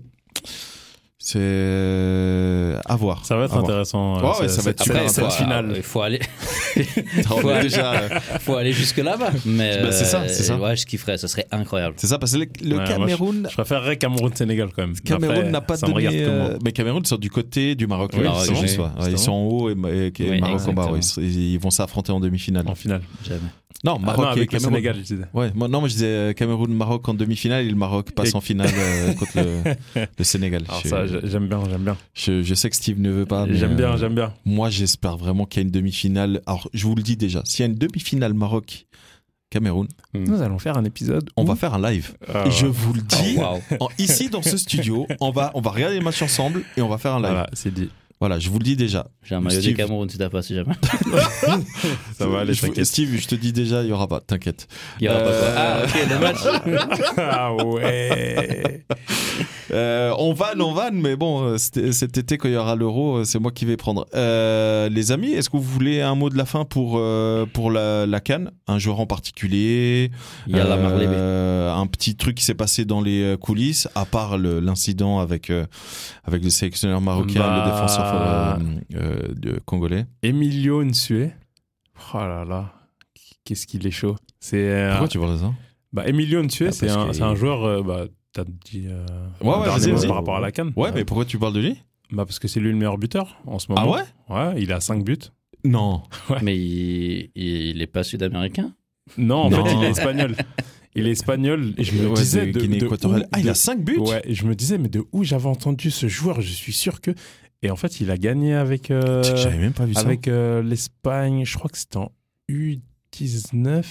[SPEAKER 3] c'est à voir.
[SPEAKER 2] Ça va être
[SPEAKER 3] À voir.
[SPEAKER 2] intéressant.
[SPEAKER 3] Ouais, ouais,
[SPEAKER 2] c'est-
[SPEAKER 3] ça va être
[SPEAKER 2] c'est-
[SPEAKER 3] super
[SPEAKER 4] Après, faut,
[SPEAKER 2] c'est la
[SPEAKER 3] intéressant.
[SPEAKER 2] finale.
[SPEAKER 4] Il faut aller,
[SPEAKER 3] On est déjà, euh,
[SPEAKER 4] faut aller jusque là-bas. Mais
[SPEAKER 3] Bah, c'est ça,
[SPEAKER 4] euh,
[SPEAKER 3] c'est ça.
[SPEAKER 4] Ouais, je kifferais, ça serait incroyable.
[SPEAKER 3] c'est ça, parce que le, le
[SPEAKER 2] Ouais, moi,
[SPEAKER 3] Cameroun.
[SPEAKER 2] Je préférerais Cameroun-Sénégal quand même.
[SPEAKER 3] Cameroun
[SPEAKER 2] Après,
[SPEAKER 3] n'a pas
[SPEAKER 2] ça me
[SPEAKER 3] donné.
[SPEAKER 2] regarde que moi.
[SPEAKER 3] euh, Mais Cameroun sont du côté du Maroc.
[SPEAKER 4] Oui,
[SPEAKER 3] Ouais,
[SPEAKER 4] Maroc,
[SPEAKER 3] c'est juste,
[SPEAKER 2] justement.
[SPEAKER 3] ouais. ils sont en haut et, et- et
[SPEAKER 4] Oui,
[SPEAKER 3] Maroc en bas. ouais.
[SPEAKER 2] exactement.
[SPEAKER 3] Ils, ils vont s'affronter en demi-finale.
[SPEAKER 2] En finale.
[SPEAKER 4] Jamais.
[SPEAKER 3] Non,
[SPEAKER 2] Ah,
[SPEAKER 3] Maroc
[SPEAKER 2] non, avec
[SPEAKER 3] et
[SPEAKER 2] le
[SPEAKER 3] Cameroun.
[SPEAKER 2] Sénégal, je disais.
[SPEAKER 3] Ouais, moi, non, moi je disais euh, Cameroun-Maroc en demi-finale et le Maroc passe
[SPEAKER 2] Et-
[SPEAKER 3] en finale euh, contre le, le Sénégal.
[SPEAKER 2] Alors
[SPEAKER 3] je,
[SPEAKER 2] ça, je- Ah, j'aime bien, j'aime bien.
[SPEAKER 3] je- je sais que Steve ne veut pas. mais,
[SPEAKER 2] j'aime bien,
[SPEAKER 3] euh,
[SPEAKER 2] j'aime bien.
[SPEAKER 3] Moi j'espère vraiment qu'il y a une demi-finale. Alors je vous le dis déjà, s'il y a une demi-finale Maroc-Cameroun,
[SPEAKER 2] allons faire un épisode.
[SPEAKER 3] on va faire un live.
[SPEAKER 2] faire.
[SPEAKER 3] Et je vous le
[SPEAKER 2] Ah
[SPEAKER 3] dis,
[SPEAKER 4] Oh, waouh.
[SPEAKER 3] en- ici dans ce studio, on va, on va regarder les matchs ensemble et on va faire un live. Voilà,
[SPEAKER 2] Voilà, c'est dit.
[SPEAKER 3] je vous le dis déjà.
[SPEAKER 4] J'ai un maillot
[SPEAKER 3] Steve.
[SPEAKER 4] du Cameroun, tu t'as pas, si jamais.
[SPEAKER 2] Ça va aller,
[SPEAKER 3] Je vous-
[SPEAKER 2] t'inquiète.
[SPEAKER 3] Steve, je te dis déjà, il y aura pas, t'inquiète.
[SPEAKER 4] Il y aura pas quoi.
[SPEAKER 3] Euh,
[SPEAKER 4] Ah, ok, le match.
[SPEAKER 2] ah ouais.
[SPEAKER 3] Euh, on vanne, on vanne, mais bon, euh, cet cet été, quand il y aura l'euro, euh, c'est moi qui vais prendre. Euh, les amis, est-ce que vous voulez un mot de la fin pour, euh, pour la, la Cannes Un joueur en particulier
[SPEAKER 4] Il y a la Marlébé.
[SPEAKER 3] euh, Un petit truc qui s'est passé dans les euh, coulisses, à part le- l'incident avec, euh, avec le sélectionneur marocain,
[SPEAKER 2] Bah.
[SPEAKER 3] le défenseur euh, euh, de- congolais.
[SPEAKER 2] Emilio Nsue. Oh là là. Qu'est-ce qu'il est chaud. C'est. euh,
[SPEAKER 3] Pourquoi tu parles de ça
[SPEAKER 2] Bah, Emilio Nsue,
[SPEAKER 4] Ah,
[SPEAKER 2] c'est
[SPEAKER 4] parce
[SPEAKER 2] un,
[SPEAKER 4] que-
[SPEAKER 2] c'est un joueur. euh, bah, T'as dit. euh,
[SPEAKER 3] Ouais,
[SPEAKER 2] un
[SPEAKER 3] ouais,
[SPEAKER 2] dernier
[SPEAKER 3] vas-y,
[SPEAKER 2] mot
[SPEAKER 3] vas-y.
[SPEAKER 2] Par rapport à la canne.
[SPEAKER 3] Ouais, mais pourquoi tu parles de lui
[SPEAKER 2] Bah, parce que c'est lui le meilleur buteur en ce moment.
[SPEAKER 3] Ah ouais
[SPEAKER 2] Ouais, il a 5 buts.
[SPEAKER 3] Non.
[SPEAKER 4] Mais il, il est pas sud-américain.
[SPEAKER 2] Non, en
[SPEAKER 3] Non.
[SPEAKER 2] fait, il est espagnol. Il est espagnol. Et je me
[SPEAKER 3] Ouais,
[SPEAKER 2] disais.
[SPEAKER 3] de
[SPEAKER 2] De,
[SPEAKER 3] Guinée
[SPEAKER 2] de
[SPEAKER 3] équatoriale.
[SPEAKER 2] où-
[SPEAKER 3] Ah, il a
[SPEAKER 2] de-
[SPEAKER 3] 5 buts
[SPEAKER 2] Ouais, et je me disais, mais de où j'avais entendu ce joueur Je suis sûr que. Et en fait, il a gagné avec. euh,
[SPEAKER 3] Tu sais que J'avais même pas vu ça.
[SPEAKER 2] avec euh, l'Espagne, je crois que c'était en U19.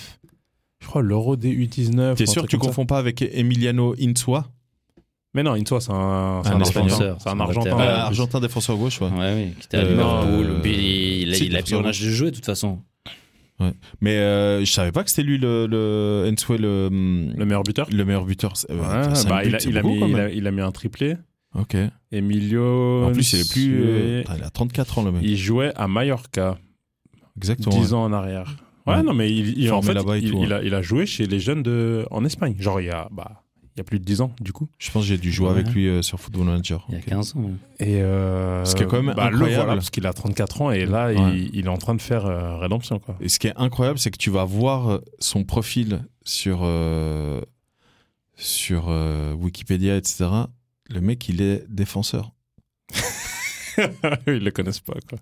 [SPEAKER 2] Je crois l'Euro des U19.
[SPEAKER 3] T'es
[SPEAKER 2] ou un
[SPEAKER 3] sûr que
[SPEAKER 2] truc
[SPEAKER 3] tu
[SPEAKER 2] comme ça.
[SPEAKER 3] confonds pas avec Emiliano Insua
[SPEAKER 2] Mais non, Insua, c'est un, c'est
[SPEAKER 3] Un
[SPEAKER 2] un Argentin.
[SPEAKER 4] défenseur,
[SPEAKER 2] C'est un
[SPEAKER 4] c'est un
[SPEAKER 2] Argentin.
[SPEAKER 4] Ouais,
[SPEAKER 3] Euh,
[SPEAKER 4] ouais.
[SPEAKER 3] Argentin défenseur gauche, ouais.
[SPEAKER 4] Ouais, oui. Qui était à
[SPEAKER 3] Euh,
[SPEAKER 4] Liverpool.
[SPEAKER 3] euh,
[SPEAKER 4] Puis il, il,
[SPEAKER 3] si,
[SPEAKER 4] il a pris
[SPEAKER 3] Liverpool.
[SPEAKER 4] en âge de jouer, de toute façon.
[SPEAKER 3] Mais euh, je savais pas que c'était lui le, le Nsue, le,
[SPEAKER 2] Le meilleur buteur.
[SPEAKER 3] le meilleur buteur. C'est-
[SPEAKER 2] Ouais,
[SPEAKER 3] ouais, cinq
[SPEAKER 2] bah,
[SPEAKER 3] buts,
[SPEAKER 2] il, a,
[SPEAKER 3] c'est
[SPEAKER 2] il a
[SPEAKER 3] beaucoup,
[SPEAKER 2] mis,
[SPEAKER 3] quand
[SPEAKER 2] il,
[SPEAKER 3] même.
[SPEAKER 2] a, il a mis un triplé.
[SPEAKER 3] Ok.
[SPEAKER 2] Emilio.
[SPEAKER 3] En plus, il est plus. euh,
[SPEAKER 2] Nsue,
[SPEAKER 3] putain, il a 34 ans, le mec.
[SPEAKER 2] Il jouait à Mallorca,
[SPEAKER 3] Exactement.
[SPEAKER 2] 10 ans en arrière. Ouais,
[SPEAKER 3] Ouais.
[SPEAKER 2] non, mais il, il- en
[SPEAKER 3] Formé
[SPEAKER 2] fait,
[SPEAKER 3] là-bas et
[SPEAKER 2] il,
[SPEAKER 3] tout,
[SPEAKER 2] il a, il a joué chez les jeunes de, en Espagne. Genre, il y a, bah, il y a plus de 10 ans, du coup.
[SPEAKER 3] Je pense que j'ai dû jouer
[SPEAKER 4] Ouais.
[SPEAKER 3] avec lui euh, sur Football Manager.
[SPEAKER 4] Il y a
[SPEAKER 3] Ok.
[SPEAKER 4] 15 ans. ouais.
[SPEAKER 2] Et euh,
[SPEAKER 3] Ce qui est quand même
[SPEAKER 2] bah, le
[SPEAKER 3] incroyable.
[SPEAKER 2] voilà, parce qu'il a 34 ans et là,
[SPEAKER 3] Ouais.
[SPEAKER 2] il, il est en train de faire euh, rédemption. Quoi.
[SPEAKER 3] Et ce qui est incroyable, c'est que tu vas voir euh, son profil sur, euh, sur euh, Wikipédia, etc. Le mec, il est défenseur.
[SPEAKER 2] Ils le connaissent pas. Quoi.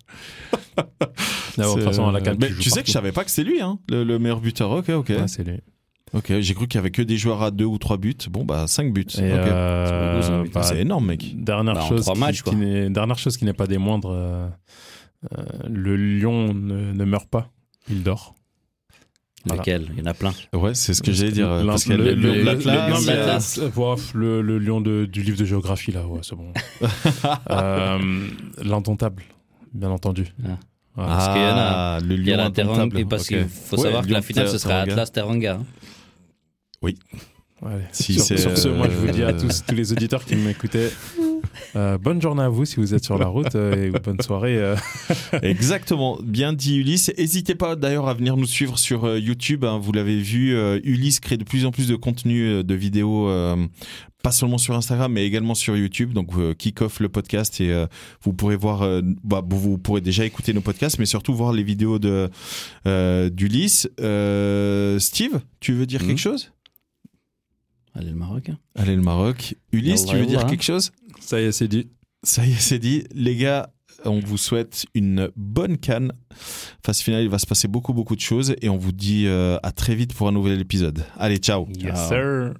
[SPEAKER 2] Ah bon, de
[SPEAKER 3] C'est- euh,
[SPEAKER 2] toute façon, à la canne,
[SPEAKER 3] Mais
[SPEAKER 2] joue
[SPEAKER 3] tu sais que je
[SPEAKER 2] partout.
[SPEAKER 3] savais pas que c'est lui, hein, le, le meilleur buteur. Ok, ok.
[SPEAKER 2] Ouais, c'est lui. Et
[SPEAKER 3] Ok, j'ai cru qu'il y avait que des joueurs à 2 ou 3 buts. Bon, bah 5 buts. Ok.
[SPEAKER 2] euh,
[SPEAKER 3] Putain,
[SPEAKER 2] bah,
[SPEAKER 3] c'est énorme, mec.
[SPEAKER 2] dernière,
[SPEAKER 4] Bah, en
[SPEAKER 2] chose
[SPEAKER 4] trois
[SPEAKER 2] qui,
[SPEAKER 4] matchs,
[SPEAKER 2] qui
[SPEAKER 4] quoi.
[SPEAKER 2] n'est- dernière chose qui n'est pas des moindres euh, euh, le lion ne, ne meurt pas, il dort. Voilà.
[SPEAKER 4] Lequel Il y en a plein.
[SPEAKER 3] Ouais, c'est ce que j'allais dire. euh,
[SPEAKER 2] L'un-
[SPEAKER 3] Parce qu'il y a le,
[SPEAKER 2] le- le-
[SPEAKER 3] lion de
[SPEAKER 2] le-
[SPEAKER 3] l'Atlas,
[SPEAKER 2] le- non, mais
[SPEAKER 3] euh,
[SPEAKER 4] l'Atlas.
[SPEAKER 2] euh, ouah, le- le lion de- du livre de géographie, là, ouais, c'est bon. Euh, L'indomptable, bien entendu.
[SPEAKER 4] Ah.
[SPEAKER 2] Ouais.
[SPEAKER 4] parce qu'il y en a-
[SPEAKER 3] Ah, le
[SPEAKER 4] Il y a
[SPEAKER 3] lion
[SPEAKER 4] la Teranga.
[SPEAKER 3] indomptable.
[SPEAKER 4] Parce
[SPEAKER 3] Ok.
[SPEAKER 4] qu'il faut
[SPEAKER 3] Ouais,
[SPEAKER 4] savoir que la
[SPEAKER 3] Lyon
[SPEAKER 4] finale, ce sera
[SPEAKER 3] Teranga.
[SPEAKER 4] Atlas-Teranga. hein.
[SPEAKER 2] Ouais.
[SPEAKER 3] Ah, Si c'est,
[SPEAKER 2] sur, sur ce,
[SPEAKER 3] euh,
[SPEAKER 2] moi, je vous dis à tous, tous les auditeurs qui m'écoutaient, euh, bonne journée à vous si vous êtes sur la route euh, et bonne soirée. euh.
[SPEAKER 3] Exactement, bien dit Ulysse. N'hésitez pas d'ailleurs à venir nous suivre sur euh, YouTube. hein. vous l'avez vu, euh, Ulysse crée de plus en plus de contenu, euh, de vidéos, euh, pas seulement sur Instagram, mais également sur YouTube. Donc, euh, kick off le podcast et euh, vous pourrez voir, euh, bah, vous, vous pourrez déjà écouter nos podcasts, mais surtout voir les vidéos de euh, d'Ulysse. Euh, Steve, tu veux dire
[SPEAKER 4] Mhm.
[SPEAKER 3] quelque chose
[SPEAKER 4] Allez, le Maroc. hein.
[SPEAKER 3] Allez le Maroc. Ulysse, tu veux dire
[SPEAKER 4] Yallah.
[SPEAKER 3] quelque chose
[SPEAKER 2] Ça y est, c'est dit.
[SPEAKER 3] Ça y est, c'est dit. Les gars, on vous souhaite une bonne canne. Phase finale, il va se passer beaucoup, beaucoup
[SPEAKER 4] Ah.
[SPEAKER 3] de choses. Et on vous dit euh, à très vite pour un nouvel épisode. Allez, ciao.
[SPEAKER 2] Yes, sir.